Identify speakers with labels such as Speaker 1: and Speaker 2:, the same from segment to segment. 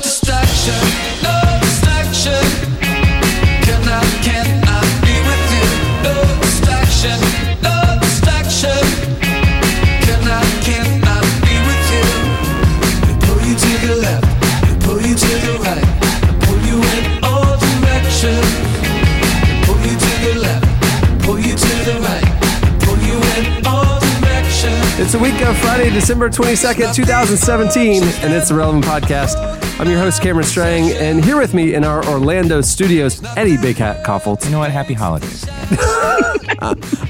Speaker 1: Distraction, no distraction. Can I, can I be with you? No distraction, no distraction. Can I, can I be with you? I pull you to the left, I pull you to the right, I pull you in all directions. I pull you to the left, I pull you to the right, I pull you in all directions.
Speaker 2: It's the week of Friday, December 22nd, 2017, and it's the Relevant Podcast. I'm your host, Cameron Strang, and here with me in our Orlando studios, Eddie Big Hat Koffold.
Speaker 3: You know what? Happy holidays.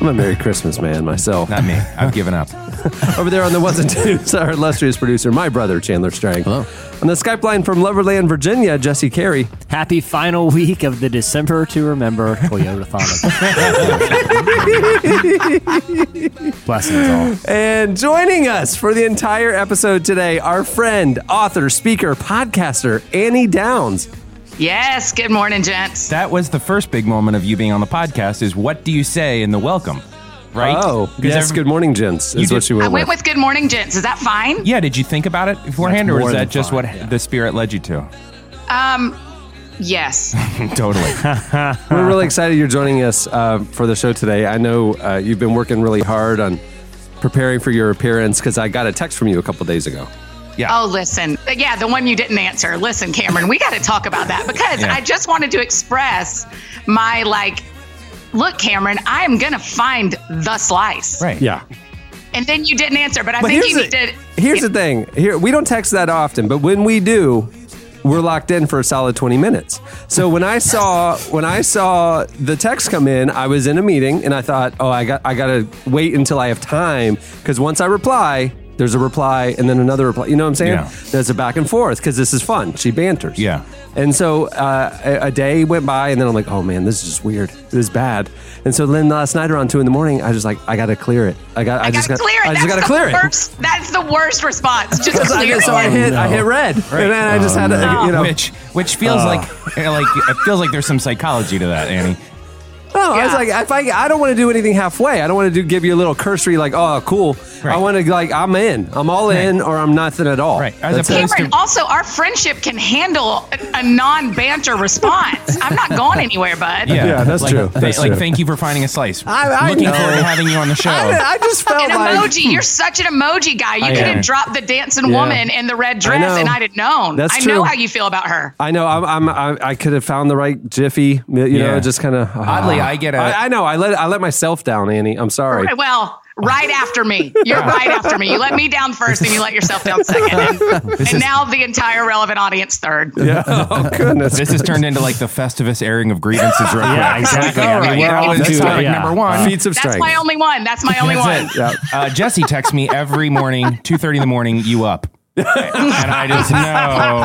Speaker 2: I'm a Merry Christmas man myself.
Speaker 3: Not me. I've given up.
Speaker 2: Over there on the ones and twos, our illustrious producer, my brother, Chandler Strang. Hello. On the Skype line from Loverland, Virginia, Jesse Carey.
Speaker 4: Happy final week of the December to Remember Toyota Thon. Blessings all.
Speaker 2: And joining us for the entire episode today, our friend, author, speaker, podcaster, Annie Downs.
Speaker 5: Yes, good morning, gents.
Speaker 3: That was the first big moment of you being on the podcast is what do you say in the welcome? Right?
Speaker 2: Oh,
Speaker 3: 'Cause
Speaker 2: yes,
Speaker 3: every-
Speaker 2: good morning, gents, is
Speaker 3: You
Speaker 2: what
Speaker 3: did-
Speaker 2: she
Speaker 5: I
Speaker 2: went
Speaker 5: went
Speaker 2: with.
Speaker 5: with good morning, gents. Is that fine?
Speaker 3: Yeah, did you think about it beforehand
Speaker 4: That's
Speaker 3: or
Speaker 4: more
Speaker 3: was
Speaker 4: than
Speaker 3: that just what
Speaker 4: fine, yeah.
Speaker 3: the spirit led you to?
Speaker 5: Um, yes.
Speaker 3: totally.
Speaker 2: We're really excited you're joining us uh, for the show today. I know uh, you've been working really hard on preparing for your appearance because I got a text from you a couple days ago.
Speaker 3: Yeah.
Speaker 5: Oh, listen. Yeah, the one you didn't answer. Listen, Cameron, we got to talk about that because
Speaker 3: Yeah.
Speaker 5: I just wanted to express my like, look, Cameron, I am going to find the slice.
Speaker 3: Right.
Speaker 2: Yeah.
Speaker 5: And then you didn't answer, but I think you need
Speaker 2: here's, the,
Speaker 5: to.
Speaker 2: here's the thing. Here we don't text that often, but when we do, we're locked in for a solid 20 minutes. So when I saw when I saw the text come in, I was in a meeting and I thought, "Oh, I got I got to wait until I have time cuz once I reply, there's a reply and then another reply. You know what I'm saying?
Speaker 3: Yeah.
Speaker 2: There's a back and forth cuz this is fun. She banters.
Speaker 3: Yeah.
Speaker 2: And so uh, a, a day went by, and then I'm like, oh man, this is just weird. This is bad. And so then last night around two in the morning, I was just like, I gotta clear it. I got, I,
Speaker 5: I,
Speaker 2: just
Speaker 5: gotta
Speaker 2: got,
Speaker 5: clear it.
Speaker 2: I just
Speaker 5: That's
Speaker 2: gotta
Speaker 5: the
Speaker 2: clear it.
Speaker 5: worst, That's the worst response. Just
Speaker 2: Because I
Speaker 5: clear
Speaker 2: just-
Speaker 5: it.
Speaker 2: so I hit I hit red, and then I just had to,
Speaker 5: no.
Speaker 2: you
Speaker 3: Uh,
Speaker 2: know. uh,
Speaker 3: Which which feels like eh, like it feels like there's some psychology to that, Annie.
Speaker 2: No, Oh, I was
Speaker 5: Yeah.
Speaker 2: like, if I I don't want to do anything halfway. I don't want to do give you a little cursory like, oh, cool. I
Speaker 3: Right.
Speaker 2: want to like, I'm in, I'm all in, or I'm nothing at all.
Speaker 3: Right. As
Speaker 2: That's it.
Speaker 3: opposed-
Speaker 5: Cameron,
Speaker 3: to-
Speaker 5: also, our friendship can handle a, a non banter response. I'm not going anywhere, bud.
Speaker 2: Yeah, that's
Speaker 3: like,
Speaker 2: true.
Speaker 3: th-
Speaker 2: That's
Speaker 3: like
Speaker 2: true.
Speaker 3: thank you for finding a slice.
Speaker 2: I- I
Speaker 3: Looking
Speaker 2: know.
Speaker 3: forward to having you on the show.
Speaker 2: I, I just felt
Speaker 5: An
Speaker 2: like
Speaker 5: emoji. You're such an emoji guy. You
Speaker 2: I
Speaker 5: could
Speaker 2: am.
Speaker 5: have dropped the dancing
Speaker 2: Yeah.
Speaker 5: woman in the red
Speaker 2: I know.
Speaker 5: dress, and I'd have known.
Speaker 2: That's
Speaker 5: I
Speaker 2: true.
Speaker 5: know how you feel about her.
Speaker 2: I know. I'm, I'm, I'm, I could have found the right jiffy. You know,
Speaker 3: Yeah.
Speaker 2: just kind of
Speaker 3: Oddly, I get a-
Speaker 2: I know. I let I let myself down, Annie. I'm sorry.
Speaker 5: Right, well, right after me. You're right after me. You let me down first, and you let yourself down second. And, and now the entire relevant audience third.
Speaker 2: Yeah. Oh goodness.
Speaker 3: This has turned into like the festivus airing of grievances real
Speaker 4: Yeah,
Speaker 3: quick.
Speaker 4: exactly. I mean,
Speaker 3: We're
Speaker 2: Yeah,
Speaker 3: all in
Speaker 2: that's
Speaker 3: topic
Speaker 2: right.
Speaker 4: Yeah.
Speaker 3: number one.
Speaker 2: feats of
Speaker 5: That's
Speaker 2: strength.
Speaker 5: my only one. That's my only one.
Speaker 3: That's it. Uh, Jesse texts me every morning, two thirty in the morning. You up? and I just know,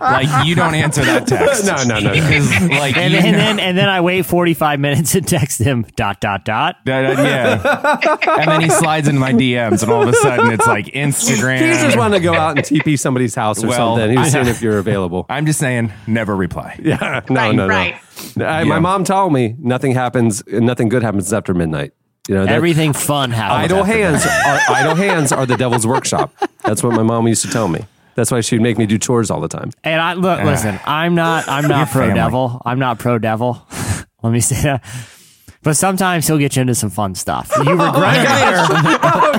Speaker 3: like you don't answer that text.
Speaker 2: no, no, no, no.
Speaker 3: Because, like
Speaker 4: And,
Speaker 3: you
Speaker 4: and
Speaker 3: know-
Speaker 4: then and then I wait 45 minutes and text him dot dot dot.
Speaker 3: Da- da- yeah, and then he slides into my DMs, and all of a sudden it's like Instagram.
Speaker 2: He just wanted to go out and TP somebody's house or
Speaker 3: Well,
Speaker 2: something. He was
Speaker 3: I-
Speaker 2: seeing if you're available.
Speaker 3: I'm just saying, never reply.
Speaker 2: Yeah. No,
Speaker 5: Right,
Speaker 2: no, no.
Speaker 5: right.
Speaker 2: I-
Speaker 3: Yeah.
Speaker 2: My mom told me nothing happens, nothing good happens after midnight. You know, that-
Speaker 4: Everything fun happens.
Speaker 2: idle
Speaker 4: after
Speaker 2: hands are idle hands are the devil's workshop. That's what my mom used to tell me. That's why she'd make me do chores all the time.
Speaker 4: that. And I look, listen, I'm not I'm not pro
Speaker 3: family.
Speaker 4: devil. I'm not pro devil. Let me say that. But sometimes he'll get you into some fun stuff. You regret it later.
Speaker 3: Oh,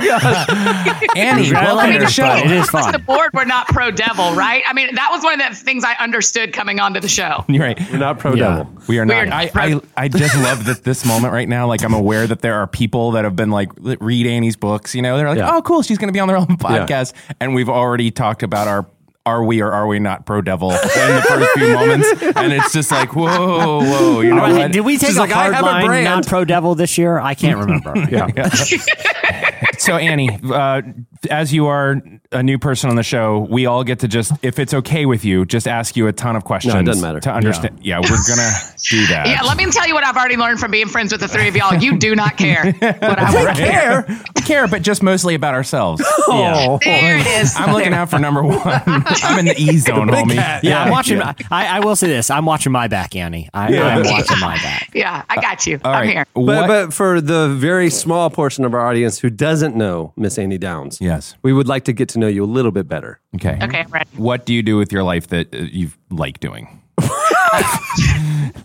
Speaker 3: Annie,
Speaker 4: Regret it
Speaker 3: welcome to
Speaker 4: later,
Speaker 3: the show.
Speaker 4: but it is
Speaker 5: To the
Speaker 4: fun.
Speaker 5: board, we're not pro devil, right? I mean, that was one of the things I understood coming onto the show.
Speaker 3: You're right.
Speaker 2: We're not pro
Speaker 4: Yeah.
Speaker 2: devil.
Speaker 3: We are
Speaker 5: We are
Speaker 3: not. I, I, I just love that this moment right now. Like, I'm aware that there are people that have been like, li- read Annie's books. You know, they're like,
Speaker 2: Yeah.
Speaker 3: oh, cool. She's going to be on their own
Speaker 2: Yeah.
Speaker 3: podcast. And we've already talked about our, are we or are we not pro devil in the first few moments. And it's just like, whoa, whoa. You know
Speaker 4: All right,
Speaker 3: what?
Speaker 4: Did we take
Speaker 2: She's
Speaker 4: a
Speaker 2: like, I
Speaker 4: hard
Speaker 2: have a
Speaker 4: line
Speaker 2: brand.
Speaker 4: not pro devil this year? I can't remember.
Speaker 2: Yeah.
Speaker 3: it's so Annie, uh, as you are a new person on the show, we all get to just, if it's okay with you, just ask you a ton of questions.
Speaker 2: doesn't matter.
Speaker 3: To understand, yeah, we're gonna do that.
Speaker 5: Yeah, let me tell you what I've already learned from being friends with the three of y'all. You do not care what I
Speaker 3: I
Speaker 5: want.
Speaker 3: care, I care, but just mostly about ourselves. Yeah.
Speaker 5: There it is.
Speaker 3: I'm looking out for number one. I'm in the E zone, homie.
Speaker 4: Yeah, I'm watching. I, I will say this: I'm watching my back, Annie. I, I'm watching my back.
Speaker 5: Yeah, I got you.
Speaker 3: All
Speaker 5: I'm
Speaker 3: right.
Speaker 5: here.
Speaker 2: But,
Speaker 3: What-
Speaker 2: but for the very small portion of our audience who doesn't know Miss Annie Downs,
Speaker 3: Yes. Mm.
Speaker 2: we would like to get to know you a little bit better.
Speaker 3: okay.
Speaker 5: Okay, I'm ready.
Speaker 3: What do you do with your life that uh, you like doing?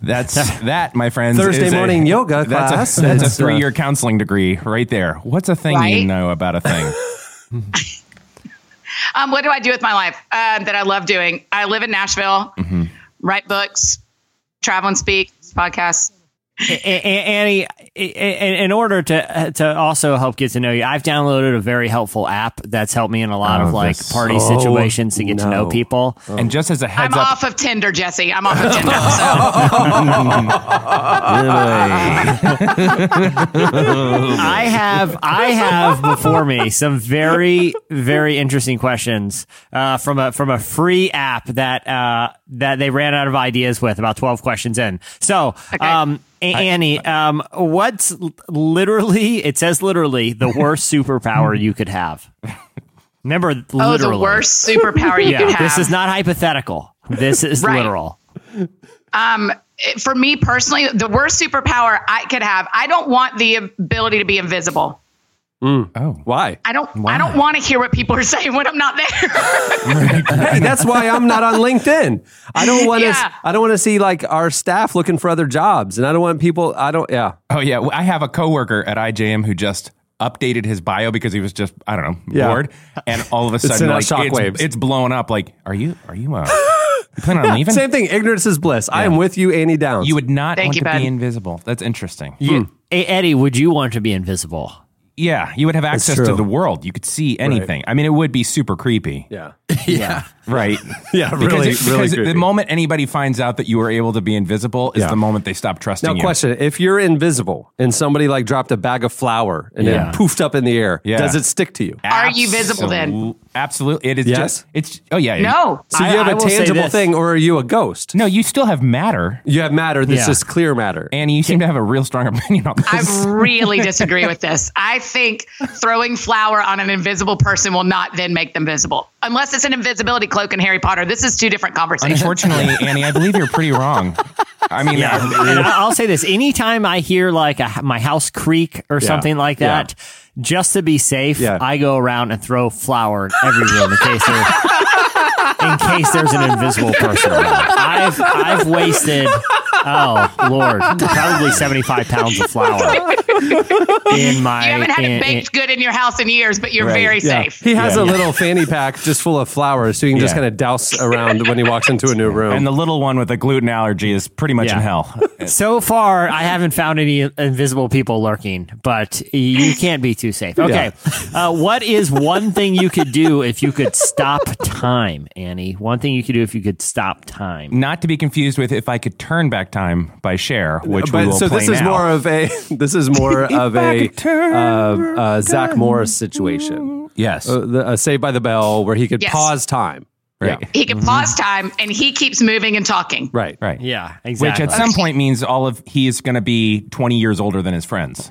Speaker 3: that's that, my friends.
Speaker 2: Thursday
Speaker 3: is a-
Speaker 2: morning yoga
Speaker 3: That's
Speaker 2: class.
Speaker 3: a, that's a
Speaker 2: It's, uh,
Speaker 3: three-year counseling degree right there. What's a thing you
Speaker 5: Right?
Speaker 3: know about a thing?
Speaker 5: Um, what do I do with my life um, that I love doing? I live in Nashville,
Speaker 3: Mm-hmm.
Speaker 5: write books, travel and speak, podcasts.
Speaker 4: A- A- A- Annie, i- i- in order to to also help get to know you, I've downloaded a very helpful app that's helped me in a lot
Speaker 3: Oh,
Speaker 4: of like
Speaker 3: this-
Speaker 4: party
Speaker 2: Oh,
Speaker 4: situations to get to know
Speaker 2: no.
Speaker 4: people.
Speaker 3: and just as a heads
Speaker 5: I'm
Speaker 3: up,
Speaker 5: off of Tinder, Jesse. I'm off of Tinder. So
Speaker 4: I have I have before me some very very interesting questions uh, from a from a free app that uh, that they ran out of ideas with about twelve questions in. So,
Speaker 5: Okay.
Speaker 4: um, A- Annie, um, what's l- literally it says literally the worst superpower you could have? Remember, literally.
Speaker 5: oh, the worst superpower you
Speaker 4: Yeah,
Speaker 5: could have.
Speaker 4: this is not hypothetical. This is
Speaker 5: Right.
Speaker 4: literal.
Speaker 5: It- um, for me personally, the worst superpower I could have. I don't want the ability to be invisible.
Speaker 3: oh,
Speaker 2: Mm. Why?
Speaker 5: I don't. I don't want to hear what people are saying when I'm not there.
Speaker 2: hey, that's why I'm not on LinkedIn. I don't want to.
Speaker 5: Yeah.
Speaker 2: I don't want to see like our staff looking for other jobs, and I don't want people. I don't. Yeah.
Speaker 3: oh yeah. Well, I have a coworker at IJM who just updated his bio because he was just I don't know
Speaker 2: Yeah.
Speaker 3: bored, and all of a sudden
Speaker 2: sent out
Speaker 3: like
Speaker 2: shockwaves.
Speaker 3: it's, it's blown up. Like, are you are you uh, you plan on leaving?
Speaker 2: Same thing. Ignorance is bliss. I am with you, Annie Downs.
Speaker 3: You would not
Speaker 5: Thank
Speaker 3: want
Speaker 5: you,
Speaker 3: to
Speaker 5: bud.
Speaker 3: be invisible. That's interesting. Mm.
Speaker 4: You, A- Eddie, would you want to be invisible?
Speaker 3: Yeah, you would have access to
Speaker 2: true.
Speaker 3: the world. You could see anything. I mean, it would be super creepy.
Speaker 2: yeah.
Speaker 3: Right.
Speaker 2: Yeah.
Speaker 3: Because,
Speaker 2: Really.
Speaker 3: it-
Speaker 2: really.
Speaker 3: because the
Speaker 2: creepy.
Speaker 3: moment anybody finds out that you were able to be invisible is
Speaker 2: Yeah.
Speaker 3: the moment they stop trusting
Speaker 2: Now,
Speaker 3: you.
Speaker 2: question: If you're invisible and somebody like dropped a bag of flour and
Speaker 3: Yeah.
Speaker 2: it poofed up in the air,
Speaker 3: Yeah.
Speaker 2: does it stick to you?
Speaker 5: Are you visible then?
Speaker 3: Absolu- Absolutely. It is
Speaker 2: Yes.
Speaker 3: just it's oh yeah.
Speaker 5: no.
Speaker 2: So
Speaker 4: I-
Speaker 2: you have
Speaker 4: I
Speaker 2: a
Speaker 4: will say
Speaker 2: tangible
Speaker 4: this.
Speaker 2: thing, or are you a ghost?
Speaker 3: No, you still have matter.
Speaker 2: You have matter that's
Speaker 4: Yeah.
Speaker 2: just clear matter.
Speaker 3: Annie, you seem to have a real strong opinion on this.
Speaker 5: I really disagree with this. I think throwing flour on an invisible person will not then make them visible, unless it's an invisibility cloak in Harry Potter. This is two different conversations.
Speaker 3: Unfortunately, Annie, I believe you're pretty wrong. I mean, I-
Speaker 4: and I- I'll say this: anytime I hear like a, my house creak or something like
Speaker 2: Yeah.
Speaker 4: that, just to be safe,
Speaker 2: Yeah.
Speaker 4: I go around and throw flour in every room in case there, in case there's an invisible person. Around. I've I've wasted oh lord, probably seventy five pounds of flour in my.
Speaker 5: you haven't had
Speaker 4: in-
Speaker 5: a
Speaker 4: in-
Speaker 5: baked good in your house in years, but you're very
Speaker 2: Yeah.
Speaker 5: safe.
Speaker 2: He has
Speaker 4: Yeah.
Speaker 2: a little fanny pack just full of flowers, so you can just
Speaker 3: Yeah.
Speaker 2: kind of douse around when he walks into a new room.
Speaker 3: and the little one with the gluten allergy is pretty much
Speaker 4: Yeah.
Speaker 3: in hell.
Speaker 4: So far, I haven't found any invisible people lurking, but you can't be too safe. Okay. Uh, what is one thing you could do if you could stop time, Annie? One thing you could do if you could stop time.
Speaker 3: Not to be confused with if I could turn back time by Cher, which we
Speaker 2: but
Speaker 3: will
Speaker 2: so
Speaker 3: play
Speaker 2: this is
Speaker 3: now.
Speaker 2: more of a this is more of a uh, uh, Zach Morris situation,
Speaker 3: yes.
Speaker 2: uh, the, uh, Saved by the Bell, where he could
Speaker 5: Yes.
Speaker 2: pause time.
Speaker 3: Right. Mm-hmm.
Speaker 2: Yeah.
Speaker 5: He can pause time and he keeps moving and talking.
Speaker 2: Right.
Speaker 3: Right.
Speaker 4: Yeah,
Speaker 3: Which
Speaker 4: exactly.
Speaker 3: at some point means all of he is going to be 20 years older than his friends.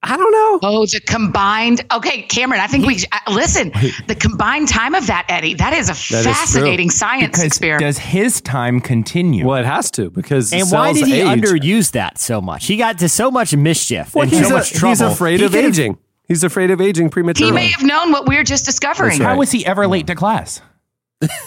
Speaker 2: I don't know.
Speaker 5: Oh, the combined. Okay, Cameron, I think we uh, listen. The combined time of that, Eddie, that is a
Speaker 2: true.
Speaker 5: fascinating science
Speaker 3: Because
Speaker 5: experiment.
Speaker 3: does his time continue?
Speaker 2: Well, it has to because
Speaker 4: and
Speaker 2: cells
Speaker 4: why did he
Speaker 2: age.
Speaker 4: underuse that so much? He got to so much mischief
Speaker 2: Well,
Speaker 4: and
Speaker 2: he's,
Speaker 4: so
Speaker 2: a-
Speaker 4: much trouble.
Speaker 2: he's afraid
Speaker 4: He
Speaker 2: of
Speaker 4: could've-
Speaker 2: aging. He's afraid of aging prematurely.
Speaker 5: he may have known what we're just discovering.
Speaker 3: How was he ever late to class?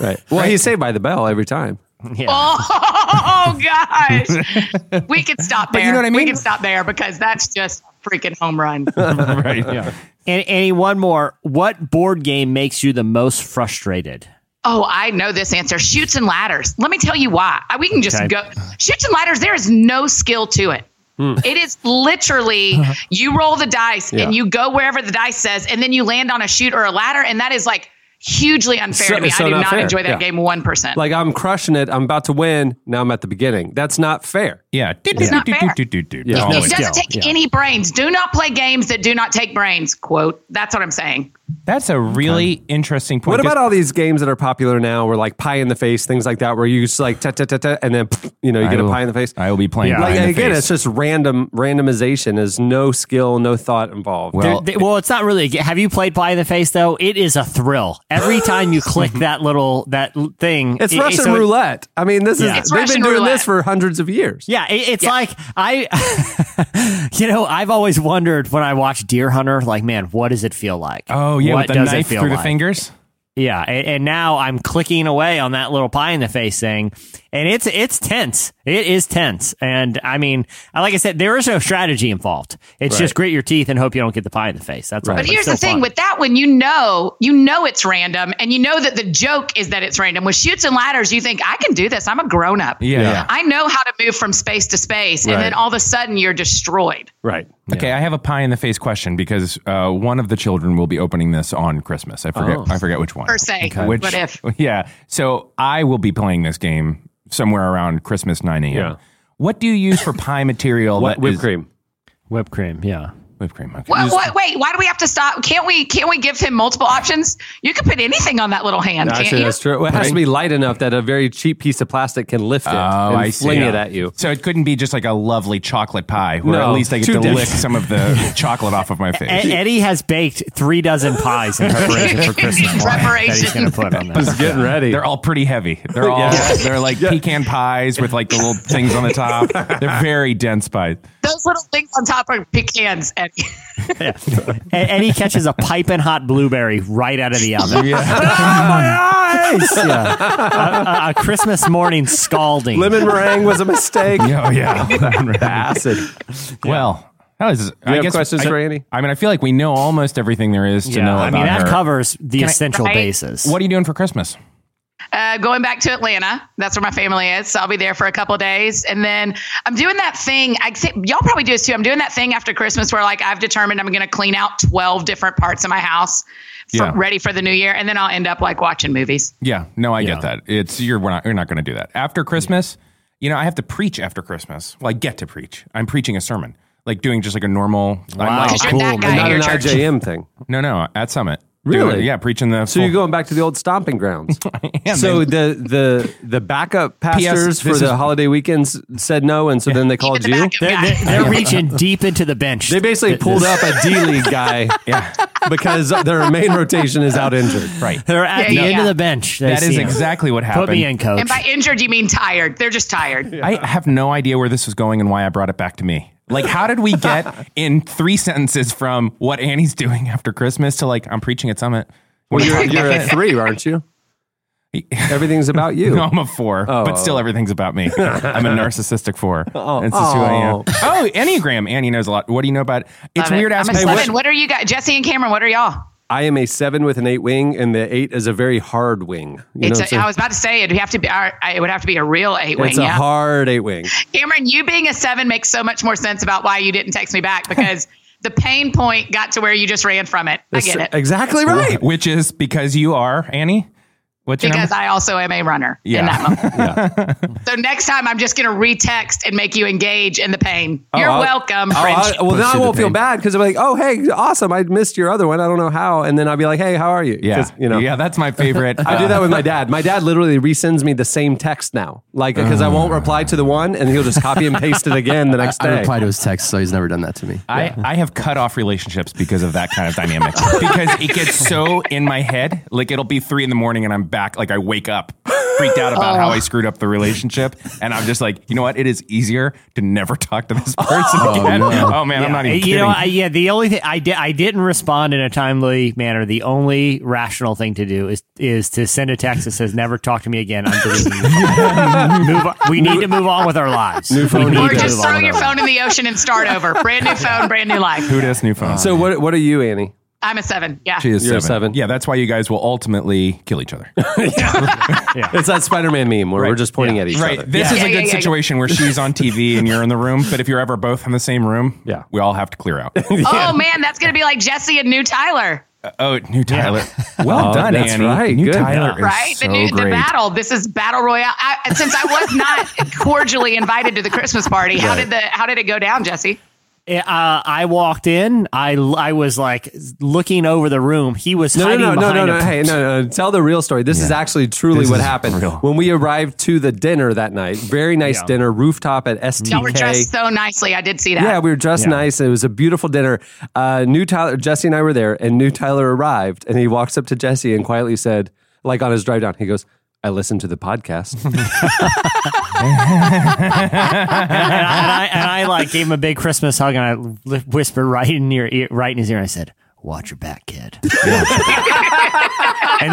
Speaker 2: right. Well, he's Saved by the Bell every time.
Speaker 5: Oh gosh, we could stop there.
Speaker 3: you know what I
Speaker 5: We
Speaker 3: mean?
Speaker 5: can stop there because that's just a freaking home run.
Speaker 3: right. Yeah.
Speaker 4: And Annie, one more. What board game makes you the most frustrated?
Speaker 5: oh, I know this answer. Shoots and ladders. Let me tell you why. I- We can just
Speaker 4: Okay.
Speaker 5: go shoots and ladders. There is no skill to it. It is literally you roll the dice
Speaker 2: Yeah.
Speaker 5: and you go wherever the dice says, and then you land on a chute or a ladder, and that is like hugely unfair
Speaker 2: So-
Speaker 5: to me.
Speaker 2: so
Speaker 5: I do
Speaker 2: not
Speaker 5: not,
Speaker 2: fair,
Speaker 5: enjoy that
Speaker 2: yeah.
Speaker 5: game one percent.
Speaker 2: Like I'm crushing it. I'm about to win. Now I'm at the beginning. That's not fair.
Speaker 3: Yeah.
Speaker 5: not fair.
Speaker 3: Yeah.
Speaker 4: no
Speaker 5: it
Speaker 2: Oh,
Speaker 5: doesn't
Speaker 4: skill,
Speaker 5: take
Speaker 4: yeah.
Speaker 5: any brains. Do not play games that do not take brains. Quote. That's what I'm saying.
Speaker 3: That's a really interesting point.
Speaker 2: What about
Speaker 3: 'cause
Speaker 2: all these games that are popular now, where like pie in the face, things like that, where you just like ta ta ta ta, and then you know you
Speaker 3: I
Speaker 2: get a
Speaker 3: will-
Speaker 2: pie in the face.
Speaker 3: I will be playing.
Speaker 4: Yeah.
Speaker 3: Pie
Speaker 2: like,
Speaker 3: in the
Speaker 2: again,
Speaker 3: Face.
Speaker 2: it's just random randomization. There's no skill, no thought involved.
Speaker 3: Well-
Speaker 4: Well, well, it's not really. a ga- Have you played Pie in the Face though? It is a thrill. Every time you click that little that l- thing,
Speaker 2: it's
Speaker 4: it- it-
Speaker 2: Russian
Speaker 4: so it-
Speaker 2: roulette. I mean, this is
Speaker 4: Yeah.
Speaker 5: It's
Speaker 2: they've
Speaker 5: Russian
Speaker 2: been doing
Speaker 5: roulette.
Speaker 2: this for hundreds of years.
Speaker 4: Yeah, it, it's like I, you know, I've always wondered when I watch Deer Hunter, like, man, what does it feel like?
Speaker 3: Oh yeah, with
Speaker 4: what
Speaker 3: the
Speaker 4: does it
Speaker 3: knife
Speaker 4: feel
Speaker 3: through the
Speaker 4: like?
Speaker 3: fingers.
Speaker 4: Yeah, and, and now I'm clicking away on that little pie in the face thing, and it's it's tense. It is tense, and I mean, I- like I said, there is no strategy involved. It's just grit your teeth and hope you don't get the pie in the face. That's all.
Speaker 5: But here's
Speaker 4: it's
Speaker 5: the
Speaker 4: still
Speaker 5: thing
Speaker 4: fun.
Speaker 5: with that one, you know, you know it's random, and you know that the joke is that it's random. With shoots and ladders, you think I can do this. I'm a grown up.
Speaker 3: Yeah. Yeah.
Speaker 5: I know how to move from space to space, and then all of a sudden you're destroyed.
Speaker 4: right.
Speaker 3: Okay, I have a pie in the face question because uh, one of the children will be opening this on Christmas. I forget. I forget which one.
Speaker 5: Per se,
Speaker 3: Which,
Speaker 5: but if
Speaker 3: Yeah. So I will be playing this game somewhere around Christmas 9 a.m.
Speaker 2: Yeah.
Speaker 3: What do you use for pie material?
Speaker 2: What
Speaker 3: that
Speaker 2: whipped
Speaker 3: is-
Speaker 2: cream?
Speaker 4: Whipped cream. Yeah.
Speaker 3: Whipped cream. Okay.
Speaker 5: What, what, wait, why do we have to stop? Can't we? Can't we give him multiple options? You can put anything on that little hand, can't
Speaker 2: Actually,
Speaker 5: you?
Speaker 2: that's true. Well, it has to be light enough that a very cheap piece of plastic can lift it
Speaker 3: Oh,
Speaker 2: and
Speaker 3: I see.
Speaker 2: fling it at you.
Speaker 3: So it couldn't be just like a lovely chocolate pie where
Speaker 2: No,
Speaker 3: at least I get
Speaker 2: too
Speaker 3: to
Speaker 2: dense.
Speaker 3: lick some of the chocolate off of my
Speaker 4: E-
Speaker 3: face.
Speaker 4: Eddie has baked three dozen pies in preparation for Christmas. That he's
Speaker 5: Preparation.
Speaker 4: going to put on this.
Speaker 2: Getting ready.
Speaker 3: They're all pretty heavy. They're all they're like pecan pies with like the little things on the top. They're very dense pies.
Speaker 5: Those little things on top are pecans, and
Speaker 4: E- Eddie catches a piping hot blueberry right out of the oven.
Speaker 2: yeah.
Speaker 4: a, a Christmas morning scalding.
Speaker 2: Lemon meringue was a mistake.
Speaker 3: Yeah, oh, yeah.
Speaker 2: Acid.
Speaker 3: well, that was. I
Speaker 2: have
Speaker 3: guess
Speaker 2: questions
Speaker 3: I-
Speaker 2: for Andy?
Speaker 3: I mean, I feel like we know almost everything there is to
Speaker 4: Yeah,
Speaker 3: know.
Speaker 4: I mean,
Speaker 3: about
Speaker 4: that
Speaker 3: her.
Speaker 4: covers the essential
Speaker 5: Right?
Speaker 4: bases.
Speaker 3: What are you doing for Christmas?
Speaker 5: uh, going back to Atlanta. That's where my family is. So I'll be there for a couple days. And then I'm doing that thing. I think y'all probably do this too. I'm doing that thing after Christmas where like I've determined I'm going to clean out 12 different parts of my house for,
Speaker 3: Yeah.
Speaker 5: ready for the new year. And then I'll end up like watching movies.
Speaker 3: Yeah, no, I
Speaker 4: Yeah.
Speaker 3: get that. It's you're we're not you're not going to do that after Christmas. You know, I have to preach after Christmas. Well, I get to preach. I'm preaching a sermon, like doing just like a normal. I'm
Speaker 4: Wow,
Speaker 3: like-
Speaker 5: Because you're
Speaker 4: cool,
Speaker 5: that guy
Speaker 4: man.
Speaker 5: at
Speaker 2: Not
Speaker 5: your
Speaker 2: an
Speaker 5: church.
Speaker 2: IJM thing.
Speaker 3: no, no, at Summit.
Speaker 2: Really?
Speaker 3: Doing- yeah, preaching the.
Speaker 2: So you're going back to the old stomping grounds. so the the the backup pastors for
Speaker 3: this
Speaker 2: the
Speaker 3: is-
Speaker 2: holiday weekends said no, and so then they called
Speaker 5: Even the
Speaker 2: you.
Speaker 5: backup
Speaker 4: They're,
Speaker 5: guy.
Speaker 4: they're, they're reaching deep into the bench.
Speaker 2: They basically pulled up a D League guy
Speaker 3: yeah,
Speaker 2: because their main rotation is out injured.
Speaker 3: right.
Speaker 4: They're
Speaker 5: Yeah,
Speaker 4: at the
Speaker 5: yeah,
Speaker 4: end of
Speaker 5: yeah.
Speaker 4: the bench. They
Speaker 3: That is
Speaker 4: see him.
Speaker 3: exactly what happened.
Speaker 4: Put me in, coach.
Speaker 5: And by injured, you mean tired. They're just tired.
Speaker 3: I have no idea where this was going and why I brought it back to me. Like, how did we get in three sentences from what Annie's doing after Christmas to like I'm preaching at Summit?
Speaker 2: Well, you're you're a three, aren't you? Everything's about you.
Speaker 3: No, I'm a four, but still everything's about me. I'm a narcissistic four. Oh, this is who I am.
Speaker 2: Oh. Oh.
Speaker 3: Oh, Enneagram. Annie knows a lot. What do you know about? It's
Speaker 5: Love it.
Speaker 3: weird.
Speaker 5: I'm a
Speaker 3: asking
Speaker 5: seven. What are you guys, Jesse and Cameron? What are y'all?
Speaker 2: I am a seven with an eight wing, and the eight is a very hard wing. You
Speaker 5: It's
Speaker 2: know what
Speaker 5: a,
Speaker 2: I'm
Speaker 5: I was about to say it'd have to be. I- It would have to be a real eight
Speaker 2: saying?
Speaker 5: wing.
Speaker 2: it's a
Speaker 5: yeah.
Speaker 2: hard eight wing.
Speaker 5: Cameron, you being a seven makes so much more sense about why you didn't text me back because the pain point got to where you just ran from it. I
Speaker 2: It's
Speaker 5: get it.
Speaker 2: Exactly right.
Speaker 3: Which is because you are Annie. What's your
Speaker 5: Because
Speaker 3: number?
Speaker 5: I also am a runner
Speaker 3: Yeah.
Speaker 5: in that moment. So next time I'm just gonna retext and make you engage in the pain. You're
Speaker 2: I'll-
Speaker 5: welcome,
Speaker 2: Oh,
Speaker 5: French.
Speaker 2: I- well, now I
Speaker 3: Pussy
Speaker 2: won't
Speaker 3: the
Speaker 2: feel
Speaker 3: pain.
Speaker 2: bad because I'm like, oh, hey, awesome. I missed your other one. I don't know how. And then I'll be like, hey, how are you? 'Cause,
Speaker 3: yeah,
Speaker 2: You know,
Speaker 3: yeah, that's my favorite.
Speaker 2: I do that with my dad. My dad literally resends me the same text now, like because I won't reply to the one, and he'll just copy and paste it again the next
Speaker 6: I
Speaker 2: day.
Speaker 6: reply to his text, so he's never done that to me.
Speaker 3: I, I have cut off relationships because of that kind of dynamic. because it gets so in my head. Like it'll be three in the morning and I'm back. Like I wake up freaked out about
Speaker 2: Oh.
Speaker 3: how I screwed up the relationship. And I'm just like, you know what? It is easier to never talk to this person again. Oh man, I'm not even
Speaker 4: you
Speaker 3: kidding.
Speaker 4: know, I, yeah. The only thing I did, I didn't respond in a timely manner. The only rational thing to do is is to send a text that says "Never talk to me again." I'm deleting. you." move on. We need to move on with our lives. New
Speaker 2: phone
Speaker 4: we need
Speaker 5: or
Speaker 4: to
Speaker 5: just
Speaker 4: move on
Speaker 5: throw
Speaker 4: with
Speaker 5: your
Speaker 4: our
Speaker 5: phone in the ocean and start over. Brand new phone, brand new life.
Speaker 3: Who dis new phone?
Speaker 2: so what? What are you, Annie?
Speaker 5: I'm a seven. Yeah.
Speaker 3: she is seven.
Speaker 2: You're a seven.
Speaker 3: Yeah, that's why you guys will ultimately kill each other.
Speaker 2: It's that Spider-Man meme where we're just pointing at each
Speaker 3: right.
Speaker 2: other.
Speaker 3: This
Speaker 5: Yeah.
Speaker 3: is
Speaker 5: Yeah,
Speaker 3: a
Speaker 5: yeah,
Speaker 3: good
Speaker 5: yeah, yeah.
Speaker 3: situation where she's on TV and you're in the room. But if you're ever both in the same room,
Speaker 2: Yeah.
Speaker 3: we all have to clear out.
Speaker 5: Oh man, that's gonna be like Jesse and new Tyler.
Speaker 3: Oh, new Tyler. Well
Speaker 2: Oh,
Speaker 3: done,
Speaker 2: that's
Speaker 3: Annie.
Speaker 2: right.
Speaker 3: New
Speaker 2: Good.
Speaker 3: Tyler is
Speaker 5: right?
Speaker 3: so
Speaker 5: the, new, the
Speaker 3: great.
Speaker 5: battle. This is battle royale. I, since I was not cordially invited to the Christmas party, how did the how did it go down, Jesse?
Speaker 4: Uh, I walked in. I I was like looking over the room. He was
Speaker 2: No,
Speaker 4: hiding
Speaker 2: no, no,
Speaker 4: behind
Speaker 2: no, no,
Speaker 4: a-
Speaker 2: no. Hey, no, no. Tell the real story. This is actually truly
Speaker 3: This
Speaker 2: what
Speaker 3: is
Speaker 2: happened.
Speaker 3: real.
Speaker 2: When we arrived to the dinner that night, very nice
Speaker 4: Yeah.
Speaker 2: dinner, rooftop at
Speaker 5: Y'all were
Speaker 2: STK.
Speaker 5: dressed so nicely. I did see that.
Speaker 2: Yeah, we were dressed
Speaker 4: Yeah.
Speaker 2: nice. It was a beautiful dinner. Uh, new Tyler, Jesse and I were there, and new Tyler arrived, and he walks up to Jesse and quietly said, like on his drive down, he goes, "I listened to the podcast."
Speaker 4: and, I, and, I, and I like gave him a big Christmas hug, and I li- whispered right in your ear, right in his ear, and I said, "Watch your back, kid." and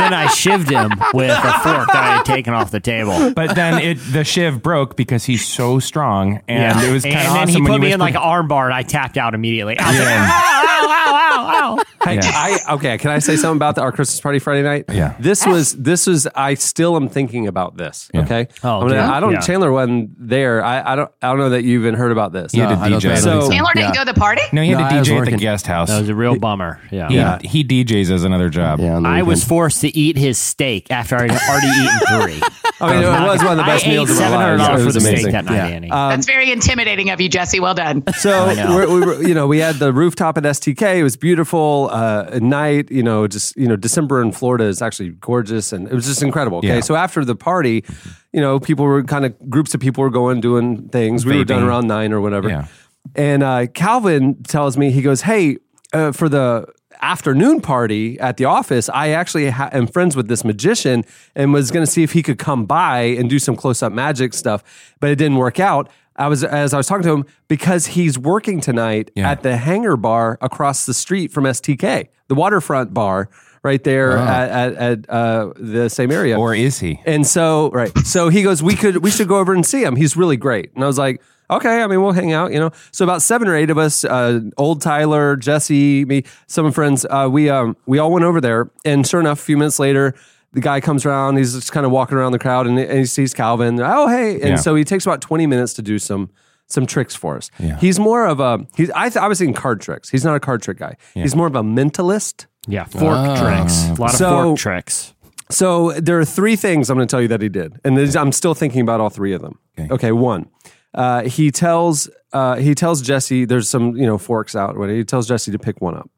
Speaker 4: then I shivved him with a fork that I had taken off the table.
Speaker 3: But then it the shiv broke because he's so strong, and
Speaker 4: Yeah.
Speaker 3: it was kind of
Speaker 4: and
Speaker 3: awesome
Speaker 4: then he
Speaker 3: when
Speaker 4: put
Speaker 3: you
Speaker 4: me in like
Speaker 3: whispered-
Speaker 4: an armbar, and I tapped out immediately. I was like,
Speaker 3: Yeah.
Speaker 2: Hey,
Speaker 3: Yeah.
Speaker 2: I, okay, can I say something about the, our Christmas party Friday night?
Speaker 3: Yeah.
Speaker 2: this was this was. I still am thinking about this.
Speaker 3: Yeah.
Speaker 2: Okay,
Speaker 4: Oh,
Speaker 2: I'm gonna-
Speaker 4: yeah?
Speaker 2: I don't.
Speaker 4: Yeah.
Speaker 2: Chandler wasn't there. I, I don't. I don't know that you even heard about this. Uh,
Speaker 3: You had
Speaker 6: No, I
Speaker 3: to
Speaker 6: don't
Speaker 3: DJ.
Speaker 6: think- I don't
Speaker 2: So-
Speaker 6: think
Speaker 5: Taylor
Speaker 6: Yeah.
Speaker 5: didn't go to the party.
Speaker 3: No, he had
Speaker 6: No,
Speaker 3: to
Speaker 6: I was
Speaker 3: DJ at the
Speaker 6: working.
Speaker 3: guest house.
Speaker 4: that was a real bummer. Yeah.
Speaker 3: he, he DJs as another job.
Speaker 6: Yeah, on the
Speaker 4: I was
Speaker 6: weekend.
Speaker 4: forced to eat his steak after I'd already eaten three.
Speaker 2: I mean, it was one of the best
Speaker 4: I
Speaker 2: meals
Speaker 4: ate
Speaker 2: of our
Speaker 4: seven hundred
Speaker 2: lives.
Speaker 4: dollars
Speaker 2: It
Speaker 4: for
Speaker 2: was
Speaker 4: the steak
Speaker 2: amazing.
Speaker 4: that night, Annie.
Speaker 5: That's very intimidating of you, Jesse. Well done.
Speaker 2: So
Speaker 4: I know.
Speaker 2: we're, we were, you know, we had the rooftop at STK. It was beautiful uh, at night. You know, just you know, December in Florida is actually gorgeous, and it was just incredible. Okay,
Speaker 3: Yeah.
Speaker 2: so after the party, you know, people were kind of groups of people were going doing things. We were done
Speaker 3: Vaping.
Speaker 2: around nine or whatever.
Speaker 3: Yeah.
Speaker 2: And uh, Calvin tells me he goes, "Hey, uh, for the." Afternoon party at the office. I actually ha- am friends with this magician and was going to see if he could come by and do some close up magic stuff, but it didn't work out. I was as I was talking to him because he's working tonight
Speaker 3: Yeah.
Speaker 2: at the Hangar Bar across the street from STK, the waterfront bar right there at, at, at uh, the same area.
Speaker 3: Or is he?
Speaker 2: and so right, so he goes, we could we should go over and see him. He's really great. And I was like, okay, I mean we'll hang out, you know. So about seven or eight of us, uh, old Tyler, Jesse, me, some friends, uh, we um we all went over there, and sure enough, a few minutes later. The guy comes around. He's just kind of walking around the crowd, and, and he sees Calvin. Oh, hey! And
Speaker 3: Yeah.
Speaker 2: so he takes about twenty minutes to do some some tricks for us.
Speaker 3: Yeah.
Speaker 2: He's more of a he's I, th- I was thinking card tricks. He's not a card trick guy. He's more of a mentalist.
Speaker 4: Yeah, fork tricks. A lot of
Speaker 2: So-
Speaker 4: fork tricks.
Speaker 2: So there are three things I'm going to tell you that he did, and there's- I'm still thinking about all three of them. Okay, one, uh, he tells uh, he tells Jesse there's some you know forks out. or whatever. He tells Jesse to pick one up,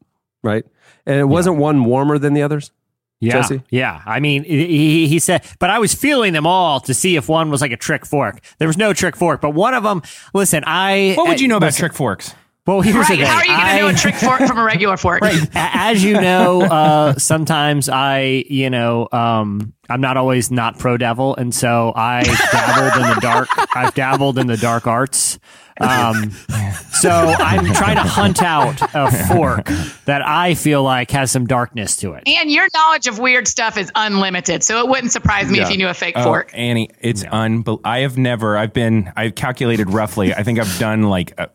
Speaker 2: right? And it wasn't one warmer than the others.
Speaker 4: Yeah,
Speaker 2: Jesse?
Speaker 4: yeah. I mean, he, he- he said, but I was feeling them all to see if one was like a trick fork. There was no trick fork, but one of them. Listen, I. uh,
Speaker 3: What would you know about trick forks?
Speaker 4: Well, here's
Speaker 5: Right?
Speaker 4: the thing.
Speaker 5: How are you going to
Speaker 4: I-
Speaker 5: know a trick fork from a regular fork?
Speaker 4: A- As you know, uh, sometimes I, you know, um, I'm not always not pro devil, and so I dabbled in the dark. I've dabbled in the dark arts. Um, so I'm trying to hunt out a fork that I feel like has some darkness to it.
Speaker 5: And your knowledge of weird stuff is unlimited, so it wouldn't surprise me if you knew a fake
Speaker 3: Oh,
Speaker 5: fork.
Speaker 3: Annie, it's unbel- I have never. I've been. I've calculated roughly. I think I've done like uh,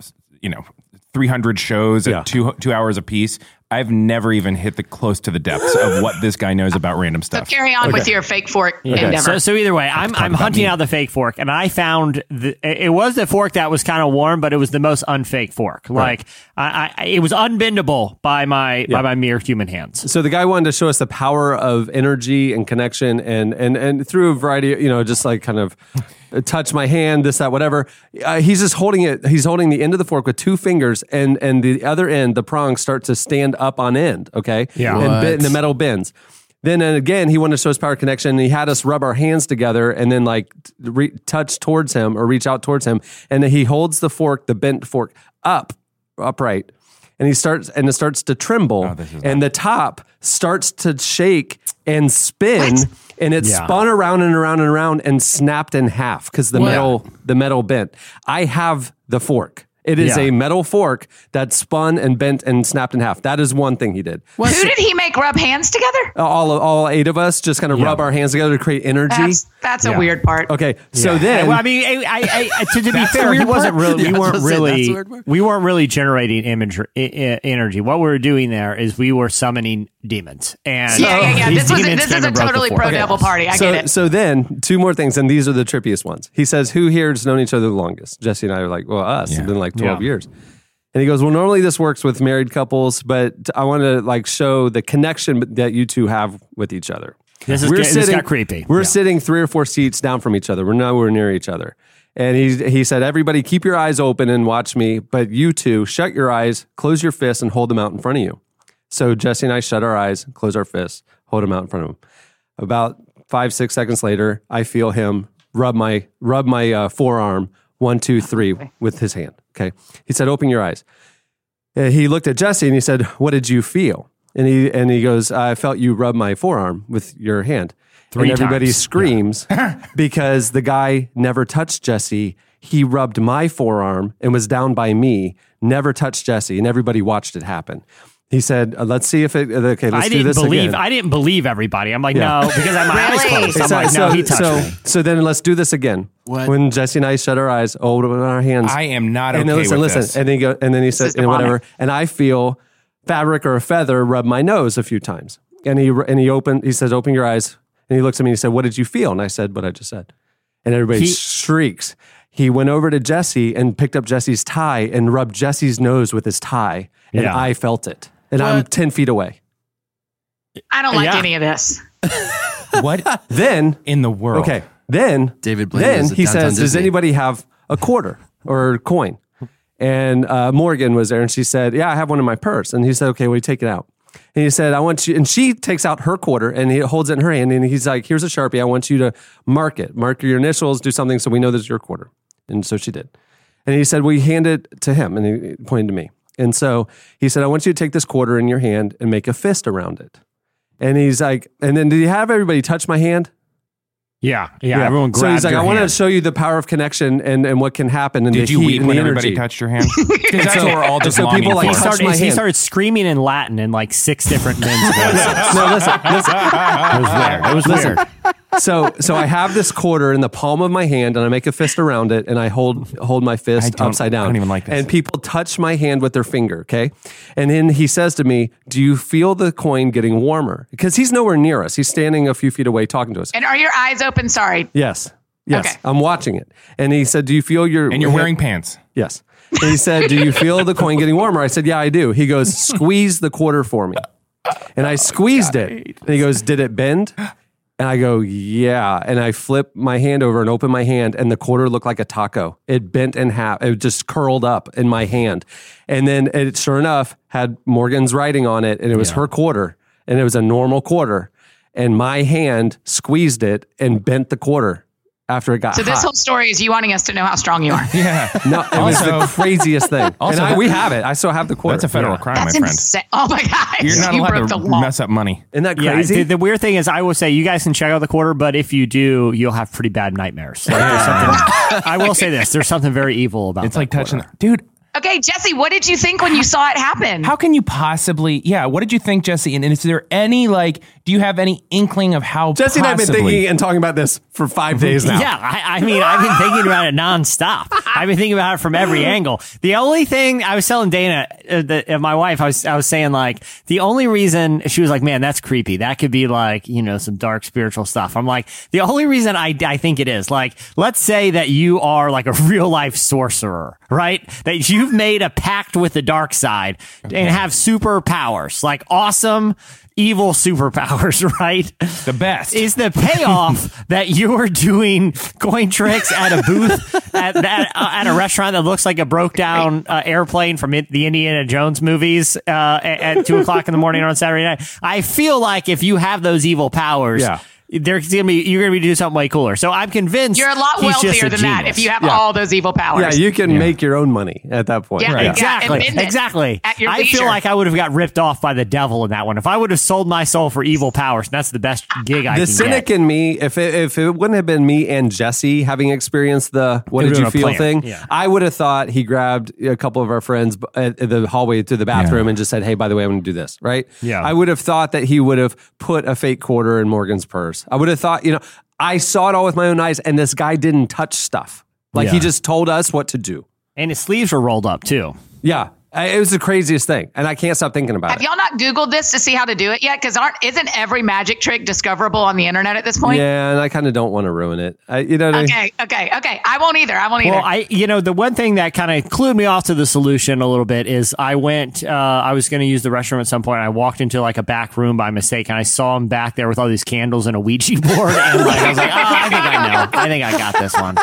Speaker 3: you know, three hundred shows
Speaker 2: Yeah.
Speaker 3: at two two hours a piece. I've never even hit the close to the depths of what this guy knows about random
Speaker 5: So
Speaker 3: stuff.
Speaker 5: carry on with your fake fork endeavor.
Speaker 4: So, so either way, I'm I'm hunting out the fake fork, and I found the, it was the fork that was kind of warm, but it was the most unfake fork. Like I, I, it was unbendable by my by my mere human hands.
Speaker 2: So the guy wanted to show us the power of energy and connection, and and and through a variety, you know, just like kind of uh, touch my hand, this that whatever. Uh, he's just holding it. He's holding the end of the fork with two fingers, and and the other end, the prong starts to stand up on end. Okay,
Speaker 4: Yeah.
Speaker 2: and, bit,
Speaker 6: What?
Speaker 2: and the metal bends. Then and again, he wanted to show us power connection. And he had us rub our hands together and then like t- re- touch towards him or reach out towards him. And then he holds the fork, the bent fork, up upright, and he starts and it starts to tremble,
Speaker 4: Oh,
Speaker 2: and the top starts to shake and spin, and it
Speaker 4: Yeah.
Speaker 2: spun around and around and around and snapped in half because the metal the metal bent. I have the fork. It is
Speaker 4: Yeah.
Speaker 2: a metal fork that spun and bent and snapped in half. That is one thing he did.
Speaker 5: Who did he make rub hands together?
Speaker 2: All all eight of us just kind of rub our hands together to create energy.
Speaker 5: That's, that's
Speaker 4: Yeah.
Speaker 5: a weird part.
Speaker 2: okay, so then
Speaker 4: Well, I mean, I, I, I, to, to be
Speaker 6: the
Speaker 4: fair, he
Speaker 6: weird
Speaker 4: wasn't
Speaker 6: part.
Speaker 4: really.
Speaker 6: Yeah, I
Speaker 4: we
Speaker 6: was
Speaker 4: weren't
Speaker 6: gonna say, that's the
Speaker 4: really.
Speaker 6: weird part.
Speaker 4: We weren't really generating imagery, e- e- energy. What we were doing there is we were summoning demons. And
Speaker 5: yeah, yeah, yeah.
Speaker 4: these
Speaker 5: This was
Speaker 4: demons
Speaker 5: this
Speaker 4: came
Speaker 5: is a
Speaker 4: and broke the
Speaker 5: totally
Speaker 4: fork.
Speaker 5: pro devil party. I
Speaker 2: so,
Speaker 5: get it.
Speaker 2: so then, two more things, and these are the trippiest ones. He says, Who here has known each other the longest? Jesse and I are like, Well, us. It's been like 12
Speaker 4: Yeah.
Speaker 2: years. And he goes, well, normally this works with married couples, but I want to like show the connection that you two have with each other.
Speaker 4: This is get- this got creepy.
Speaker 2: We're
Speaker 4: Yeah.
Speaker 2: sitting three or four seats down from each other. We're nowhere near each other. And he he said, everybody, keep your eyes open and watch me, but you two, shut your eyes, close your fists, and hold them out in front of you. So Jesse and I shut our eyes, close our fists, hold them out in front of him. About five, six seconds later, I feel him rub my rub my uh, forearm one, two, three with his hand. Okay, he said, "Open your eyes." And Uh, he looked at Jesse and he said, "What did you feel?" And he and he goes, "I felt you rub my forearm with your hand."
Speaker 4: Three
Speaker 2: and everybody
Speaker 4: times.
Speaker 2: screams because the guy never touched Jesse. He rubbed my forearm and was down by me. Never touched Jesse, and everybody watched it happen. He said, uh, "Let's see if it okay. Let's
Speaker 4: I
Speaker 2: do
Speaker 4: didn't
Speaker 2: this
Speaker 4: believe.
Speaker 2: again."
Speaker 4: I didn't believe everybody. I'm like,
Speaker 2: Yeah.
Speaker 4: no, because I'm my eyes
Speaker 5: Really?
Speaker 4: closed. I'm like,
Speaker 2: Exactly.
Speaker 4: no, he touched
Speaker 2: so,
Speaker 4: me.
Speaker 2: so then let's do this again.
Speaker 6: What?
Speaker 2: When Jesse and I shut our eyes, open our hands.
Speaker 3: I am not
Speaker 2: and then
Speaker 3: okay
Speaker 2: listen,
Speaker 3: with
Speaker 2: listen,
Speaker 3: this.
Speaker 2: and then he go, and then he
Speaker 5: is
Speaker 2: says,
Speaker 5: the
Speaker 2: and whatever,
Speaker 5: vomit.
Speaker 2: and I feel fabric or a feather rub my nose a few times, and he and he opened, he says, open your eyes, and he looks at me and he said, what did you feel? And I said, what I just said, and everybody
Speaker 4: He-
Speaker 2: shrieks. He went over to Jesse and picked up Jesse's tie and rubbed Jesse's nose with his tie, and
Speaker 4: Yeah.
Speaker 2: I felt it, and I'm ten feet away.
Speaker 5: I don't like
Speaker 4: Yeah.
Speaker 5: any of this.
Speaker 3: what
Speaker 2: Then
Speaker 3: in the world?
Speaker 2: Okay. Then
Speaker 6: David Blaine
Speaker 2: Then
Speaker 6: is at
Speaker 2: he
Speaker 6: Downtown
Speaker 2: says, "Does
Speaker 6: Disney."
Speaker 2: anybody have a quarter or a coin?" And uh, Morgan was there, and she said, "Yeah, I have one in my purse." And he said, "Okay, well, you take it out." And he said, "I want you." And she takes out her quarter and he holds it in her hand, and he's like, "Here's a sharpie. I want you to mark it, mark your initials, do something so we know this is your quarter." And so she did. And he said, "Well, you hand it to him," and he pointed to me. And so he said, "I want you to take this quarter in your hand and make a fist around it." And he's like, "And then did you have everybody touch my hand?"
Speaker 4: Yeah, yeah, Everyone grabbed
Speaker 2: So he's like,
Speaker 4: your
Speaker 2: I want to
Speaker 4: hand.
Speaker 2: show you the power of connection and, and what can happen. And
Speaker 3: Did
Speaker 2: the
Speaker 3: you
Speaker 2: heat
Speaker 3: weep
Speaker 2: and
Speaker 3: when
Speaker 2: the
Speaker 3: everybody
Speaker 2: energy.
Speaker 3: touched your hand? 'Cause that's what we're all just
Speaker 2: So
Speaker 3: longing
Speaker 2: people, like,
Speaker 4: he
Speaker 3: for.
Speaker 2: touch
Speaker 4: started,
Speaker 2: my
Speaker 4: he
Speaker 2: hand.
Speaker 4: started screaming in Latin in like six different men's voices.
Speaker 2: No, listen, listen.
Speaker 4: It was weird. It was
Speaker 2: Listen.
Speaker 4: weird.
Speaker 2: So so I have this quarter in the palm of my hand, and I make a fist around it, and I hold hold my fist
Speaker 3: don't-
Speaker 2: upside down.
Speaker 3: I don't even like this.
Speaker 2: And people touch my hand with their finger. Okay, and then he says to me, "Do you feel the coin getting warmer?" Because he's nowhere near us. He's standing a few feet away, talking to us.
Speaker 5: And are your eyes open? Sorry.
Speaker 2: Yes. Yes,
Speaker 5: Okay.
Speaker 2: I'm watching it. And he said, "Do you feel your
Speaker 3: And you're wearing pants.
Speaker 2: Yes. And he said, Do you feel the coin getting warmer? I said, Yeah, I do. He goes, Squeeze the quarter for me. And I squeezed it. And he goes, Did it bend? And I go, Yeah. And I flip my hand over and open my hand, and the quarter looked like a taco. It bent in half, it just curled up in my hand. And then it sure enough had Morgan's writing on it, and it was her quarter, and it was a normal quarter. And my hand squeezed it and bent the quarter after it got
Speaker 5: So this
Speaker 3: Uh-huh.
Speaker 2: hot.
Speaker 5: whole story is you wanting us to know how strong you are.
Speaker 2: No, it was the craziest thing.
Speaker 3: Also-
Speaker 2: and I, we have it. I still have the quarter.
Speaker 3: That's a federal crime,
Speaker 5: That's
Speaker 3: my friend.
Speaker 5: insane. Oh my god.
Speaker 3: You're not
Speaker 5: you
Speaker 3: allowed
Speaker 5: broke
Speaker 3: to
Speaker 5: the law.
Speaker 3: mess up money.
Speaker 2: Isn't that
Speaker 4: Yeah,
Speaker 2: crazy?
Speaker 4: the, the weird thing is, I will say you guys can check out the quarter, but if you do, you'll have pretty bad nightmares. Like, there's something, I will say this: there's something very evil about.
Speaker 3: It's
Speaker 4: that
Speaker 3: like touching,
Speaker 4: quarter.
Speaker 3: dude.
Speaker 5: Okay, Jesse, what did you think when you saw it happen?
Speaker 3: How can you possibly? Yeah, what did you think, Jesse? And, and is there any like? Do you have any inkling of how?
Speaker 2: Jesse and I have been
Speaker 3: possibly-
Speaker 2: thinking and talking about this for five days now.
Speaker 4: Yeah, I, I mean, I've been thinking about it nonstop. I've been thinking about it from every angle. The only thing I was telling Dana, uh, the, uh, my wife, I was, I was saying like the only reason she was like, "Man, that's creepy. That could be like you know some dark spiritual stuff." I'm like, the only reason I, I think it is like, let's say that you are like a real life sorcerer, right? That you've made a pact with the dark side and have superpowers, like awesome evil superpowers, right?
Speaker 3: the best.
Speaker 4: is the payoff that you are doing coin tricks at a booth at that uh, at a restaurant that looks like a broke down uh, airplane from it, the Indiana Jones movies uh, at, at two o'clock in the morning on Saturday night. I feel like if you have those evil powers,
Speaker 2: Yeah.
Speaker 4: there's gonna be you're gonna be doing something way cooler. So I'm convinced
Speaker 5: You're a lot
Speaker 4: he's just
Speaker 5: wealthier
Speaker 4: a
Speaker 5: than that
Speaker 4: genius.
Speaker 5: if you have all those evil powers.
Speaker 2: Yeah, you can make your own money at that point.
Speaker 5: Yeah,
Speaker 2: Right.
Speaker 5: yeah.
Speaker 4: Exactly.
Speaker 5: and bend it
Speaker 4: exactly.
Speaker 5: at your
Speaker 4: I feel
Speaker 5: leisure.
Speaker 4: like I would have got ripped off by the devil in that one. If I would have sold my soul for evil powers, and that's the best gig I
Speaker 2: The
Speaker 4: can
Speaker 2: cynic
Speaker 4: get.
Speaker 2: in me, if it, if it wouldn't have been me and Jesse having experienced the what
Speaker 4: It
Speaker 2: did you
Speaker 4: would've been
Speaker 2: feel
Speaker 4: a plan.
Speaker 2: thing,
Speaker 4: Yeah.
Speaker 2: I would have thought he grabbed a couple of our friends b- at at the hallway to the bathroom and just said, "Hey, by the way, I'm going to do this." Right?
Speaker 4: Yeah.
Speaker 2: I would have thought that he would have put a fake quarter in Morgan's purse. I would have thought, you know, I saw it all with my own eyes, and this guy didn't touch stuff. Like he
Speaker 4: Yeah.
Speaker 2: just told us what to do.
Speaker 4: And his sleeves were rolled up too.
Speaker 2: Yeah. I, it was the craziest thing, and I can't stop thinking about
Speaker 5: Have
Speaker 2: it.
Speaker 5: y'all not Googled this to see how to do it yet? Because aren't isn't every magic trick discoverable on the internet at this point?
Speaker 2: yeah, and I kind of don't want to ruin it. I, you know, what I mean?
Speaker 5: Okay, okay, okay. I won't either. I won't either.
Speaker 4: Well, I you know the one thing that kind of clued me off to the solution a little bit is I went uh, I was going to use the restroom at some point. And I walked into like a back room by mistake and I saw him back there with all these candles and a Ouija board and like, I was like, oh, I think I know. I think I got this one.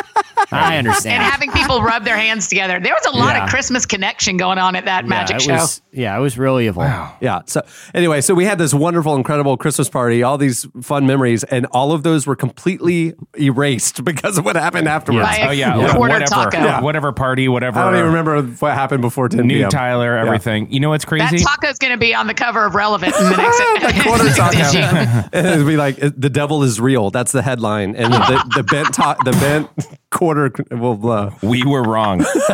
Speaker 4: I understand.
Speaker 5: and having people rub their hands together. There was a lot
Speaker 4: Yeah.
Speaker 5: of Christmas connection going on at that magic
Speaker 4: it
Speaker 5: show.
Speaker 4: Was, yeah, it was really evil.
Speaker 2: Yeah. So anyway, so we had this wonderful, incredible Christmas party, all these fun memories, and all of those were completely erased because of what happened afterwards.
Speaker 5: Like,
Speaker 3: Oh yeah,
Speaker 5: a quarter
Speaker 3: whatever,
Speaker 5: taco.
Speaker 3: whatever party, whatever.
Speaker 2: I don't even remember what happened before 10
Speaker 3: New
Speaker 2: p.m.
Speaker 3: Tyler,
Speaker 2: Yeah.
Speaker 3: everything. You know what's
Speaker 5: That
Speaker 3: crazy?
Speaker 5: taco's going to be on the cover of Relevant in the next,
Speaker 2: Quarter
Speaker 5: next
Speaker 2: taco.
Speaker 5: issue.
Speaker 2: It'd be like the devil is real. That's the headline, and the, the bent ta- the bent quarter will blow.
Speaker 3: we were wrong.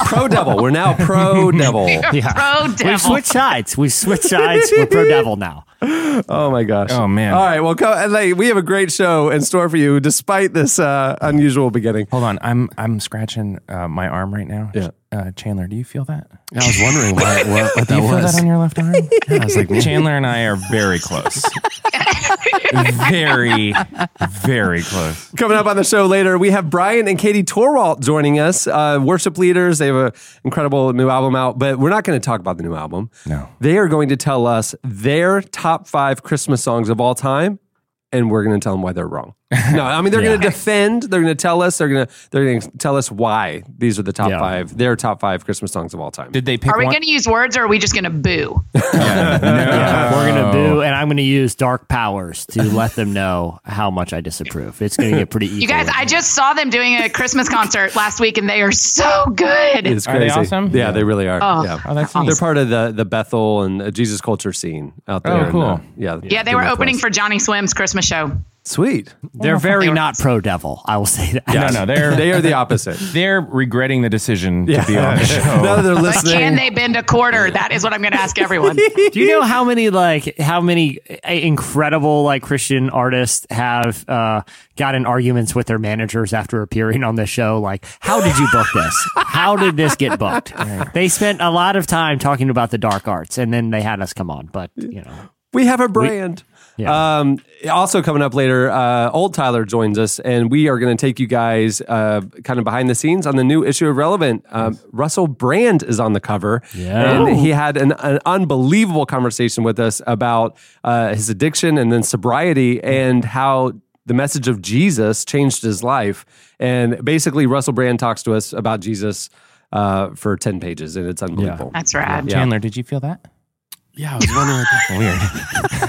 Speaker 2: Pro devil. We're now pro devil.
Speaker 5: Pro devil.
Speaker 4: We've switched sides. We've switched sides. We're pro devil now.
Speaker 2: Oh my gosh.
Speaker 3: Oh, man.
Speaker 2: All right. Well, co- and, like, we have a great show in store for you, despite this uh, unusual beginning.
Speaker 3: Hold on, I'm I'm scratching uh, my arm right now.
Speaker 2: Yeah.
Speaker 3: uh, Chandler, do you feel that?
Speaker 6: I was wondering what, what, what
Speaker 3: Do
Speaker 6: that
Speaker 3: you feel that
Speaker 6: was.
Speaker 3: on your left arm? I was like, Chandler and I are very close. very, very close.
Speaker 2: Coming up on the show later, we have Brian and Katie Torwalt joining us, uh, worship leaders. They have an incredible new album out, but we're not going to talk about the new album.
Speaker 3: No.
Speaker 2: They are going to tell us their top five Christmas songs of all time, and we're going to tell them why they're wrong. No, I mean they're going to defend. They're going to tell us. They're going to they're going to tell us why these are the top
Speaker 4: Yeah.
Speaker 2: five. Their top five Christmas songs of all time.
Speaker 3: Did they pick
Speaker 5: Are we
Speaker 3: one?
Speaker 5: going to use words or are we just going to boo?
Speaker 4: Yeah, we're gonna boo, and I'm gonna use dark powers to let them know how much I disapprove. It's gonna get pretty equal.
Speaker 5: You guys, I just saw them doing a Christmas concert last week and they are so good.
Speaker 2: it's
Speaker 3: Are they
Speaker 2: crazy.
Speaker 3: awesome?
Speaker 2: Yeah, they really are. yeah.
Speaker 3: Oh, that's
Speaker 2: They're
Speaker 3: neat.
Speaker 2: part of the the Bethel and uh, Jesus culture scene out there.
Speaker 3: Oh,
Speaker 2: in, uh,
Speaker 3: cool.
Speaker 2: yeah,
Speaker 5: yeah, they
Speaker 2: the
Speaker 5: were opening
Speaker 2: Northwest.
Speaker 5: for Johnny Swim's Christmas show.
Speaker 2: sweet.
Speaker 4: they're very
Speaker 5: They were-
Speaker 4: not pro devil. I will say that.
Speaker 3: No, no, they're
Speaker 2: They
Speaker 3: they,
Speaker 2: are the opposite.
Speaker 3: they're regretting the decision to be on the show.
Speaker 2: now that they're
Speaker 5: But
Speaker 2: listening.
Speaker 5: can they bend a quarter? That is what I'm going to ask everyone.
Speaker 4: Do you know how many like how many uh, incredible like Christian artists have uh, gotten arguments with their managers after appearing on the show? Like, how did you book this? How did this get booked? They spent a lot of time talking about the dark arts, and then they had us come on. But you know,
Speaker 2: we have a brand.
Speaker 4: Yeah.
Speaker 2: Um, also coming up later, uh, old Tyler joins us, and we are going to take you guys uh, kind of behind the scenes on the new issue of Relevant. Um, Russell Brand is on the cover,
Speaker 4: Yeah.
Speaker 2: and he had an, an unbelievable conversation with us about uh, his addiction and then sobriety and how the message of Jesus changed his life. And basically, Russell Brand talks to us about Jesus uh, for ten pages, and it's unbelievable.
Speaker 5: That's rad.
Speaker 3: Chandler, did you feel that?
Speaker 6: Yeah, I was wondering.
Speaker 3: Weird.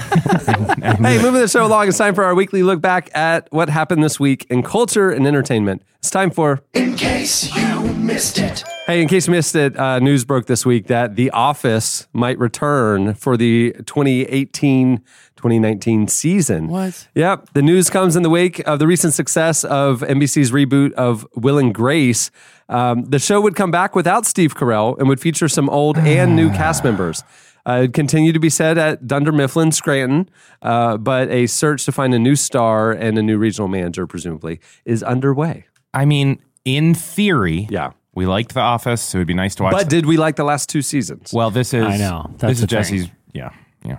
Speaker 2: Hey, moving the show along, it's time for our weekly look back at what happened this week in culture and entertainment. It's time for.
Speaker 7: In case you missed it.
Speaker 2: Hey, in case you missed it, uh, news broke this week that The Office might return for the 2018 2019 season.
Speaker 6: What?
Speaker 2: Yep. The news comes in the wake of the recent success of NBC's reboot of Will and Grace. Um, the show would come back without Steve Carell and would feature some old and new cast members. Uh, it continued to be said at Dunder Mifflin Scranton, uh, but a search to find a new star and a new regional manager, presumably, is underway.
Speaker 3: I mean, in theory,
Speaker 2: Yeah.
Speaker 3: we liked The Office. So it would be nice to watch.
Speaker 2: But did we like the last two seasons?
Speaker 3: well, this is
Speaker 4: I know. That's
Speaker 3: this is
Speaker 4: the thing.
Speaker 3: Jesse's. Yeah, yeah.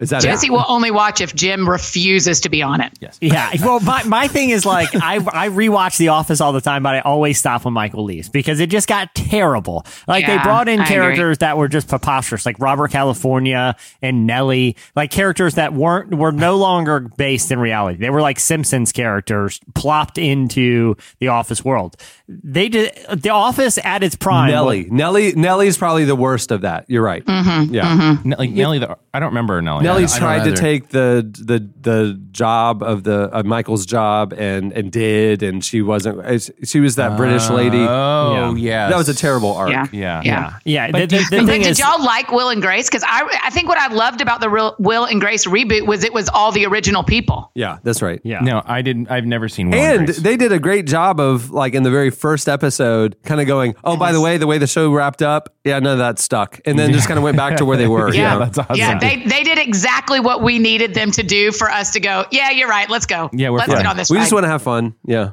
Speaker 2: Is that it?
Speaker 5: Jesse will only watch if Jim refuses to be on it.
Speaker 4: yeah. Well, my, my thing is like I I rewatch The Office all the time, but I always stop when Michael leaves because it just got terrible. Like they
Speaker 5: Yeah,
Speaker 4: brought in
Speaker 5: I agree.
Speaker 4: characters that were just preposterous, like Robert California and Nelly, like characters that weren't were no longer based in reality. They were like Simpsons characters plopped into the Office world. They did The Office at its prime.
Speaker 2: Nelly. Nelly. Nelly's probably the worst of that. You're right. Yeah.
Speaker 3: Ne- like Nelly, the, Oh, I don't remember Nelly.
Speaker 2: Nelly
Speaker 6: don't
Speaker 2: tried to
Speaker 6: either.
Speaker 2: take the the the job of the of Michael's job and and did, and she wasn't. it's- She was that British lady.
Speaker 3: Oh yeah,
Speaker 2: That was a terrible arc.
Speaker 5: Yeah.
Speaker 3: Yeah.
Speaker 5: Yeah.
Speaker 4: Yeah, the, the, the
Speaker 5: But
Speaker 4: thing
Speaker 5: did
Speaker 4: is,
Speaker 5: y'all like Will and Grace? Because I, I think what I loved about the real Will and Grace reboot was it was all the original people.
Speaker 2: Yeah, that's right.
Speaker 4: yeah.
Speaker 3: No, I didn't. I've never seen. Will
Speaker 2: And
Speaker 3: Grace.
Speaker 2: they did a great job of like in the very first episode, kind of going, "Oh, by the way, the way the show wrapped up, yeah, none of that stuck," and then just kind of went back to where they were. you
Speaker 5: Yeah.
Speaker 2: know?
Speaker 3: that's awesome.
Speaker 5: Yeah, they, they did exactly what we needed them to do for us to go, yeah, you're right, let's go.
Speaker 3: Yeah, we're
Speaker 5: let's
Speaker 3: fine.
Speaker 5: get on this
Speaker 2: we just
Speaker 5: ride."
Speaker 2: want to have fun. Yeah.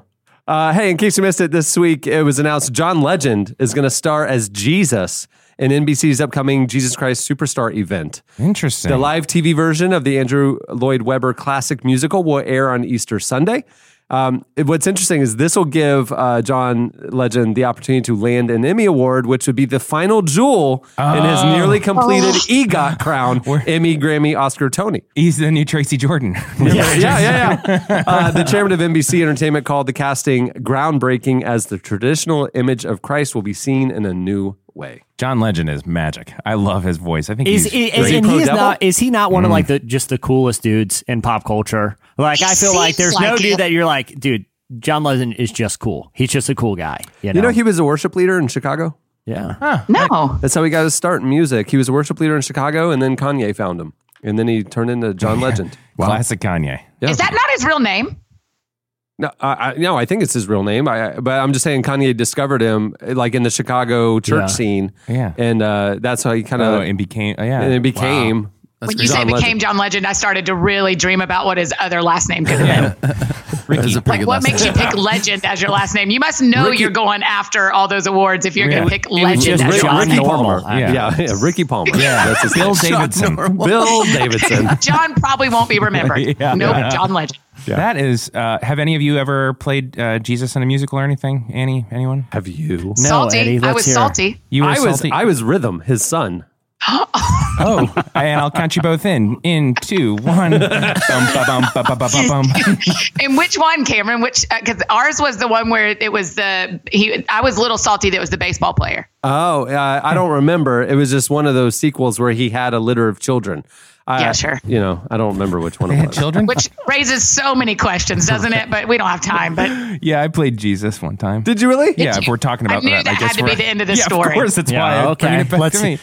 Speaker 2: Uh, hey, in case you missed it this week, it was announced John Legend is going to star as Jesus in NBC's upcoming Jesus Christ Superstar event.
Speaker 3: Interesting.
Speaker 2: The live TV version of the Andrew Lloyd Webber classic musical will air on Easter Sunday. Um, it- what's interesting is this will give uh, John Legend the opportunity to land an Emmy Award, which would be the final jewel in his
Speaker 3: Oh.
Speaker 2: nearly completed
Speaker 5: Oh.
Speaker 2: EGOT crown Emmy, Grammy, Oscar, Tony.
Speaker 3: He's the new Tracy Jordan.
Speaker 2: Yeah, yeah, yeah. Uh, the chairman of NBC Entertainment called the casting groundbreaking as the traditional image of Christ will be seen in a new way.
Speaker 3: John Legend is magic. I love his voice. I think
Speaker 4: Is,
Speaker 3: he's
Speaker 4: is,
Speaker 3: great.
Speaker 4: and he is
Speaker 2: Pro-devil?
Speaker 4: not is he not
Speaker 2: Mm.
Speaker 4: one of like the just the coolest dudes in pop culture? Like I feel like
Speaker 5: seems
Speaker 4: there's no
Speaker 5: like
Speaker 4: dude
Speaker 5: it.
Speaker 4: that you're like, dude, John Legend is just cool. He's just a cool guy. You know,
Speaker 2: You know, he was a worship leader in Chicago.
Speaker 4: yeah.
Speaker 5: No.
Speaker 2: That's how he got his start in music. He was a worship leader in Chicago, and then Kanye found him, and then he turned into John Legend.
Speaker 3: classic Kanye.
Speaker 2: Yeah.
Speaker 5: Is that not his real name?
Speaker 2: No, I, I, no, I think it's his real name. I, I- but I'm just saying Kanye discovered him eh, like in the Chicago church
Speaker 4: Yeah.
Speaker 2: scene,
Speaker 3: Yeah.
Speaker 2: and uh, that's how he kind of
Speaker 3: Oh, and became oh, yeah.
Speaker 2: and it became.
Speaker 5: when you say
Speaker 2: John
Speaker 5: became
Speaker 2: Legend.
Speaker 5: John Legend, I started to really dream about what his other last name could have been.
Speaker 6: That is a pretty
Speaker 5: Like,
Speaker 6: good
Speaker 5: what
Speaker 6: lesson.
Speaker 5: makes you pick Legend as your last name? You must know you're going after all those awards if you're
Speaker 3: Yeah.
Speaker 5: going to pick
Speaker 3: It was
Speaker 5: Legend
Speaker 4: just
Speaker 5: as your
Speaker 4: John
Speaker 5: last name.
Speaker 4: Norman.
Speaker 2: Palmer.
Speaker 4: Palmer.
Speaker 2: Yeah.
Speaker 3: Yeah.
Speaker 2: yeah, Ricky Palmer. Yeah, that's his
Speaker 3: Bill
Speaker 2: name.
Speaker 3: Davidson.
Speaker 2: Bill Davidson.
Speaker 5: John probably won't be remembered.
Speaker 3: Yeah.
Speaker 5: Nope, John Legend.
Speaker 3: That is. Uh, have any of you ever played uh, Jesus in a musical or anything? Any anyone?
Speaker 2: Have you?
Speaker 4: No,
Speaker 5: salty.
Speaker 4: Eddie,
Speaker 5: I
Speaker 4: let's
Speaker 5: was
Speaker 4: hear.
Speaker 5: salty.
Speaker 3: You were
Speaker 2: I was
Speaker 3: salty.
Speaker 2: I was Rhythm, his son.
Speaker 3: Oh, and I'll count you both in. In two, one. Bum, ba, bum, ba, ba, ba, ba, bum.
Speaker 5: And which one, Cameron? Which because ours was the one where it was the he. I was little salty. That was the baseball player.
Speaker 2: Oh, uh, I don't remember. It was just one of those sequels where he had a litter of children. I,
Speaker 5: Yeah, sure.
Speaker 2: You know, I don't remember which one it was.
Speaker 3: Children.
Speaker 5: Which raises so many questions, doesn't it? But we don't have time. But
Speaker 3: Yeah, I played Jesus one time.
Speaker 2: Did you really?
Speaker 3: yeah, if we're talking
Speaker 5: I
Speaker 3: about
Speaker 5: knew
Speaker 3: that,
Speaker 5: that
Speaker 3: I guess
Speaker 5: had to
Speaker 3: we're-
Speaker 5: be the end of this
Speaker 3: yeah,
Speaker 5: story.
Speaker 3: Of course, that's
Speaker 4: Yeah,
Speaker 3: why.
Speaker 4: okay.
Speaker 3: I bring it back
Speaker 4: Let's
Speaker 3: to me.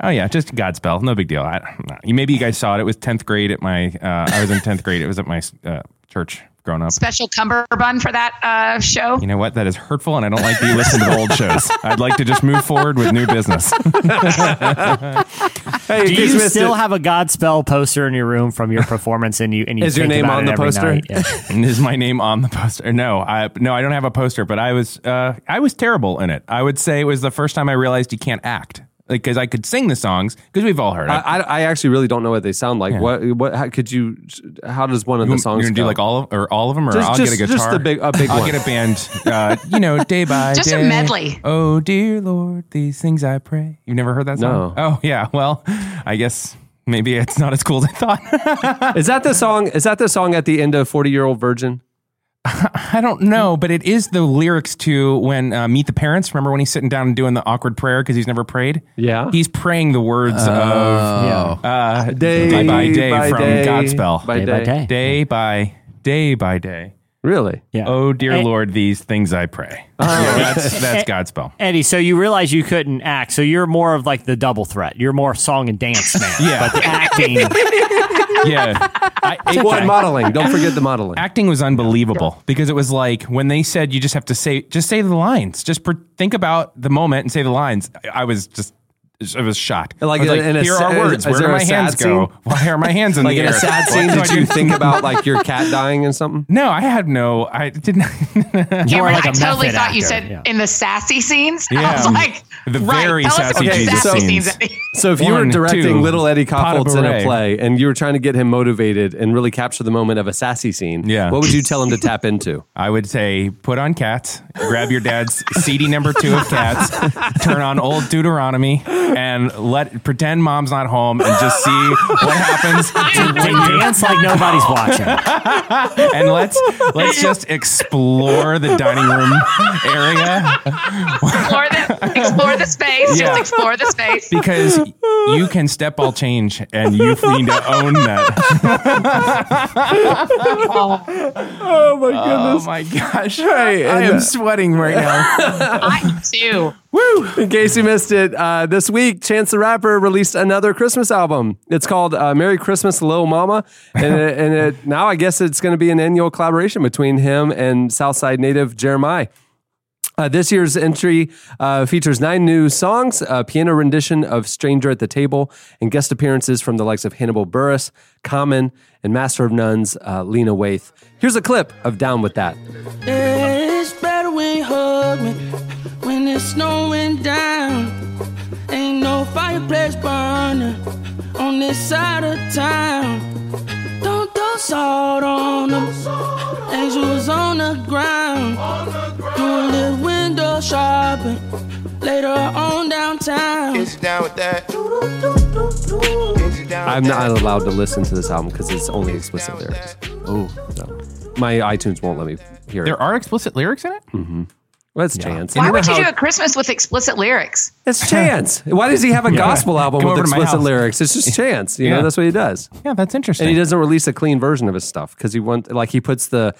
Speaker 3: Oh yeah, just Godspell. No big deal. I, you maybe you guys saw it. It was tenth grade at my. Uh, I was in tenth grade. It was at my uh, church. Grown up.
Speaker 5: special cummerbund for that uh, show.
Speaker 3: You know what? That is hurtful, and I don't like that you listen to the old shows. I'd like to just move forward with new business.
Speaker 2: Hey,
Speaker 4: Do
Speaker 2: in case
Speaker 4: you
Speaker 2: missed
Speaker 4: still
Speaker 2: it-
Speaker 4: have a Godspell poster in your room from your performance? And you and you
Speaker 2: Is your
Speaker 4: think
Speaker 2: name
Speaker 4: about
Speaker 2: on
Speaker 4: it
Speaker 2: the
Speaker 4: every
Speaker 2: poster?
Speaker 4: night? Yeah.
Speaker 3: And is my name on the poster? No, I no, I don't have a poster, but I was uh, I was terrible in it. I would say it was the first time I realized you can't act because I could sing the songs because we've all heard it.
Speaker 2: I, I, I actually really don't know what they sound like. What what how could you how does one of the
Speaker 3: You
Speaker 2: songs
Speaker 3: gonna do
Speaker 2: go?
Speaker 3: like all of or all of them, or
Speaker 2: Just-
Speaker 3: I'll
Speaker 2: just-
Speaker 3: get a
Speaker 2: just
Speaker 3: guitar.
Speaker 2: the big- a big
Speaker 3: I'll
Speaker 2: one.
Speaker 3: get a band. Uh, you know, day by
Speaker 5: Just a
Speaker 3: day.
Speaker 5: medley.
Speaker 3: Oh dear Lord, these things I pray. You've never heard that song?
Speaker 2: No.
Speaker 3: Oh yeah. Well, I guess maybe it's not as cool as I thought.
Speaker 2: Is that the song is that the song at the end of 40-year-old virgin?
Speaker 3: I don't know, but it is the lyrics to when uh, Meet the Parents. Remember when he's sitting down and doing the awkward prayer because he's never prayed.
Speaker 2: Yeah.
Speaker 3: He's praying the words of
Speaker 4: Yeah.
Speaker 3: uh,
Speaker 2: Day
Speaker 3: day by day from
Speaker 2: day,
Speaker 3: Godspell.
Speaker 2: By
Speaker 4: Oh. Day by day.
Speaker 3: day by day by day.
Speaker 2: Really? Oh.
Speaker 4: Yeah.
Speaker 3: Oh dear
Speaker 4: Hey.
Speaker 3: Lord, these things I pray. Yeah, that's that's Godspell.
Speaker 4: Eddie, so you realize you couldn't act, so you're more of like the double threat. You're more song and dance man.
Speaker 3: Yeah.
Speaker 4: But the acting
Speaker 3: yeah. I, it-
Speaker 2: One modeling. Don't forget the modeling.
Speaker 3: acting was unbelievable because it was like when they said you just have to say just say the lines, just per, think about the moment and say the lines. I, I was just. I was shocked.
Speaker 2: Like
Speaker 3: I was
Speaker 2: in a
Speaker 3: here
Speaker 2: sa-
Speaker 3: are words.
Speaker 2: is
Speaker 3: Where do
Speaker 2: there a
Speaker 3: my hands
Speaker 2: sad scene?
Speaker 3: go? Why are my hands in
Speaker 2: Like
Speaker 3: the
Speaker 2: in
Speaker 3: air?
Speaker 2: a sad
Speaker 3: What
Speaker 2: scene,
Speaker 3: do I
Speaker 2: did
Speaker 3: do?
Speaker 2: you think about like your cat dying and something?
Speaker 3: No, I had no. I didn't.
Speaker 4: more
Speaker 5: Cameron,
Speaker 4: like a
Speaker 5: I totally
Speaker 4: method
Speaker 5: thought you
Speaker 4: actor.
Speaker 5: said
Speaker 4: Yeah.
Speaker 5: in the sassy scenes. I
Speaker 3: Yeah.
Speaker 5: was like,
Speaker 3: The
Speaker 5: right,
Speaker 3: very
Speaker 5: tell us about
Speaker 3: sassy
Speaker 5: the
Speaker 2: Jesus
Speaker 5: sassy
Speaker 3: scenes.
Speaker 5: scenes.
Speaker 2: So if you were
Speaker 3: One,
Speaker 2: directing
Speaker 3: two,
Speaker 2: little Eddie Koppeltz in a
Speaker 3: Potberet.
Speaker 2: play and you were trying to get him motivated and really capture the moment of a sassy scene,
Speaker 3: Yeah.
Speaker 2: what would you tell him to tap into?
Speaker 3: I would say put on cats, grab your dad's CD number two of cats, turn on old Deuteronomy, and let pretend mom's not home and just see what happens
Speaker 4: they dance like nobody's watching.
Speaker 3: and let's let's just explore the dining room area
Speaker 5: explore the explore the space.
Speaker 3: Yeah.
Speaker 5: Just explore the space.
Speaker 3: because you can step all change and you need to own that.
Speaker 2: Oh my
Speaker 3: Oh my gosh. I
Speaker 2: and, uh,
Speaker 3: am sweating right now.
Speaker 5: I too.
Speaker 2: In case you missed it, uh, this week Chance the Rapper released another Christmas album. It's called uh, "Merry Christmas, Lil Mama," and it, and it, now I guess it's going to be an annual collaboration between him and Southside native Jeremiah. Uh, this year's entry uh, features nine new songs, a piano rendition of Stranger at the Table, and guest appearances from the likes of Hannibal Burris, Common, and Master of Nuns, uh, Lena Waith. Here's a clip of Down With That.
Speaker 8: It's it's snowing down. Ain't no fireplace burning on this side of town. Don't throw salt on them. Angels on the ground. Doing the window shopping later on downtown.
Speaker 9: Is you down with that? Is you down
Speaker 2: I'm
Speaker 9: with
Speaker 2: not
Speaker 9: that?
Speaker 2: allowed to listen to this album because it's only explicit
Speaker 9: Down with
Speaker 2: lyrics.
Speaker 9: that?
Speaker 2: Oh, no. my iTunes won't let me hear
Speaker 3: There
Speaker 2: it. Mm-hmm.
Speaker 3: are explicit lyrics in it.
Speaker 2: That's chance.
Speaker 5: Why
Speaker 2: And
Speaker 5: would
Speaker 2: know
Speaker 5: you do
Speaker 2: how-
Speaker 5: a Christmas with explicit lyrics?
Speaker 2: It's chance. Why does he have a gospel album
Speaker 3: Come
Speaker 2: with
Speaker 3: over to my
Speaker 2: explicit
Speaker 3: house.
Speaker 2: lyrics? It's just chance. You know,
Speaker 3: Yeah.
Speaker 2: that's what he does.
Speaker 3: Yeah, that's interesting.
Speaker 2: And he doesn't release a clean version of his stuff because he want like he puts the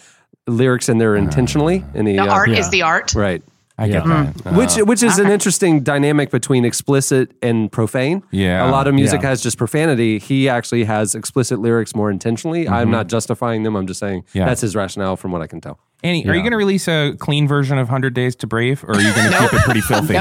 Speaker 2: lyrics in there intentionally. And he
Speaker 5: The
Speaker 2: uh,
Speaker 5: art
Speaker 4: Yeah.
Speaker 5: is the art.
Speaker 2: right.
Speaker 3: I get that. Uh,
Speaker 2: which which is an interesting dynamic between explicit and profane.
Speaker 3: Yeah.
Speaker 2: a lot of music
Speaker 4: Yeah.
Speaker 2: has just profanity. He actually has explicit lyrics more intentionally. I'm not justifying them. I'm just saying
Speaker 3: Mm-hmm. Yeah.
Speaker 2: that's his rationale from what I can tell.
Speaker 3: Annie, are you going to release a clean version of 100 Days to Brave, or are you going to keep it pretty filthy?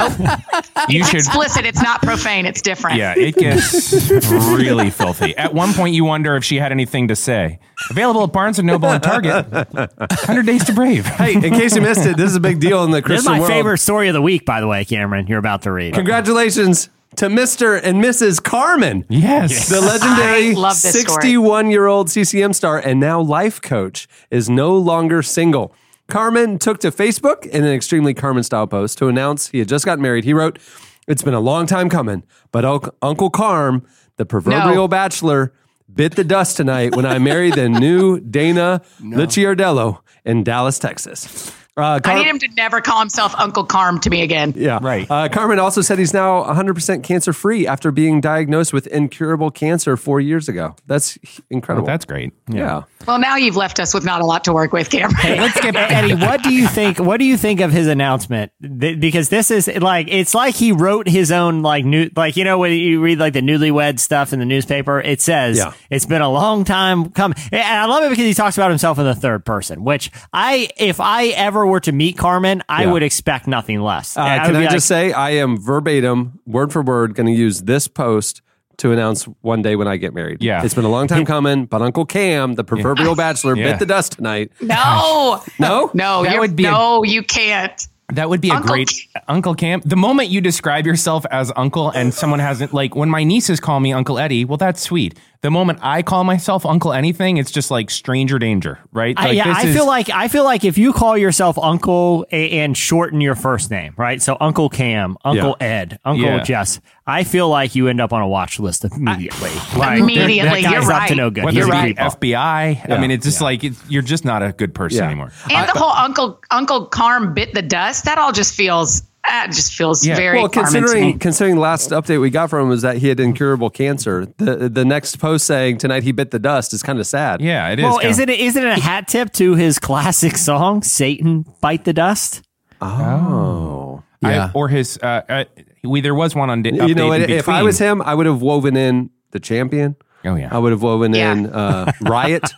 Speaker 3: You should.
Speaker 5: Explicit, it's not profane, it's different.
Speaker 3: Yeah, it gets really filthy. At one point, you wonder if she had anything to say. Available at Barnes and Noble and Target. 100 Days to Brave.
Speaker 2: Hey, in case you missed it, this is a big deal in the
Speaker 4: This is
Speaker 2: Christian
Speaker 4: my
Speaker 2: world.
Speaker 4: favorite story of the week, by the way, Cameron. You're about to read.
Speaker 2: Congratulations to Mr. and Mrs. Carmen.
Speaker 3: Yes.
Speaker 2: The legendary
Speaker 5: I love this story.
Speaker 2: 61 year old CCM star and now life coach is no longer single. Carmen took to Facebook in an extremely Carmen style post to announce he had just got married. He wrote, It's been a long time coming, but Unc- Uncle Carm, the proverbial
Speaker 5: No.
Speaker 2: bachelor, bit the dust tonight when I married the new Dana Licciardello in Dallas, Texas. Uh,
Speaker 5: I
Speaker 2: Carm-
Speaker 5: need him to never call himself Uncle Carm to me again.
Speaker 2: yeah.
Speaker 3: Right.
Speaker 2: Uh, Carmen also said he's now 100% cancer free after being diagnosed with incurable cancer four years ago. That's h- incredible.
Speaker 3: That's great.
Speaker 2: yeah. Uh,
Speaker 5: Well, now you've left us with not a lot to work with, Cameron.
Speaker 4: Let's get back. Eddie, what do you think? What do you think of his announcement? Th- Because this is like it's like he wrote his own like new like you know when you read like the newlywed stuff in the newspaper, it says
Speaker 2: Yeah.
Speaker 4: it's been a long time coming. And I love it because he talks about himself in the third person, which I if I ever were to meet Carmen, I
Speaker 2: Yeah.
Speaker 4: would expect nothing less.
Speaker 2: Uh,
Speaker 4: would
Speaker 2: can
Speaker 4: be
Speaker 2: I
Speaker 4: like,
Speaker 2: just say, I am verbatim, word for word, going to use this post to announce one day when I get married.
Speaker 3: Yeah.
Speaker 2: It's been a long time coming, but Uncle Cam, the proverbial bachelor,
Speaker 3: Yeah.
Speaker 2: bit the dust tonight.
Speaker 5: No,
Speaker 2: No?
Speaker 5: no,
Speaker 3: That
Speaker 5: you
Speaker 3: would be a-
Speaker 5: no, you can't.
Speaker 3: That would be a
Speaker 5: Uncle
Speaker 3: great
Speaker 5: Cam.
Speaker 3: Uncle Cam. The moment you describe yourself as Uncle and someone hasn't, like when my nieces call me Uncle Eddie, well, that's sweet. The moment I call myself Uncle anything, it's just like stranger danger, right?
Speaker 4: I,
Speaker 3: Like,
Speaker 4: yeah,
Speaker 3: this
Speaker 4: I
Speaker 3: is-
Speaker 4: feel like I feel like if you call yourself Uncle a- and shorten your first name, right? So Uncle Cam, Uncle Ed, Uncle
Speaker 3: Yeah.
Speaker 4: Jess. I feel like you end up on a watch list immediately. like,
Speaker 5: Immediately,
Speaker 4: that guy's
Speaker 5: you're
Speaker 4: up to
Speaker 5: right.
Speaker 4: no good.
Speaker 3: whether
Speaker 4: He's
Speaker 3: it's
Speaker 4: a
Speaker 3: the
Speaker 4: creep.
Speaker 3: FBI, I mean, it's just like it's, you're just not a good person
Speaker 2: Yeah.
Speaker 3: anymore.
Speaker 5: And the whole Uncle Uncle Carm bit the dust. That all just feels that just feels
Speaker 3: Yeah.
Speaker 5: very
Speaker 2: Well,
Speaker 5: Carmen to
Speaker 2: considering
Speaker 5: me.
Speaker 2: considering the last update we got from him was that he had incurable cancer, the the next post saying tonight he bit the dust is kind of sad.
Speaker 3: Yeah, it is.
Speaker 4: Well,
Speaker 3: kinda-
Speaker 4: isn't it isn't it a hat tip to his classic song "Satan Bite the Dust"?
Speaker 2: Oh.
Speaker 3: I-
Speaker 6: Yeah.
Speaker 3: or his, uh, uh, we, there was one on. Di-
Speaker 2: you know,
Speaker 3: update in
Speaker 2: if I
Speaker 3: between.
Speaker 2: was him, I would have woven in the champion.
Speaker 3: Oh, yeah. Mm-hmm.
Speaker 2: I would have woven
Speaker 5: Yeah.
Speaker 2: in uh, riot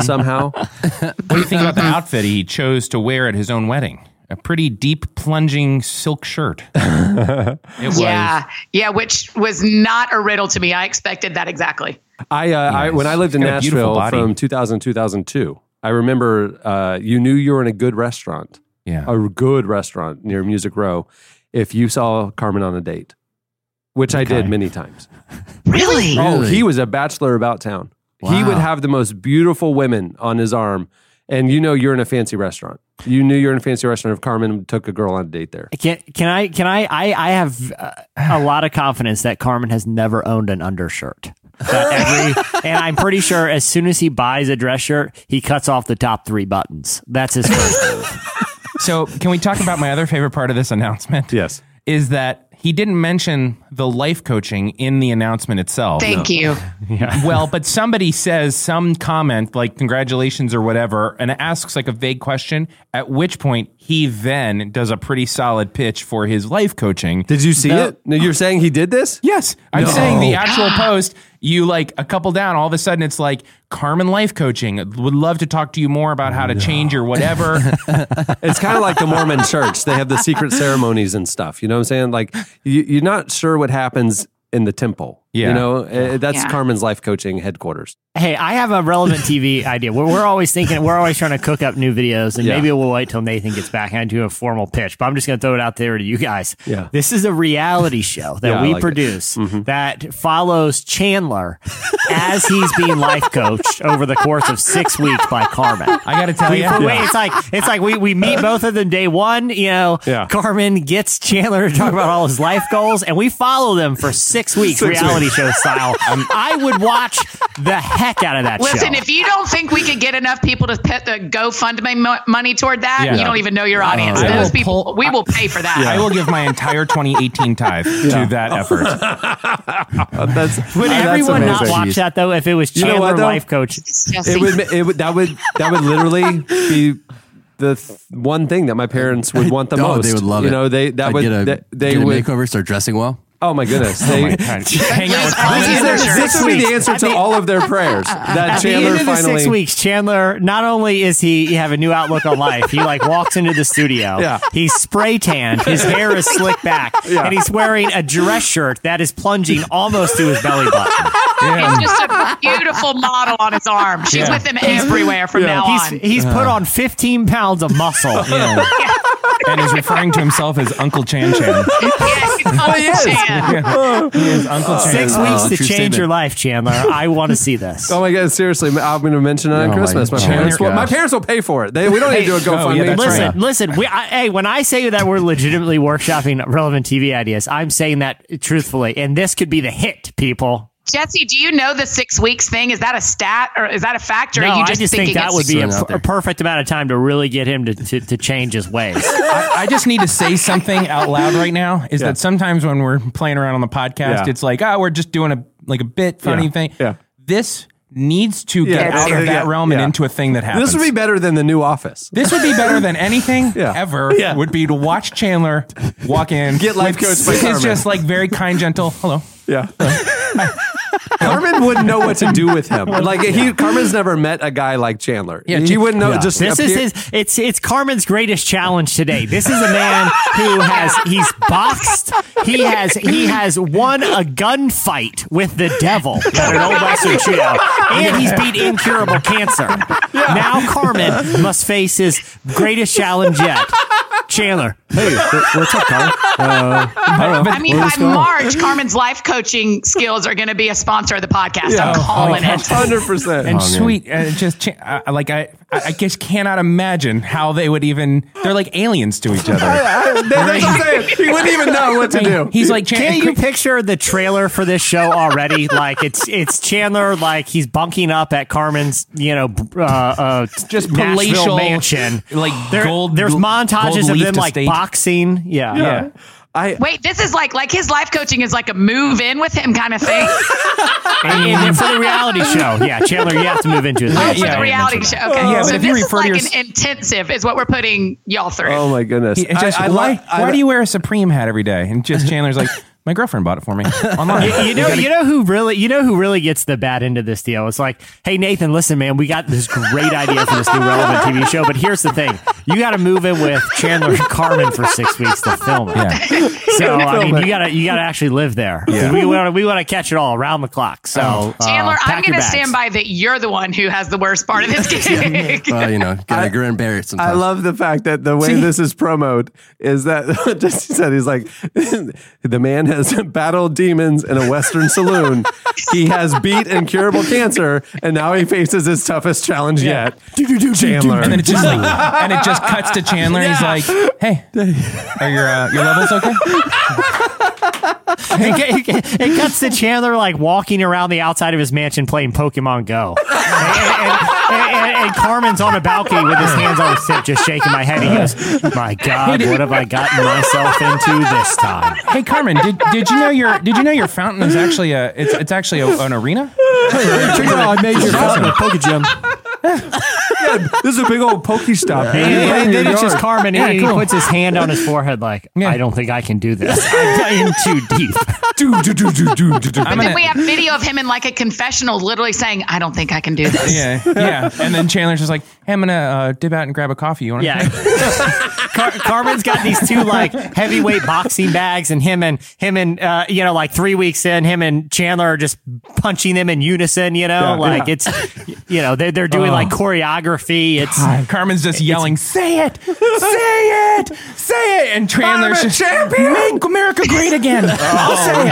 Speaker 2: somehow.
Speaker 3: What do you think about the outfit he chose to wear at his own wedding? A pretty deep, plunging silk shirt. It was.
Speaker 5: yeah, yeah, which was not a riddle to me. I expected that exactly.
Speaker 2: I, uh, I when I lived in
Speaker 3: He's got a beautiful
Speaker 2: Nashville
Speaker 3: body.
Speaker 2: from 2000 2002, I remember uh, you knew you were in a good restaurant,
Speaker 3: Yeah.
Speaker 2: a good restaurant near Music Row, if you saw Carmen on a date, which I did many times.
Speaker 5: Really?
Speaker 2: Oh, he was a bachelor about town. He would have the most beautiful women on his arm, and you know you're in a fancy restaurant. You knew you're in a fancy restaurant if Carmen took a girl on a date there.
Speaker 4: Can can I can I I, I have uh, a lot of confidence that Carmen has never owned an undershirt. That every, and I'm pretty sure as soon as he buys a dress shirt, he cuts off the top three buttons. That's his first move.
Speaker 3: So, can we talk about my other favorite part of this announcement?
Speaker 2: Yes.
Speaker 3: Is that he didn't mention the life coaching in the announcement itself.
Speaker 5: Thank you.
Speaker 3: well, but somebody says some comment like congratulations or whatever and asks like a vague question, at which point he then does a pretty solid pitch for his life coaching.
Speaker 2: Did you see it? No, you're saying he did this?
Speaker 3: Yes, I'm
Speaker 2: No.
Speaker 3: saying the actual post. You like a couple down, all of a sudden it's like Carmen Life Coaching. Would love to talk to you more about how to change your whatever.
Speaker 2: It's kind of like the Mormon church. They have the secret ceremonies and stuff. You know what I'm saying? Like, you, you're not sure what happens in the temple. You know, uh, that's
Speaker 4: Yeah.
Speaker 2: Carmen's life coaching headquarters.
Speaker 4: Hey, I have a relevant TV idea. We're, we're always thinking, we're always trying to cook up new videos, and
Speaker 2: Yeah.
Speaker 4: maybe we'll wait till Nathan gets back and do a formal pitch. But I'm just going to throw it out there to you guys.
Speaker 2: Yeah.
Speaker 4: This is a reality show that
Speaker 2: Yeah, I
Speaker 4: we
Speaker 2: like it. Mm-hmm.
Speaker 4: produce that follows Chandler as he's being life coached over the course of six weeks by Carmen.
Speaker 3: I got to tell
Speaker 4: We-
Speaker 3: you,
Speaker 4: we- it's like it's like we, we meet both of them day one. You know,
Speaker 3: Yeah.
Speaker 4: Carmen gets Chandler to talk about all his life goals, and we follow them for six weeks,
Speaker 5: Six weeks.
Speaker 4: reality show style. I would watch the heck out of that
Speaker 5: Listen,
Speaker 4: show.
Speaker 5: if you don't think we could get enough people to put the GoFundMe mo- money toward that,
Speaker 3: Yeah.
Speaker 5: you don't even know your
Speaker 3: Yeah.
Speaker 5: audience.
Speaker 3: I
Speaker 5: Those
Speaker 3: will
Speaker 5: people, we will pay for that.
Speaker 3: I will give my entire 2018 tithe to that effort.
Speaker 2: Uh,
Speaker 3: that's
Speaker 4: would everyone not watch that though if it was
Speaker 2: You know
Speaker 4: Chandler
Speaker 2: what, though?
Speaker 4: life coach?
Speaker 2: It would, ma- it would that would that would literally be the th- one thing that my parents would want the
Speaker 6: oh,
Speaker 2: most.
Speaker 6: they would love
Speaker 2: you
Speaker 6: it.
Speaker 2: know, they that
Speaker 6: I'd
Speaker 2: would
Speaker 6: get a,
Speaker 2: they, they
Speaker 6: get a
Speaker 2: would.
Speaker 6: makeover, start dressing well.
Speaker 2: Oh my goodness!
Speaker 6: Oh
Speaker 2: They,
Speaker 6: my God. Hang out with
Speaker 2: this is their-
Speaker 4: Six
Speaker 2: this would be the
Speaker 4: weeks.
Speaker 2: answer to
Speaker 4: At the-
Speaker 2: all of their prayers. That
Speaker 4: At the
Speaker 2: Chandler
Speaker 4: end of the
Speaker 2: finally.
Speaker 4: six weeks, Chandler not only is he, he have a new outlook on life, he like walks into the studio.
Speaker 2: Yeah.
Speaker 4: He's spray tanned, his hair is slicked back,
Speaker 2: Yeah.
Speaker 4: and he's wearing a dress shirt that is plunging almost to his belly button.
Speaker 5: It's just a beautiful model on his arm. She's
Speaker 4: Yeah.
Speaker 5: with him everywhere from now
Speaker 4: he's,
Speaker 5: on.
Speaker 4: He's put
Speaker 3: Uh.
Speaker 4: on 15 pounds of muscle.
Speaker 3: Yeah. and is referring to himself as Uncle Chan Chan.
Speaker 2: Oh,
Speaker 3: is Uncle Chan.
Speaker 4: Six
Speaker 3: Oh,
Speaker 4: weeks
Speaker 3: true
Speaker 4: to change
Speaker 3: statement.
Speaker 4: your life, Chandler. I want to see this.
Speaker 2: Oh my god! Seriously, I'm going to mention it on
Speaker 4: Oh my
Speaker 2: Christmas. My,
Speaker 4: gosh.
Speaker 2: parents, will, my
Speaker 4: Gosh.
Speaker 2: parents will pay for it. They, we don't need to do a
Speaker 3: Oh,
Speaker 2: GoFundMe.
Speaker 4: listen, listen. We, I, hey, when I say that we're legitimately workshopping relevant TV ideas, I'm saying that truthfully, and this could be the hit, people.
Speaker 5: Jesse, do you know the six weeks thing? Is that a stat or is that a fact? Or
Speaker 4: no,
Speaker 5: are you
Speaker 4: I
Speaker 5: just,
Speaker 4: just think
Speaker 5: thinking
Speaker 4: that
Speaker 5: it's
Speaker 4: would be a,
Speaker 5: six
Speaker 4: a perfect amount of time to really get him to, to, to change his ways.
Speaker 3: I, I just need to say something out loud right now is
Speaker 4: Yeah.
Speaker 3: that sometimes when we're playing around on the podcast,
Speaker 4: Yeah.
Speaker 3: it's like, oh, we're just doing a like a bit funny
Speaker 2: Yeah.
Speaker 3: thing. Yeah. This needs to
Speaker 2: Yeah,
Speaker 3: get out of
Speaker 2: yeah,
Speaker 3: that
Speaker 2: yeah,
Speaker 3: realm and
Speaker 2: yeah.
Speaker 3: into a thing that happens.
Speaker 2: This would be better than the new office.
Speaker 3: This would be better than anything ever would be to watch Chandler walk in.
Speaker 2: Get life
Speaker 3: with-
Speaker 2: coached by
Speaker 3: He's
Speaker 2: Carmen.
Speaker 3: just like very kind, gentle. Hello.
Speaker 2: Yeah. Carmen wouldn't know what to do with him. Like he, Carmen's never met a guy like Chandler. Yeah, he wouldn't know. Just
Speaker 4: this
Speaker 2: appear-
Speaker 4: is his. It's it's Carmen's greatest challenge today. This is a man who has he's boxed. He has he has won a gunfight with the devil at an old western shootout, and he's beat incurable cancer. Now Carmen must face his greatest challenge yet. Chandler, hey, what's up, Carmen? Uh,
Speaker 5: I, mean, by March, Carmen's life coaching skills are going to be a sponsor of the podcast. I'm calling it.
Speaker 2: Hundred percent.
Speaker 3: And
Speaker 5: Oh, man.
Speaker 3: sweet, uh, just cha- I- I- like I, I I just cannot imagine how they would even. They're like aliens to each other.
Speaker 2: that's what I'm saying. He wouldn't even know what to do.
Speaker 3: He's like, Chan-
Speaker 4: Can you picture the trailer for this show already? like it's it's Chandler, like he's bunking up at Carmen's, you know, uh, uh,
Speaker 3: Just
Speaker 4: Nashville
Speaker 3: palatial,
Speaker 4: mansion.
Speaker 3: like
Speaker 4: There-
Speaker 3: gold-
Speaker 4: There's
Speaker 3: gold-
Speaker 4: montages
Speaker 3: gold
Speaker 4: of
Speaker 3: leaf
Speaker 4: them
Speaker 3: to
Speaker 4: like
Speaker 3: state.
Speaker 4: boxing. Yeah,
Speaker 3: Yeah.
Speaker 2: I
Speaker 5: Wait, this is like like his life coaching is like a move in with him kind of thing.
Speaker 4: And, and for the reality show, yeah, Chandler, you have to move into it.
Speaker 5: Oh, for the reality show. Okay.
Speaker 3: Yeah,
Speaker 5: so
Speaker 3: but if
Speaker 5: this
Speaker 3: you
Speaker 5: is
Speaker 3: refer
Speaker 5: like
Speaker 3: to your-
Speaker 5: an intensive is what we're putting y'all through.
Speaker 2: Oh my goodness.
Speaker 3: He- and just,
Speaker 2: I- I
Speaker 3: why
Speaker 2: like- I-
Speaker 3: why do you wear a Supreme hat every day? And just Chandler's like, my girlfriend bought it for me online.
Speaker 4: You, you know, you know who really, you know who really gets the bad end of this deal. It's like, hey Nathan, listen, man, we got this great idea for this new relevant TV show, but here's the thing: you got to move in with Chandler and Carmen for six weeks to film it. So I mean, you gotta, you gotta actually live there.
Speaker 3: Yeah.
Speaker 4: We want, to, we want to catch it all around the clock. So uh,
Speaker 3: Oh,
Speaker 5: Chandler, I'm
Speaker 4: pack your
Speaker 5: going to
Speaker 4: bags.
Speaker 5: stand by that you're the one who has the worst part of this gig.
Speaker 6: Well, you know, gotta grin and bear it
Speaker 2: I
Speaker 5: Uh,
Speaker 6: sometimes.
Speaker 2: love the fact that the way this is promoted is that what Jesse said he's like the man has battled demons in a western saloon. he has beat incurable cancer, and now he faces his toughest challenge
Speaker 3: Yeah.
Speaker 2: yet. Chandler.
Speaker 3: And then it just like, and it just cuts to Chandler. and He's like, "Hey, are your uh, your levels okay?"
Speaker 4: it, cu- it cuts to Chandler like walking around the outside of his mansion playing Pokemon Go. And, and- and- and Carmen's on a balcony with his hands on his hip, just shaking my head. He goes, "My God, what have I gotten myself into this time?"
Speaker 3: Hey, Carmen, did, did you know your did you know your fountain is actually a it's
Speaker 2: Oh,
Speaker 3: it's actually a, an arena?
Speaker 4: Check it out, I made your fountain a Pokegym.
Speaker 2: yeah, this is a big old pokey stop.
Speaker 4: And,
Speaker 2: here. You play in
Speaker 4: and
Speaker 2: your
Speaker 4: then it's just
Speaker 2: yard.
Speaker 4: Carmen.
Speaker 2: Yeah,
Speaker 4: and
Speaker 2: cool.
Speaker 4: he puts his hand on his forehead, like, I don't think I can do this. I'm too deep.
Speaker 2: Do, do, do, do, do, do, do.
Speaker 3: I'm
Speaker 5: Then
Speaker 3: gonna,
Speaker 5: we have video of him in like a confessional, literally saying, "I don't think I can do this."
Speaker 3: yeah, yeah. And then Chandler's just like, hey, I'm gonna uh, dip out and grab a coffee. You want to?
Speaker 4: Yeah. Car- Carmen's got these two like heavyweight boxing bags, and him and him and uh, you know, like three weeks in, him and Chandler are just punching them in unison. You know,
Speaker 2: Yeah.
Speaker 4: like
Speaker 2: Yeah. Oh.
Speaker 4: it's you know they're they're doing like choreography. It's
Speaker 3: Carmen's just yelling, "Say it, say it, say it!" And Chandler's
Speaker 2: I'm a
Speaker 3: just
Speaker 2: champion!
Speaker 3: make America great again.
Speaker 2: Oh,
Speaker 3: I'll say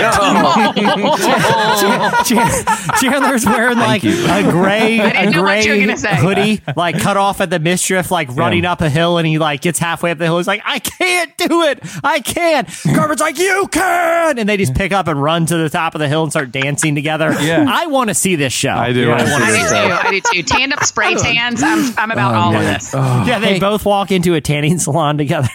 Speaker 3: it.
Speaker 4: Chan- Chandler's wearing like a gray
Speaker 5: I didn't
Speaker 4: a
Speaker 5: know what you were
Speaker 4: gray
Speaker 5: gonna say.
Speaker 4: hoodie, like cut off at the mischief, like running up a hill, and he like gets halfway up the hill. He's like, I can't do it, I can't. Garber's like, you can, and they just pick up and run to the top of the hill and start dancing together.
Speaker 3: Yeah.
Speaker 4: I want to see this show.
Speaker 3: I do
Speaker 4: You know,
Speaker 3: wanna
Speaker 4: wanna
Speaker 5: I
Speaker 3: see
Speaker 5: do
Speaker 3: this
Speaker 4: see it.
Speaker 5: too. I do too. Tandem spray tans. I'm, I'm
Speaker 3: Oh,
Speaker 5: about all of this.
Speaker 4: Yeah, they both walk into a tanning salon together.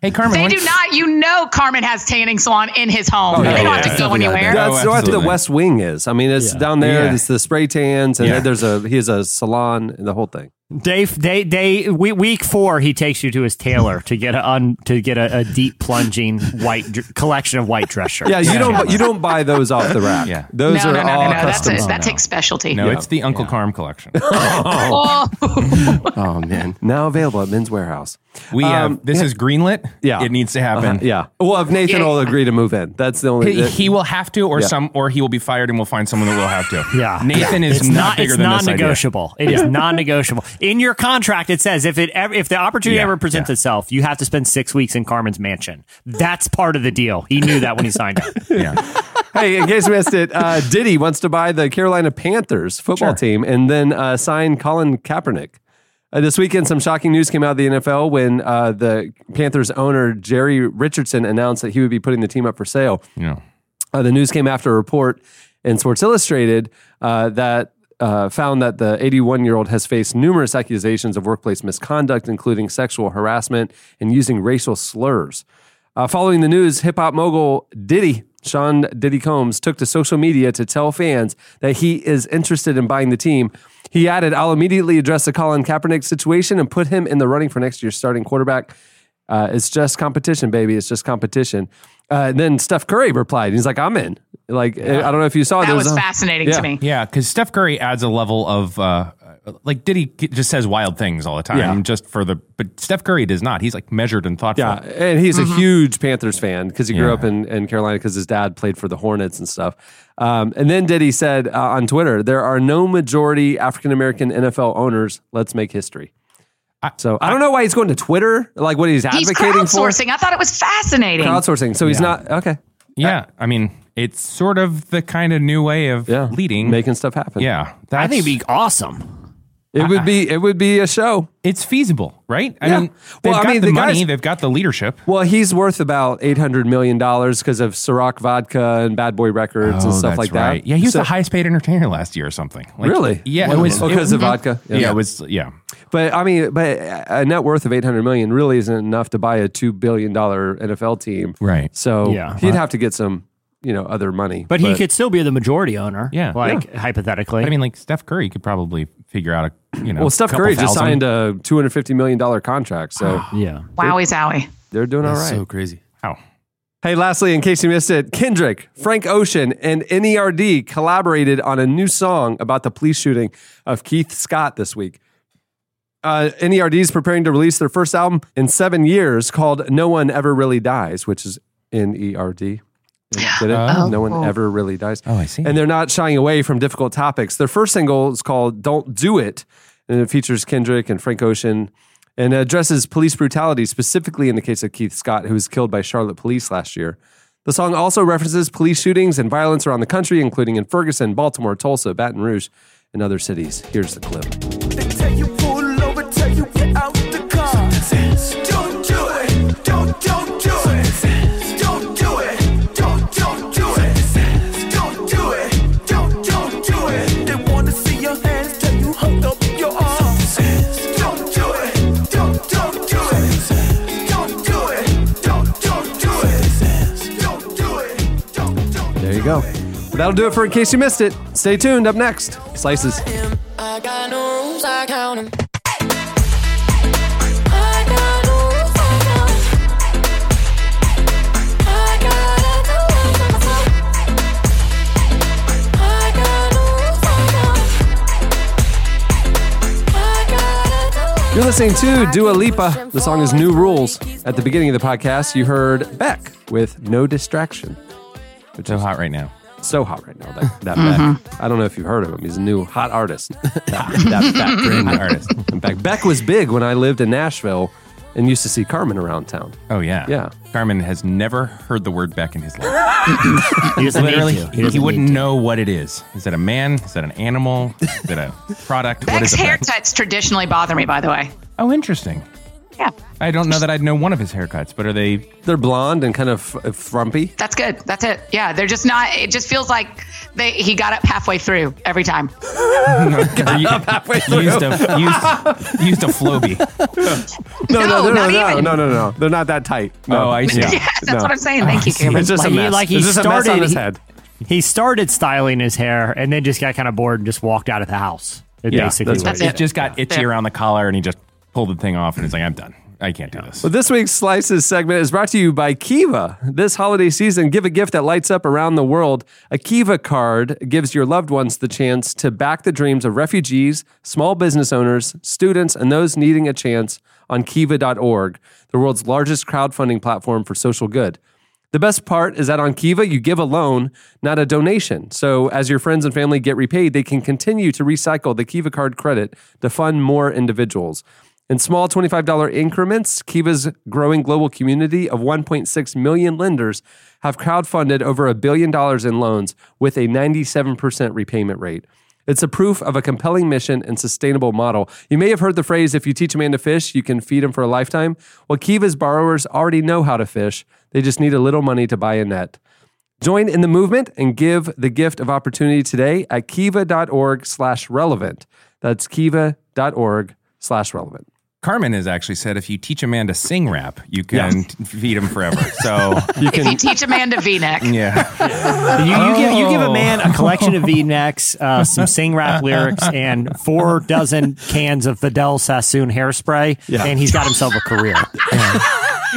Speaker 3: Hey, Carmen,
Speaker 5: They
Speaker 3: when-
Speaker 5: do not. You know, Carmen has tanning salon in his home.
Speaker 3: yeah,
Speaker 5: they don't
Speaker 3: yeah,
Speaker 5: have to go
Speaker 6: something like
Speaker 5: anywhere.
Speaker 2: Oh, That's
Speaker 3: Oh,
Speaker 2: what the
Speaker 3: absolutely.
Speaker 2: West Wing is. I mean, it's down there.
Speaker 3: Yeah.
Speaker 2: It's the spray tans, and
Speaker 3: Yeah.
Speaker 2: then there's a he has a salon and the whole thing.
Speaker 4: Day, day, day, we- week four, he takes you to his tailor to get a un, to get a, a deep plunging white dr- collection of white dress shirts.
Speaker 2: Yeah, you don't you don't buy those off the rack.
Speaker 3: Yeah.
Speaker 2: Those
Speaker 5: no,
Speaker 2: are
Speaker 5: no, no,
Speaker 2: all
Speaker 5: no, no. That's
Speaker 2: custom.
Speaker 5: a, that takes specialty.
Speaker 3: no, it's the Uncle Carm collection.
Speaker 5: Oh,
Speaker 6: Oh man,
Speaker 2: now available at Men's Warehouse.
Speaker 3: We have
Speaker 2: Um,
Speaker 3: this is greenlit.
Speaker 2: Yeah.
Speaker 3: it needs to happen.
Speaker 2: Uh, yeah. Well, if Nathan
Speaker 5: Yeah.
Speaker 2: will agree to move in, that's the only.
Speaker 3: He,
Speaker 2: that-
Speaker 3: he will have to, or
Speaker 2: Yeah.
Speaker 3: some, or he will be fired, and we'll find someone that will have to.
Speaker 4: Yeah.
Speaker 3: Nathan is
Speaker 4: It's
Speaker 3: not,
Speaker 4: not,
Speaker 3: bigger
Speaker 4: it's
Speaker 3: than this idea.
Speaker 4: non-negotiable. It is non-negotiable. In your contract, it says if it ever, if the opportunity
Speaker 3: Yeah,
Speaker 4: ever presents
Speaker 3: yeah.
Speaker 4: itself, you have to spend six weeks in Carmen's mansion. That's part of the deal. He knew that when he signed up.
Speaker 3: Yeah.
Speaker 2: hey, in case you missed it, uh, Diddy wants to buy the Carolina Panthers football team and then uh, sign Colin Kaepernick. Uh, this weekend, some shocking news came out of the NFL when uh, the Panthers owner Jerry Richardson announced that he would be putting the team up for sale.
Speaker 3: yeah.
Speaker 2: Uh, the news came after a report in Sports Illustrated uh, that uh, found that the 81 year old has faced numerous accusations of workplace misconduct, including sexual harassment and using racial slurs. Uh, following the news, hip hop mogul Diddy, Sean Diddy Combs, took to social media to tell fans that he is interested in buying the team. He added, I'll immediately address the Colin Kaepernick situation and put him in the running for next year's starting quarterback. Uh, it's just competition, baby. It's just competition. Uh, and then Steph Curry replied. He's like, I'm in. Like, I don't know if you saw
Speaker 5: that
Speaker 2: there
Speaker 5: was
Speaker 2: a-
Speaker 5: fascinating
Speaker 2: Yeah.
Speaker 5: to me.
Speaker 3: Yeah, because Steph Curry adds a level of uh, like Diddy just says wild things all the time,
Speaker 2: Yeah.
Speaker 3: just for the. But Steph Curry does not. He's like measured and thoughtful.
Speaker 2: Yeah, and he's
Speaker 5: Mm-hmm.
Speaker 2: a huge Panthers fan because he grew
Speaker 3: Yeah.
Speaker 2: up in, in Carolina because his dad played for the Hornets and stuff. Um, and then Diddy said uh, on Twitter, "There are no majority African American NFL owners. Let's make history." so I, don't know why he's going to Twitter, like what he's
Speaker 5: He's
Speaker 2: advocating for
Speaker 5: crowdsourcing. I thought it was fascinating.
Speaker 2: crowdsourcing. So he's not okay.
Speaker 3: Yeah, I mean, it's sort of the kind of new way of
Speaker 2: Yeah,
Speaker 3: leading.
Speaker 2: making stuff happen.
Speaker 3: yeah,
Speaker 4: I
Speaker 3: that's,
Speaker 4: think it'd be awesome.
Speaker 2: it would be it would be a show.
Speaker 3: it's feasible, right? I
Speaker 2: Yeah.
Speaker 3: mean, they've
Speaker 2: Well, I
Speaker 3: got
Speaker 2: mean,
Speaker 3: the,
Speaker 2: the
Speaker 3: money,
Speaker 2: guys-
Speaker 3: they've got the leadership.
Speaker 2: Well, he's worth about eight hundred million dollars because of Ciroc vodka and Bad Boy Records and stuff like that.
Speaker 3: Oh, Yeah, he was
Speaker 2: So-
Speaker 3: the highest paid entertainer last year or something. Like,
Speaker 2: Really?
Speaker 3: Yeah, it
Speaker 2: Wow.
Speaker 3: was
Speaker 2: Oh, 'cause of vodka?
Speaker 3: Yeah.
Speaker 2: Yeah.
Speaker 3: it was. Yeah,
Speaker 2: But I mean, but a net worth of eight hundred million really isn't enough to buy a two billion dollar NFL team,
Speaker 3: Right.
Speaker 2: So
Speaker 4: Yeah.
Speaker 2: he'd have to get some, you know, other money.
Speaker 4: But, he could still be the majority owner.
Speaker 3: Yeah.
Speaker 4: Like hypothetically.
Speaker 3: I mean, like Steph Curry could probably figure out a you know.
Speaker 2: Well, Steph
Speaker 3: couple
Speaker 2: Curry just
Speaker 3: thousand.
Speaker 2: signed a two hundred fifty million dollar contract, so
Speaker 4: yeah.
Speaker 5: Wowie zowie.
Speaker 2: they're doing all right.
Speaker 6: so crazy.
Speaker 3: Wow.
Speaker 2: hey, lastly, in case you missed it, Kendrick, Frank Ocean, and NERD collaborated on a new song about the police shooting of Keith Scott this week. Uh, NERD is preparing to release their first album in seven years called No One Ever Really Dies, which is E NERD. Get it? no one ever really dies. Oh,
Speaker 3: Oh, I see.
Speaker 2: And they're not shying away from difficult topics. Their first single is called Don't Do It, and it features Kendrick and Frank Ocean and addresses police brutality, specifically in the case of Keith Scott, who was killed by Charlotte police last year. The song also references police shootings and violence around the country, including in Ferguson, Baltimore, Tulsa, Baton Rouge, and other cities. Here's the clip.
Speaker 7: They tell you pull over, tell you get out the car. Don't do it. Don't don't do it. Don't do it. Don't don't do it. Don't do it. Don't don't do it. They wanna see your hands, tell you hung up your arms. Don't do it. Don't don't do it. Don't do it. Don't don't do it. Don't do it. Don't don't.
Speaker 2: There you go. That'll do it for in case you missed it. Stay tuned. Up next, Slices.
Speaker 9: I got no rules, I count 'em.
Speaker 2: listening to Dua Lipa. The song is New Rules. At the beginning of the podcast, you heard Beck with No Distraction.
Speaker 3: It's so hot right now.
Speaker 2: So hot right now, that, that
Speaker 5: Mm-hmm.
Speaker 2: Beck. I don't know if you've heard of him. He's a new hot artist. That, that Beck, brand new artist. In fact, Beck was big when I lived in Nashville and used to see Carmen around town.
Speaker 3: Oh yeah,
Speaker 2: Yeah.
Speaker 3: Carmen has never heard the word Beck in his life.
Speaker 4: He doesn't need
Speaker 3: Literally,
Speaker 4: to.
Speaker 3: he,
Speaker 4: doesn't
Speaker 3: wouldn't
Speaker 4: need
Speaker 3: know what it is. Is that a man? Is that an animal? Is that a product? what
Speaker 5: Beck's
Speaker 3: is a
Speaker 5: haircuts
Speaker 3: Beck?
Speaker 5: traditionally bother me, by the way.
Speaker 3: Oh, interesting.
Speaker 5: Yeah,
Speaker 3: I don't know that I'd know one of his haircuts, but are they?
Speaker 2: They're blonde and kind of f- frumpy.
Speaker 5: that's good. That's it. Yeah, they're just not. It just feels like they he got up halfway through every time.
Speaker 3: Are you, used a used, used a Floby.
Speaker 2: No,
Speaker 5: No,
Speaker 2: no, no,
Speaker 5: not
Speaker 2: no,
Speaker 5: even.
Speaker 2: no, no, no. They're not that tight. No.
Speaker 3: Oh, I see.
Speaker 5: Yeah, that's
Speaker 2: No.
Speaker 5: what I'm saying. Thank you, Cameron.
Speaker 2: Oh, It's just
Speaker 4: Like he-
Speaker 2: a mess.
Speaker 4: like he
Speaker 2: it's just a mess on
Speaker 4: started-
Speaker 2: his
Speaker 4: he-
Speaker 2: head.
Speaker 4: to. He started styling his hair and then just got kind of bored and just walked out of the house. It
Speaker 2: Yeah,
Speaker 4: basically
Speaker 2: that's
Speaker 4: was.
Speaker 5: right.
Speaker 3: It just got itchy
Speaker 5: Yeah.
Speaker 3: around the collar, and he just pulled the thing off, and he's like, "I'm done. I can't do this."
Speaker 2: But this week's Slices segment is brought to you by Kiva. This holiday season, give a gift that lights up around the world. A Kiva card gives your loved ones the chance to back the dreams of refugees, small business owners, students, and those needing a chance on kiva.org, the world's largest crowdfunding platform for social good. The best part is that on Kiva, you give a loan, not a donation. So as your friends and family get repaid, they can continue to recycle the Kiva card credit to fund more individuals. In small $25 increments, Kiva's growing global community of 1.6 million lenders have crowdfunded over a billion dollars in loans with a 97% repayment rate. It's a proof of a compelling mission and sustainable model. You may have heard the phrase if you teach a man to fish, you can feed him for a lifetime. Well, Kiva's borrowers already know how to fish, they just need a little money to buy a net. Join in the movement and give the gift of opportunity today at kiva.org slash relevant. That's kiva.org slash relevant.
Speaker 3: Carmen has actually said, "If you teach a man to sing rap, you can t- feed him forever." So,
Speaker 5: if you teach a man to V-neck,
Speaker 3: yeah,
Speaker 4: You, you, give, you give a
Speaker 3: Oh.
Speaker 4: man a collection of V-necks, uh, some sing rap lyrics, and four dozen cans of Fidel Sassoon hairspray, and he's got himself a career.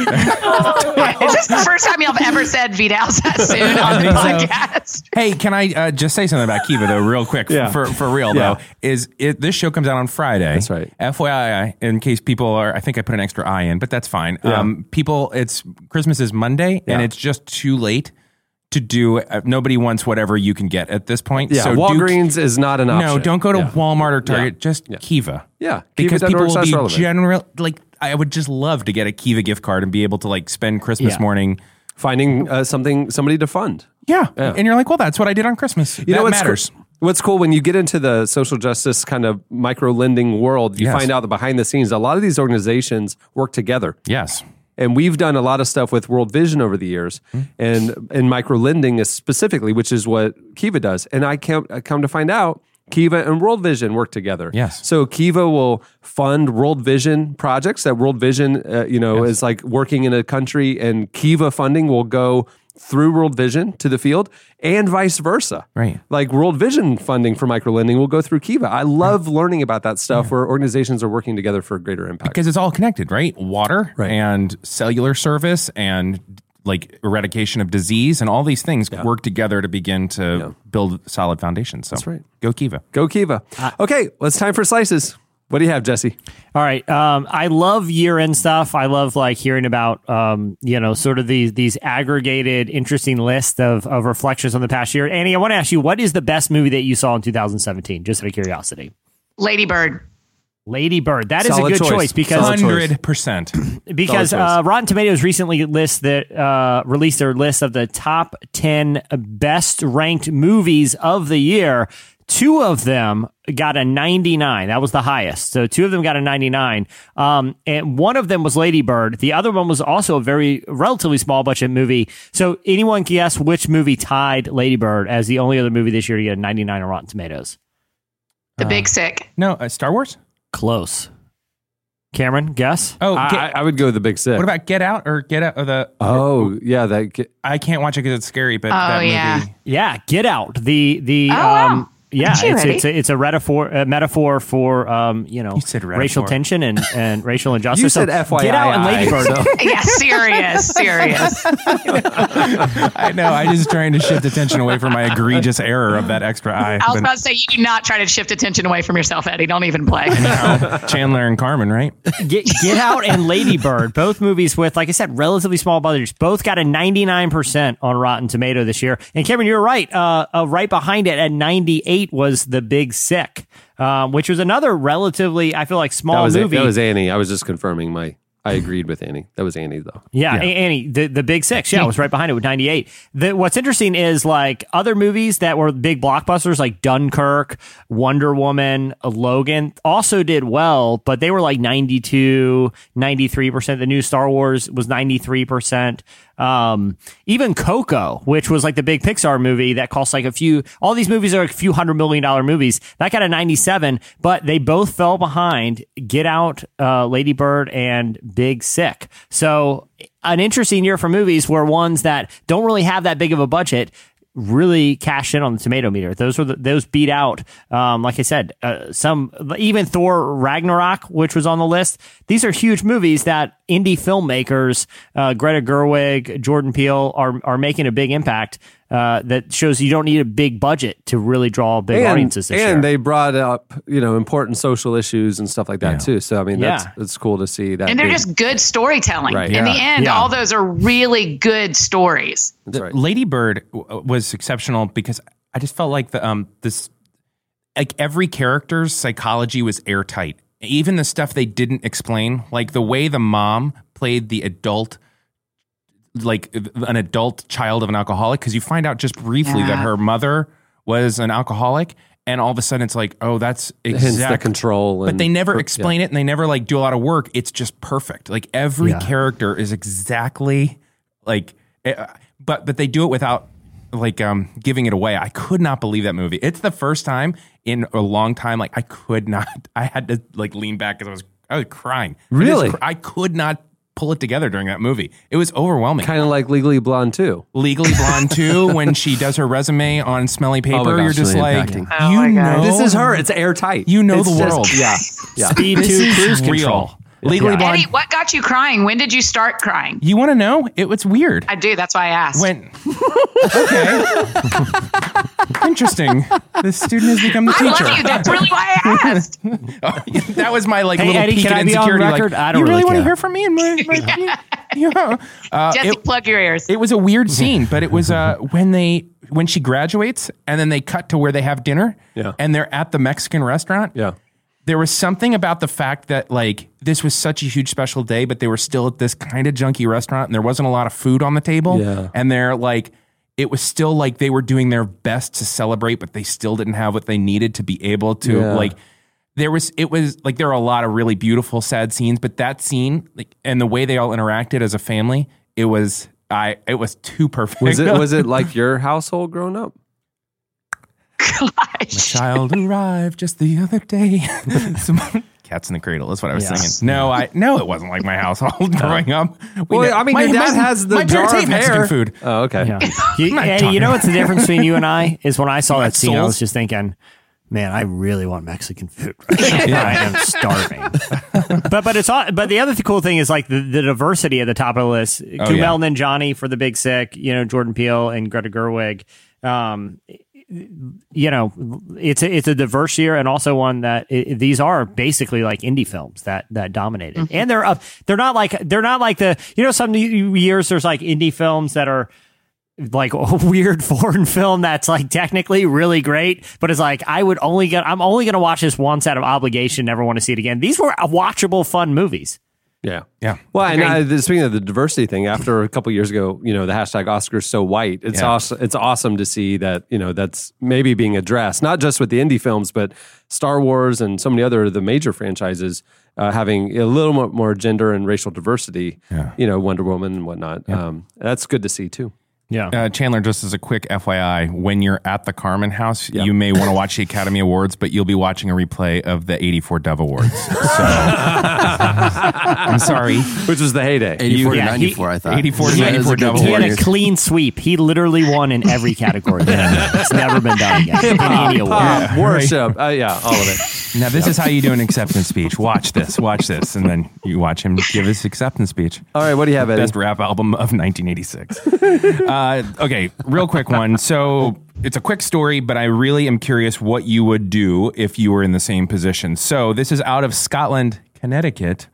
Speaker 5: is this the first time y'all have ever said Vidal Sassoon on the podcast?
Speaker 3: Hey, can I uh, just say something about Kiva though, real quick?
Speaker 2: Yeah.
Speaker 3: For for real
Speaker 2: Yeah.
Speaker 3: though, is it, this show comes out on Friday?
Speaker 2: That's right.
Speaker 3: FYI, in case people are, I think I put an extra I in, but that's fine. Um, people, it's Christmas is Monday, and
Speaker 2: Yeah.
Speaker 3: it's just too late to do. Uh, nobody wants whatever you can get at this point.
Speaker 2: Yeah,
Speaker 3: so do-
Speaker 2: Walgreens is not an option.
Speaker 3: no, don't go to
Speaker 2: Yeah.
Speaker 3: Walmart or Target. Just
Speaker 2: Yeah.
Speaker 3: Kiva.
Speaker 2: Yeah,
Speaker 3: because
Speaker 2: kiva.org
Speaker 3: people will
Speaker 2: slash
Speaker 3: be
Speaker 2: relevant.
Speaker 3: general. Like, I would just love to get a Kiva gift card and be able to like spend Christmas
Speaker 4: Yeah.
Speaker 3: morning.
Speaker 2: Finding uh, something, somebody to fund.
Speaker 3: Yeah. and you're like, well, that's what I did on Christmas.
Speaker 2: You
Speaker 3: that
Speaker 2: know what's
Speaker 3: matters.
Speaker 2: cool- what's cool when you get into the social justice kind of micro lending world, you
Speaker 3: Yes.
Speaker 2: find out that behind the scenes, a lot of these organizations work together.
Speaker 3: Yes. Hmm.
Speaker 2: And we've done a lot of stuff with World Vision over the years, and and micro lending is specifically, which is what Kiva does. And I come I come to find out, Kiva and World Vision work together.
Speaker 3: Yes.
Speaker 2: So Kiva will fund World Vision projects that World Vision, uh, you know, is like working in a country, and Kiva funding will go through World Vision to the field, and vice versa.
Speaker 3: Right.
Speaker 2: Like World Vision funding for micro lending will go through Kiva. I love learning about that stuff where organizations are working together for greater impact.
Speaker 3: Because it's all connected, right? Water
Speaker 2: Right.
Speaker 3: and cellular service and like eradication of disease and all these things work together to begin to build solid foundations. So that's
Speaker 2: right.
Speaker 3: Go Kiva.
Speaker 2: Go Kiva. okay, well, it's time for slices. What do you have, Jesse?
Speaker 4: Ah. All right. Um, I love year end stuff. I love like hearing about, um, you know, sort of these these aggregated, interesting list of, of reflections on the past year. Annie, I want to ask you, what is the best movie that you saw in 2017? Just out of curiosity.
Speaker 5: Lady Bird.
Speaker 4: Lady Bird. That is
Speaker 2: Solid
Speaker 4: a good
Speaker 2: choice.
Speaker 4: choice, because
Speaker 2: Solid choice.
Speaker 3: Hundred percent.
Speaker 4: because
Speaker 2: Solid choice.
Speaker 4: uh, Rotten Tomatoes recently list that uh, released their list of the top ten best ranked movies of the year. Two of them got a 99. That was the highest. So two of them got a 99. Um, and one of them was Lady Bird. The other one was also a very relatively small budget movie. So anyone can guess which movie tied Lady Bird as the only other movie this year to get a 99 on Rotten Tomatoes?
Speaker 5: The Big Sick.
Speaker 3: No, uh, Star Wars.
Speaker 4: Close. Cameron, guess.
Speaker 3: Oh,
Speaker 2: I,
Speaker 3: Get-
Speaker 2: I- I would go with the big six.
Speaker 3: what about Get Out or Get Out? Or the
Speaker 2: Oh yeah, that. ki-
Speaker 3: I can't watch it because it's scary. But
Speaker 5: Oh,
Speaker 3: that movie.
Speaker 5: yeah.
Speaker 4: Yeah, Get Out. The the
Speaker 5: Oh,
Speaker 4: um,
Speaker 5: wow.
Speaker 4: yeah,
Speaker 5: Aren't you
Speaker 4: it's,
Speaker 5: ready?
Speaker 4: it's, a, it's a metaphor a metaphor for um, you know
Speaker 3: said
Speaker 4: racial
Speaker 3: metaphor.
Speaker 4: tension and, and racial injustice.
Speaker 2: You
Speaker 4: So
Speaker 2: said FYI.
Speaker 4: Get out and Ladybird.
Speaker 2: so-
Speaker 5: yeah, serious, serious.
Speaker 3: I know. I'm just trying to shift attention away from my egregious error of that extra eye.
Speaker 5: I was
Speaker 3: But
Speaker 5: about to say, you do not try to shift attention away from yourself, Eddie. Don't even play.
Speaker 3: now, Chandler and Carmen, right?
Speaker 4: Get, Get Out and Ladybird, both movies with, like I said, relatively small budgets. Both got a 99% on Rotten Tomato this year. And Cameron, you're right. Uh, uh, right behind it at 98 was The Big Sick, um, which was another relatively, I feel like,
Speaker 2: That
Speaker 4: small
Speaker 2: was,
Speaker 4: movie.
Speaker 2: that was Annie. I was just confirming my. I agreed with Annie. That was Annie though.
Speaker 4: Yeah, A- Annie, the, the Big Six. Yeah, it was right behind it with 98. The, what's interesting is like other movies that were big blockbusters like Dunkirk, Wonder Woman, uh, Logan also did well, but they were like 92, 93%. The new Star Wars was 93%. Um, even Coco, which was like the big Pixar movie that cost like a few, all these movies are a few hundred million dollar movies. That got a 97, but they both fell behind Get Out, uh, Lady Bird, and Big Sick. So an interesting year for movies where ones that don't really have that big of a budget really cashed in on the tomato meter. Those were the, those beat out. Um, like I said, uh, some even Thor Ragnarok, which was on the list. These are huge movies that indie filmmakers, uh, Greta Gerwig, Jordan Peele are are making a big impact. Uh, that shows you don't need a big budget to really draw big audiences. This year.
Speaker 2: and they brought up you know important social issues and stuff like that too. So I mean, that's
Speaker 4: Yeah.
Speaker 2: it's cool to see that.
Speaker 5: And they're
Speaker 2: being-
Speaker 5: just good storytelling.
Speaker 2: Right.
Speaker 5: In the end,
Speaker 4: Yeah.
Speaker 5: all those are really good stories.
Speaker 2: that's right.
Speaker 3: Lady Bird w- uh, was exceptional because I just felt like the um this like every character's psychology was airtight. Even the stuff they didn't explain, like the way the mom played the adult like an adult child of an alcoholic because you find out just briefly that
Speaker 5: Yeah.
Speaker 3: her mother was an alcoholic and all of a sudden it's like oh that's
Speaker 2: Hence
Speaker 3: exactly
Speaker 2: the control.
Speaker 3: but
Speaker 2: and-
Speaker 3: they never explain it and they never like do a lot of work it's just perfect like every character is exactly like eh, uh, but but they do it without like um giving it away i could not believe that movie it's the first time in a long time like i could not i had to like lean back because i was i was crying I just
Speaker 2: Really?
Speaker 3: cr- I, could not pull it together during that movie it was overwhelming
Speaker 2: Kind of like Legally Blonde too.
Speaker 3: legally blonde too when she does her resume on
Speaker 2: Oh
Speaker 3: smelly paper
Speaker 6: gosh,
Speaker 3: you're just
Speaker 6: really
Speaker 3: like
Speaker 6: impacting.
Speaker 5: Oh
Speaker 3: you
Speaker 5: my God.
Speaker 3: know
Speaker 2: This is her. It's airtight.
Speaker 3: You know
Speaker 2: It's
Speaker 3: the
Speaker 2: just-
Speaker 3: world.
Speaker 2: yeah. Yeah.
Speaker 4: Speed
Speaker 3: this
Speaker 4: to
Speaker 3: is
Speaker 4: cruise
Speaker 3: real.
Speaker 4: control.
Speaker 3: legally blonde
Speaker 5: Eddie, what got you crying? When did you start crying?
Speaker 3: You want to know? It was weird.
Speaker 5: I do. That's why I asked.
Speaker 3: When? Okay. Interesting. The student has become the
Speaker 5: I
Speaker 3: teacher.
Speaker 5: love you. That's really why I asked.
Speaker 3: Oh, that was my like
Speaker 4: Hey,
Speaker 3: little
Speaker 4: Eddie,
Speaker 3: peek
Speaker 4: can
Speaker 3: at
Speaker 4: I be on
Speaker 3: insecurity.
Speaker 4: record?
Speaker 3: Like,
Speaker 4: I don't
Speaker 3: you
Speaker 4: really
Speaker 3: want to
Speaker 4: care."
Speaker 3: hear from me? And my, my- yeah. Uh,
Speaker 5: Jesse,
Speaker 3: it,
Speaker 5: plug your ears.
Speaker 3: it was a weird scene, but it was uh, when they when she graduates and then they cut to where they have dinner.
Speaker 2: Yeah.
Speaker 3: And they're at the Mexican restaurant.
Speaker 2: Yeah.
Speaker 3: There was something about the fact that like this was such a huge special day, but they were still at this kind of junky restaurant and there wasn't a lot of food on the table.
Speaker 2: Yeah.
Speaker 3: And they're like it was still like they were doing their best to celebrate, but they still didn't have what they needed to be able to
Speaker 2: Yeah.
Speaker 3: like there was it was like there are a lot of really beautiful sad scenes, but that scene like and the way they all interacted as a family, it was I it was too perfect.
Speaker 2: Was it was it like your household growing up?
Speaker 3: child arrived just the other day? Some- Cats in the cradle. That's what I was singing. No, I no, it wasn't like my household growing up. We
Speaker 2: Well,
Speaker 3: know-
Speaker 2: I mean, your dad has the
Speaker 3: my parents
Speaker 2: jar of
Speaker 3: hate Mexican
Speaker 2: hair.
Speaker 3: food.
Speaker 2: Oh, okay.
Speaker 4: Yeah. You,
Speaker 3: not
Speaker 4: Eddie,
Speaker 3: talking
Speaker 4: you know
Speaker 3: about-
Speaker 4: what's the difference between you and I is when I saw that scene, I
Speaker 3: souls?
Speaker 4: was just thinking, man, I really want Mexican food. Right now. I am starving. but but it's all, but the other th- cool thing is like the, the diversity at the top of the
Speaker 2: Oh,
Speaker 4: list. Kumail
Speaker 3: yeah.
Speaker 4: Nanjiani for The Big Sick, you know Jordan Peele and Greta Gerwig. Um, you know, it's a, it's a diverse year, and also one that i these are basically like indie films that that dominated, and they're up. They're not like they're not like the you know some years there's like indie films that are like a weird foreign film that's like technically really great, but it's like I would only get I'm only gonna watch this once out of obligation, never want to see it again. These were watchable, fun movies.
Speaker 2: Yeah.
Speaker 3: Yeah.
Speaker 2: Well, and I, the- speaking of the diversity thing, after a couple years ago, you know, the hashtag Oscars so white, it's
Speaker 3: Yeah.
Speaker 2: awesome. It's awesome to see that you know that's maybe being addressed, not just with the indie films, but Star Wars and so many other of the major franchises uh, having a little more, more gender and racial diversity. You know, Wonder Woman and whatnot. Um, that's good to see too.
Speaker 4: Yeah.
Speaker 3: Uh, Chandler, just as a quick FYI, when you're at the Carmen House, you may want to watch the Academy Awards, but you'll be watching a replay of the '84 Dove Awards. So I'm sorry.
Speaker 2: which was the heyday.
Speaker 6: 84
Speaker 4: Yeah,
Speaker 6: to
Speaker 4: he-
Speaker 6: 94, I thought.
Speaker 3: 84 to
Speaker 6: That is a
Speaker 3: 94
Speaker 6: good
Speaker 3: double
Speaker 4: He had a
Speaker 6: 10.
Speaker 4: clean sweep. He literally won in every category. It's never been done again. In any award.
Speaker 2: Pop, worship, uh, yeah, all of it.
Speaker 3: Now this is how you do an acceptance speech. Watch this. Watch this, and then you watch him give his acceptance speech.
Speaker 2: All right, what do you have, Eddie?
Speaker 3: Best rap album of 1986. uh, okay, real quick one. So it's a quick story, but I really am curious what you would do if you were in the same position. So this is out of Scotland, Connecticut.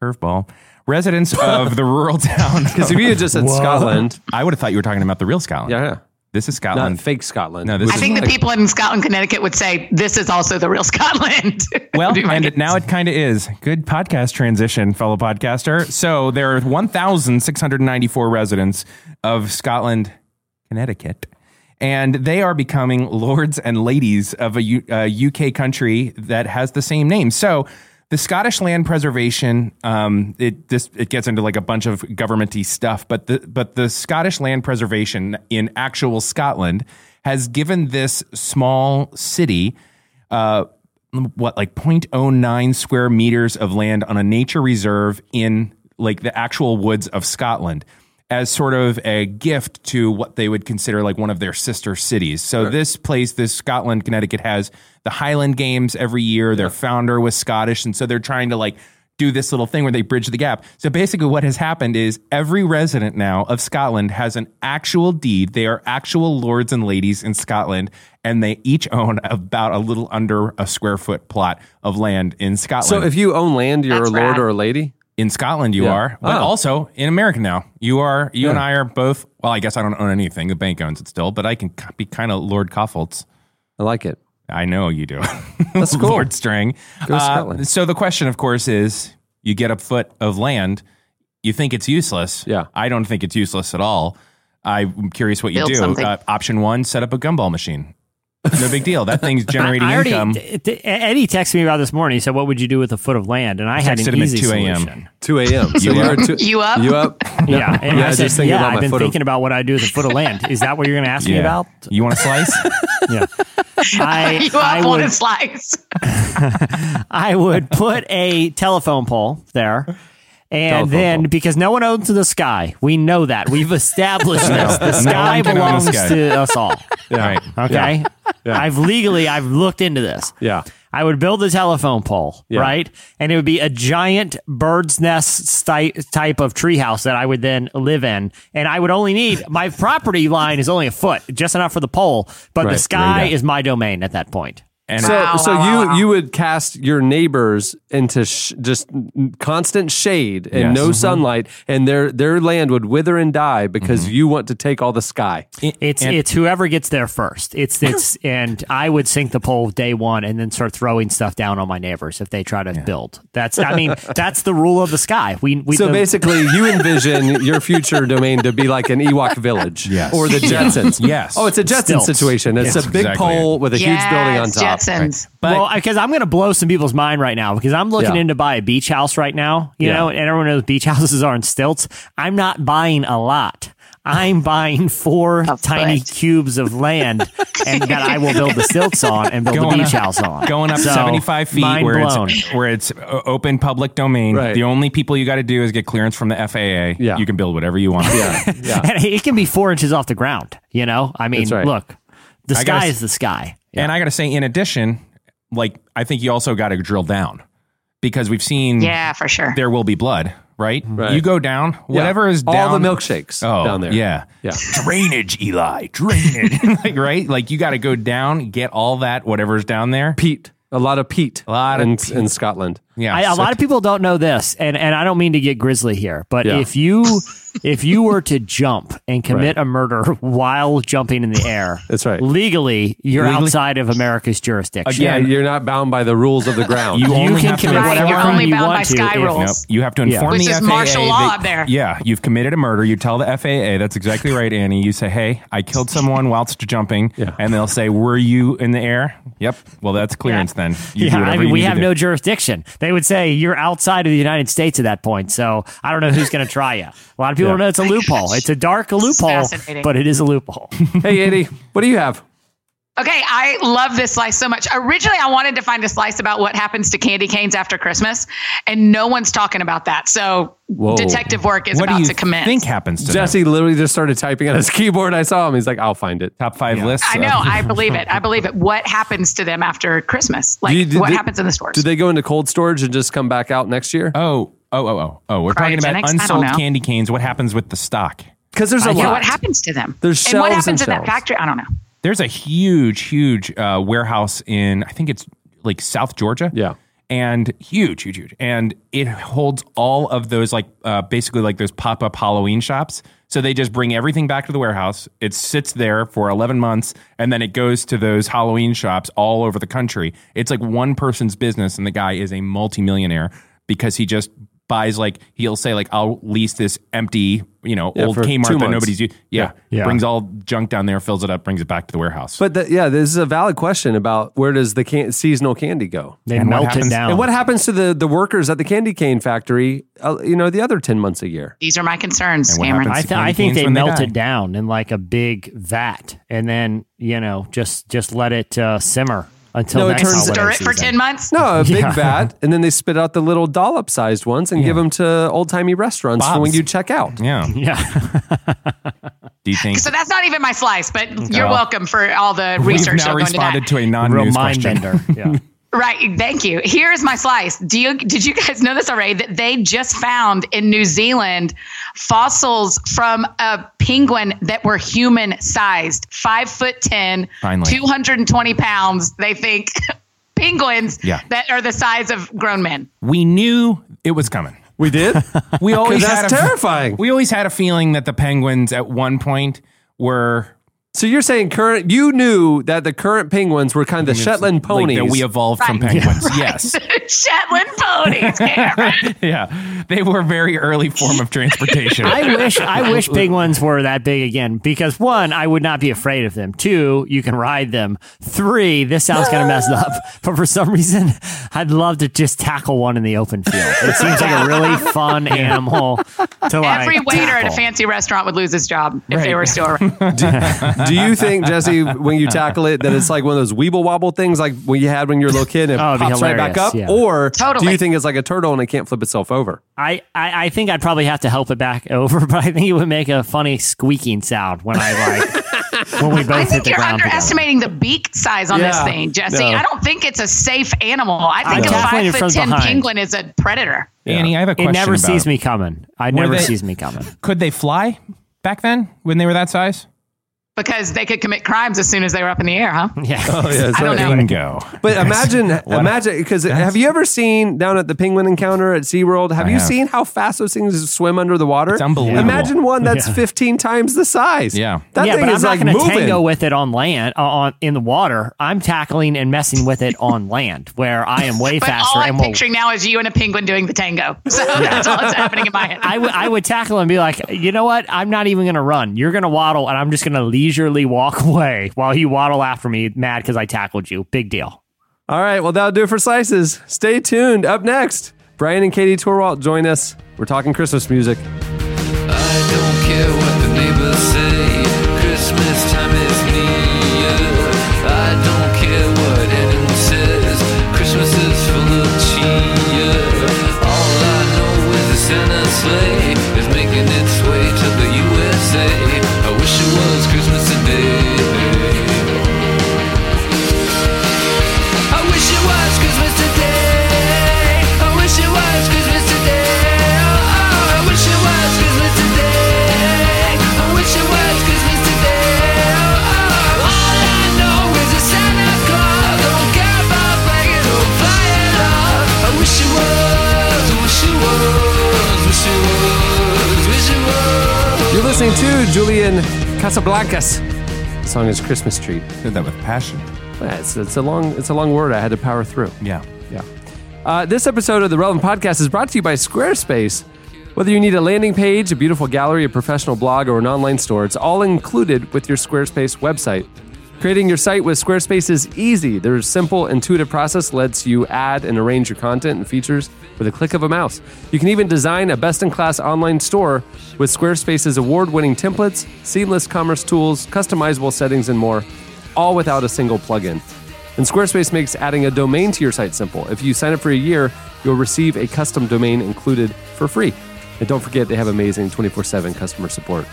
Speaker 3: Curveball. Residents of the rural town.
Speaker 2: Because if you had just said Scotland,
Speaker 3: I would have thought you were talking about the real Scotland.
Speaker 2: yeah, yeah.
Speaker 3: This is
Speaker 2: not
Speaker 3: Scotland.
Speaker 2: fake Scotland.
Speaker 3: No, this
Speaker 5: I
Speaker 3: is
Speaker 5: think the people in Scotland, Connecticut would say this is also the real Scotland.
Speaker 3: Well,
Speaker 5: Do you mind
Speaker 3: and
Speaker 5: it?
Speaker 3: now it kind of is. Good podcast transition, fellow podcaster. So there are 1,694 residents of Scotland, Connecticut, and they are becoming lords and ladies of a U- uh, UK country that has the same name. So the Scottish Land Preservation, um, it this it gets into like a bunch of governmenty stuff, but the but the Scottish Land Preservation in actual Scotland has given this small city uh, what like 0.09 square meters of land on a nature reserve in like the actual woods of Scotland as sort of a gift to what they would consider like one of their sister cities. So this place, this Scotland, Connecticut has the Highland Games every year. Their founder was Scottish, and so they're trying to like do this little thing where they bridge the gap. So basically, what has happened is every resident now of Scotland has an actual deed. They are actual lords and ladies in Scotland, and they each own about a little under a square foot plot of land in Scotland.
Speaker 2: So if you own land, you're
Speaker 5: That's
Speaker 2: a lord
Speaker 5: rad.
Speaker 2: or a lady.
Speaker 3: in Scotland, you
Speaker 2: Yeah.
Speaker 3: are, but
Speaker 2: Oh.
Speaker 3: also in America now, you are. You and
Speaker 2: Yeah.
Speaker 3: I are both. Well, I guess I don't own anything. The bank owns it still, but I can k- be kind of Lord Coffolds.
Speaker 2: I like it.
Speaker 3: I know you do.
Speaker 2: That's cool.
Speaker 3: Lord String. Uh,
Speaker 2: Go Scotland.
Speaker 3: so the question, of course, is you get a foot of land, you think it's useless.
Speaker 2: Yeah.
Speaker 3: I don't think it's useless at all. I'm curious what you
Speaker 5: Build
Speaker 3: do.
Speaker 5: something.
Speaker 3: Uh, option one, set up a gumball machine. No big deal. That thing's generating
Speaker 4: I already,
Speaker 3: income.
Speaker 4: d- d- Eddie texted me about this morning. He said, "What would you do with a foot of land?" And I had
Speaker 3: Texted
Speaker 4: an
Speaker 3: him at
Speaker 4: easy
Speaker 3: 2 a.m..
Speaker 4: solution.
Speaker 2: 2 a.m. So
Speaker 3: You
Speaker 2: you're
Speaker 3: up?
Speaker 2: two-
Speaker 5: You up?
Speaker 2: You up?
Speaker 4: Yeah, and
Speaker 2: Yeah,
Speaker 4: I
Speaker 2: I
Speaker 4: said,
Speaker 2: just thinking
Speaker 4: "Yeah,
Speaker 2: about my
Speaker 4: I've been
Speaker 2: foot of-
Speaker 4: thinking about what I do with a foot of land. Is that what you're going to ask me about?"
Speaker 3: You want a slice?
Speaker 4: Yeah, I,
Speaker 5: you
Speaker 4: I
Speaker 5: up on
Speaker 4: would
Speaker 5: a slice.
Speaker 4: I would put a telephone pole there. And
Speaker 2: Telephone
Speaker 4: then,
Speaker 2: pole.
Speaker 4: because no one owns the sky, we know that we've established this. The sky
Speaker 3: one can own the
Speaker 4: belongs
Speaker 3: sky.
Speaker 4: to us all.
Speaker 3: All right.
Speaker 4: Okay, I've legally I've looked into this.
Speaker 2: Yeah.
Speaker 4: I would build a telephone pole,
Speaker 2: Yeah.
Speaker 4: right? And it would be a giant bird's nest sty- type of treehouse that I would then live in. And I would only need my property line is only a foot, just enough for the pole, but the
Speaker 2: Right.
Speaker 4: sky is my domain at that point.
Speaker 3: And
Speaker 2: So,
Speaker 5: Wow,
Speaker 2: so
Speaker 5: wow,
Speaker 2: you
Speaker 5: wow.
Speaker 2: you would cast your neighbors into sh- just n- constant shade and
Speaker 3: Yes. Mm-hmm.
Speaker 2: no sunlight, and their their land would wither and die because you want to take all the sky.
Speaker 4: It's
Speaker 3: Mm-hmm. And-
Speaker 4: it's whoever gets there first. It's it's and I would sink the pole day one and then start throwing stuff down on my neighbors if they try to build. That's I mean that's the rule of the sky. We we
Speaker 2: So
Speaker 4: the-
Speaker 2: basically, you envision your future domain to be like an Ewok village
Speaker 3: Yes.
Speaker 2: or the Jetsons.
Speaker 3: Yes.
Speaker 2: Oh, it's a Jetson
Speaker 4: Stilts.
Speaker 2: situation. It's
Speaker 3: Yes,
Speaker 2: a big
Speaker 3: exactly.
Speaker 2: pole with a huge building on
Speaker 5: Yes,
Speaker 2: top.
Speaker 5: Jetsons.
Speaker 3: but-
Speaker 4: well, because I'm going to blow some people's mind right now because I'm looking
Speaker 2: Yeah.
Speaker 4: into buy a beach house right now. You
Speaker 2: Yeah.
Speaker 4: know, and everyone knows beach houses are on stilts. I'm not buying a lot. I'm buying four tiny
Speaker 5: foot.
Speaker 4: cubes of land and that I will build the stilts on and build
Speaker 3: Going
Speaker 4: the beach
Speaker 3: up-
Speaker 4: house on.
Speaker 3: going up
Speaker 4: So,
Speaker 3: 75 feet
Speaker 4: mind
Speaker 3: where
Speaker 4: blown.
Speaker 3: it's where it's uh, open public domain.
Speaker 2: Right.
Speaker 3: The only people you got to do is get clearance from the FAA.
Speaker 2: Yeah.
Speaker 3: You can build whatever you want. Yeah.
Speaker 4: and it can be four inches off the ground. You know, I mean,
Speaker 2: That's right.
Speaker 4: look, the
Speaker 3: gotta
Speaker 4: sky
Speaker 3: s-
Speaker 4: is the sky.
Speaker 3: And I got to say in addition, like I think you also got to drill down because we've seen
Speaker 5: Yeah, for sure.
Speaker 3: there will be blood, right?
Speaker 2: Right.
Speaker 3: You go down,
Speaker 2: Yeah.
Speaker 3: whatever is down
Speaker 2: all the milkshakes
Speaker 3: Oh,
Speaker 2: down there.
Speaker 3: Yeah.
Speaker 2: Yeah.
Speaker 3: Drainage, Eli. Drainage. like right? Like you got to go down, get all that whatever's down there.
Speaker 2: peat. A lot of peat. A
Speaker 3: lot of
Speaker 2: in,
Speaker 3: peat.
Speaker 2: in Scotland.
Speaker 3: Yeah.
Speaker 4: I, a
Speaker 3: so-
Speaker 4: lot of people don't know this, and, and I don't mean to get grisly here, but
Speaker 2: Yeah.
Speaker 4: if you if you were to jump and commit a murder while jumping in the air,
Speaker 2: That's right.
Speaker 4: Legally, you're
Speaker 3: Legally-
Speaker 4: outside of America's jurisdiction.
Speaker 2: Yeah,
Speaker 3: Again,
Speaker 2: you're not bound by the rules of the ground.
Speaker 3: You
Speaker 4: you
Speaker 3: only
Speaker 4: can
Speaker 3: have to
Speaker 4: commit
Speaker 3: Right,
Speaker 4: whatever
Speaker 3: you're
Speaker 4: crime
Speaker 5: only
Speaker 4: you
Speaker 5: bound
Speaker 4: want
Speaker 5: by
Speaker 4: to.
Speaker 5: sky
Speaker 4: if-
Speaker 5: rules.
Speaker 3: Nope. You have to
Speaker 4: Yeah.
Speaker 3: inform
Speaker 5: Which
Speaker 3: the
Speaker 5: is
Speaker 3: FAA
Speaker 5: martial law
Speaker 3: that-
Speaker 5: up there.
Speaker 3: Yeah, you've committed a murder. You tell the FAA. That's exactly right, Annie. You say, "Hey, I killed someone whilst jumping," and they'll say, "Were you in the air?" Yep. Well, that's clearance then. You do
Speaker 4: yeah, I
Speaker 3: whatever
Speaker 4: mean,
Speaker 3: you
Speaker 4: we
Speaker 3: need to
Speaker 4: have
Speaker 3: do.
Speaker 4: no jurisdiction. They would say you're outside of the United States at that point. So I don't know who's going to try you. A lot of people don't know it's a loophole. It's a dark loophole,
Speaker 5: fascinating.
Speaker 4: but it is a loophole.
Speaker 2: hey, Eddie, what do you have?
Speaker 5: Okay, I love this slice so much. Originally, I wanted to find a slice about what happens to candy canes after Christmas, and no one's talking about that. So, detective work is
Speaker 3: what do
Speaker 5: about
Speaker 3: you
Speaker 5: to commence.
Speaker 3: think happens to them?
Speaker 2: Jesse literally just started typing on his keyboard. I saw him. He's like, I'll find it.
Speaker 3: top five lists?
Speaker 5: I
Speaker 3: of-
Speaker 5: know. I believe it. I believe it. What happens to them after Christmas? Like,
Speaker 2: You- did
Speaker 5: what
Speaker 2: they-
Speaker 5: happens in the stores?
Speaker 2: Do they go into cold storage and just come back out next year?
Speaker 3: Oh, oh, oh, oh, oh. We're talking
Speaker 5: Cryogenics? I
Speaker 3: about
Speaker 5: don't
Speaker 3: unsold
Speaker 5: know.
Speaker 3: candy canes. What happens with the stock?
Speaker 2: Because there's a
Speaker 5: yeah,
Speaker 2: lot.
Speaker 5: what happens to them?
Speaker 2: There's
Speaker 5: and what
Speaker 2: shelves and
Speaker 5: happens in that
Speaker 2: shelves.
Speaker 5: factory? I don't know.
Speaker 3: There's a huge, huge uh, warehouse in I think it's like South Georgia.
Speaker 2: Yeah.
Speaker 3: And huge, huge, huge, and it holds all of those like uh, basically like those pop up Halloween shops. So they just bring everything back to the warehouse. It sits there for eleven months, and then it goes to those Halloween shops all over the country. It's like one person's business, and the guy is a multimillionaire because he just buys like he'll say like I'll lease this empty you know old
Speaker 2: for two
Speaker 3: Kmart that
Speaker 2: months.
Speaker 3: nobody's using. Yeah.
Speaker 4: Yeah.
Speaker 3: brings all junk down there, fills it up, brings it back to the warehouse.
Speaker 2: But the, yeah, this is a valid question about where does the can- seasonal candy go?
Speaker 4: They
Speaker 3: And what
Speaker 4: melt it
Speaker 3: happens-
Speaker 4: down.
Speaker 2: And what happens to the, the workers at the candy cane factory, uh, you know, the other 10 months a year?
Speaker 5: These are my concerns,
Speaker 3: And what
Speaker 5: Cameron.
Speaker 3: happens-
Speaker 4: I,
Speaker 3: to
Speaker 4: th- I
Speaker 3: candy
Speaker 4: think
Speaker 3: canes
Speaker 4: they
Speaker 3: when they
Speaker 4: melt
Speaker 3: die.
Speaker 4: it down in like a big vat, and then you know just just let it uh, simmer until
Speaker 2: No, it
Speaker 4: next
Speaker 2: turns-
Speaker 4: holiday
Speaker 5: Stir it for
Speaker 4: season.
Speaker 5: ten months.
Speaker 2: No, a big
Speaker 4: Yeah.
Speaker 2: vat, and then they spit out the little dollop-sized ones and give 'em give them to old-timey restaurants for when
Speaker 3: Bob's.
Speaker 2: you check out.
Speaker 3: yeah.
Speaker 4: Yeah,
Speaker 3: Do you think
Speaker 5: So that's not even my slice, but you're
Speaker 3: No.
Speaker 5: welcome for all the
Speaker 3: we've
Speaker 5: research.
Speaker 3: now
Speaker 5: I'll go into that.
Speaker 3: responded to a
Speaker 4: real
Speaker 3: non-news
Speaker 4: mind
Speaker 3: question?
Speaker 4: bender. Yeah.
Speaker 5: Right. Thank you. Here's my slice. Do you did you guys know this already? That they just found in New Zealand fossils from a penguin that were human sized, five foot ten,
Speaker 3: Finally.
Speaker 5: 220 pounds. They think penguins
Speaker 3: Yeah.
Speaker 5: that are the size of grown men.
Speaker 3: We knew it was coming.
Speaker 2: We did?
Speaker 3: We always
Speaker 2: that's
Speaker 3: had a,
Speaker 2: terrifying.
Speaker 3: We always had a feeling that the penguins at one point were
Speaker 2: so you're saying current? you knew that the current penguins were kind of the Shetland ponies.
Speaker 3: Like, that we evolved from
Speaker 5: Right.
Speaker 3: penguins. Yes.
Speaker 5: Shetland ponies. Cameron.
Speaker 3: yeah. They were a very early form of transportation.
Speaker 4: I wish I wish penguins were that big again because one, I would not be afraid of them. Two, you can ride them. Three, this sounds kind of messed up, but for some reason, I'd love to just tackle one in the open field. It seems like a really fun animal to like.
Speaker 5: Every waiter at a
Speaker 4: tackle.
Speaker 5: fancy restaurant would lose his job if they
Speaker 3: Right.
Speaker 5: were still around.
Speaker 2: Do you think, Jesse, when you tackle it, that it's like one of those weeble wobble things like when you had when you were a little kid and it
Speaker 4: Oh, it'd be
Speaker 2: pops right back
Speaker 4: hilarious,
Speaker 2: up?
Speaker 4: yeah.
Speaker 2: Or do
Speaker 5: Totally.
Speaker 2: you think it's like a turtle and it can't flip itself over?
Speaker 4: I, I I think I'd probably have to help it back over, but I think it would make a funny squeaking sound when I like when we both
Speaker 5: I
Speaker 4: hit
Speaker 5: think
Speaker 4: the
Speaker 5: you're
Speaker 4: ground. together.
Speaker 5: underestimating the beak size on this
Speaker 2: Yeah.
Speaker 5: thing, Jesse.
Speaker 2: No.
Speaker 5: I don't think it's a safe animal. I think
Speaker 4: No.
Speaker 5: a
Speaker 4: Definitely
Speaker 5: five foot
Speaker 4: from
Speaker 5: ten
Speaker 4: behind.
Speaker 5: penguin is a predator.
Speaker 3: Annie, I have a
Speaker 4: It
Speaker 3: question.
Speaker 4: never
Speaker 3: about-
Speaker 4: sees me coming. I never
Speaker 3: they-
Speaker 4: sees me coming.
Speaker 3: Could they fly back then when they were that size?
Speaker 5: because they could commit crimes as soon as they were up in the air, huh?
Speaker 4: Yeah.
Speaker 3: Oh,
Speaker 2: Oh, yeah,
Speaker 5: I don't know.
Speaker 3: Bingo.
Speaker 2: But imagine, imagine, because have you ever seen down at the Penguin Encounter at SeaWorld? Have
Speaker 3: I
Speaker 2: you
Speaker 3: have.
Speaker 2: seen how fast those things swim under the water?
Speaker 3: It's unbelievable.
Speaker 2: Imagine one that's
Speaker 4: Yeah.
Speaker 2: 15 times the size.
Speaker 3: Yeah.
Speaker 2: That
Speaker 4: yeah,
Speaker 2: thing
Speaker 4: but I'm
Speaker 2: is
Speaker 4: not
Speaker 2: like
Speaker 4: going to
Speaker 2: moving.
Speaker 4: tango with it on land, uh, on in the water. I'm tackling and messing with it on land, where I am way
Speaker 5: But
Speaker 4: faster.
Speaker 5: all
Speaker 4: and
Speaker 5: I'm
Speaker 4: will,
Speaker 5: picturing now is you and a penguin doing the tango. So that's all that's happening in my head.
Speaker 4: I would I would tackle and be like, you know what? I'm not even going to run. You're going to waddle, and I'm just going to leisurely walk away while you waddle after me, mad because I tackled you. Big deal.
Speaker 2: All right, well, that'll do it for Slices. Stay tuned. Up next, Brian and Katie Torwalt join us. We're talking Christmas music.
Speaker 1: I don't care what the neighbors say. Christmas time is near. I don't care what anyone says. Christmas is full of cheer. All I know is the Santa sleigh is making its way to the USA. I wish it was Christmas today. I wish it was Christmas today. I wish it was Christmas today. Oh, I wish it was Christmas today. I wish it was Christmas today. Oh, all I know is a Santa Claus. I don't care about begging or flying off. I wish it was. I wish it was. Wish it was. Wish it was.
Speaker 2: You're listening to Julian Casablancas. The song is Christmas Tree.
Speaker 3: Did that with passion.
Speaker 2: Yeah, it's, it's a long it's a long word. I had to power through.
Speaker 3: Yeah.
Speaker 2: Yeah. Uh, this episode of the Relevant Podcast is brought to you by Squarespace. Whether you need a landing page, a beautiful gallery, a professional blog, or an online store, it's all included with your Squarespace website. Creating your site with Squarespace is easy. Their simple, intuitive process lets you add and arrange your content and features with a click of a mouse. You can even design a best in class online store with Squarespace's award winning templates, seamless commerce tools, customizable settings, and more, all without a single plugin. And Squarespace makes adding a domain to your site simple. If you sign up for a year, you'll receive a custom domain included for free. And don't forget, they have amazing 24 7 customer support.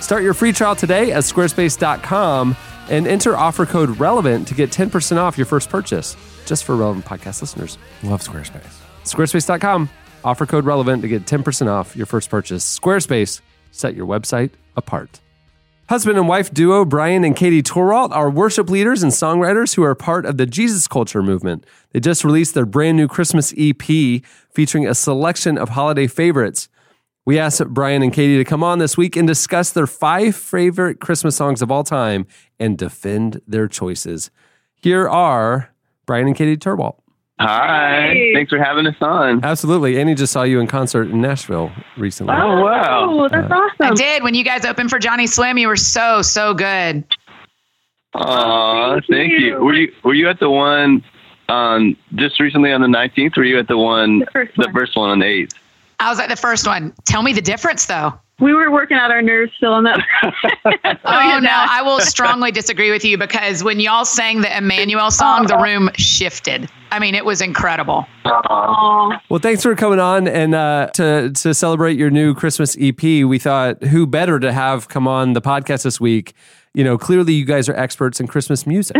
Speaker 2: Start your free trial today at squarespace.com and enter offer code RELEVANT to get 10% off your first purchase, just for relevant podcast listeners.
Speaker 3: Love Squarespace.
Speaker 2: Squarespace.com, offer code RELEVANT to get 10% off your first purchase. Squarespace, set your website apart. Husband and wife duo Brian and Katie Toralt are worship leaders and songwriters who are part of the Jesus Culture movement. They just released their brand new Christmas EP featuring a selection of holiday favorites. We asked Brian and Katie to come on this week and discuss their five favorite Christmas songs of all time and defend their choices. Here are Brian and Katie Torwalt.
Speaker 10: Hi. Thanks for having us on.
Speaker 2: Absolutely. Annie just saw you in concert in Nashville recently. Uh,
Speaker 10: Oh, wow.
Speaker 5: that's awesome. I did. When you guys opened for Johnny Swim, you were so, so good.
Speaker 10: Aw, thank, you. Were you were you at the one um just recently on the nineteenth? Were you at the one the first one, on the eighth?
Speaker 5: I was at the first one. Tell me the difference,
Speaker 10: Oh.
Speaker 5: though.
Speaker 11: We were working out our nerves still on that.
Speaker 5: Oh, no, I will strongly disagree with you because when y'all sang the
Speaker 11: Oh,
Speaker 5: Emmanuel song, the room shifted. I mean, it was incredible.
Speaker 2: Well, thanks for coming on and uh, to to celebrate your new Christmas EP. We thought who better to have come on the podcast this week. You know, clearly you guys are experts in Christmas music.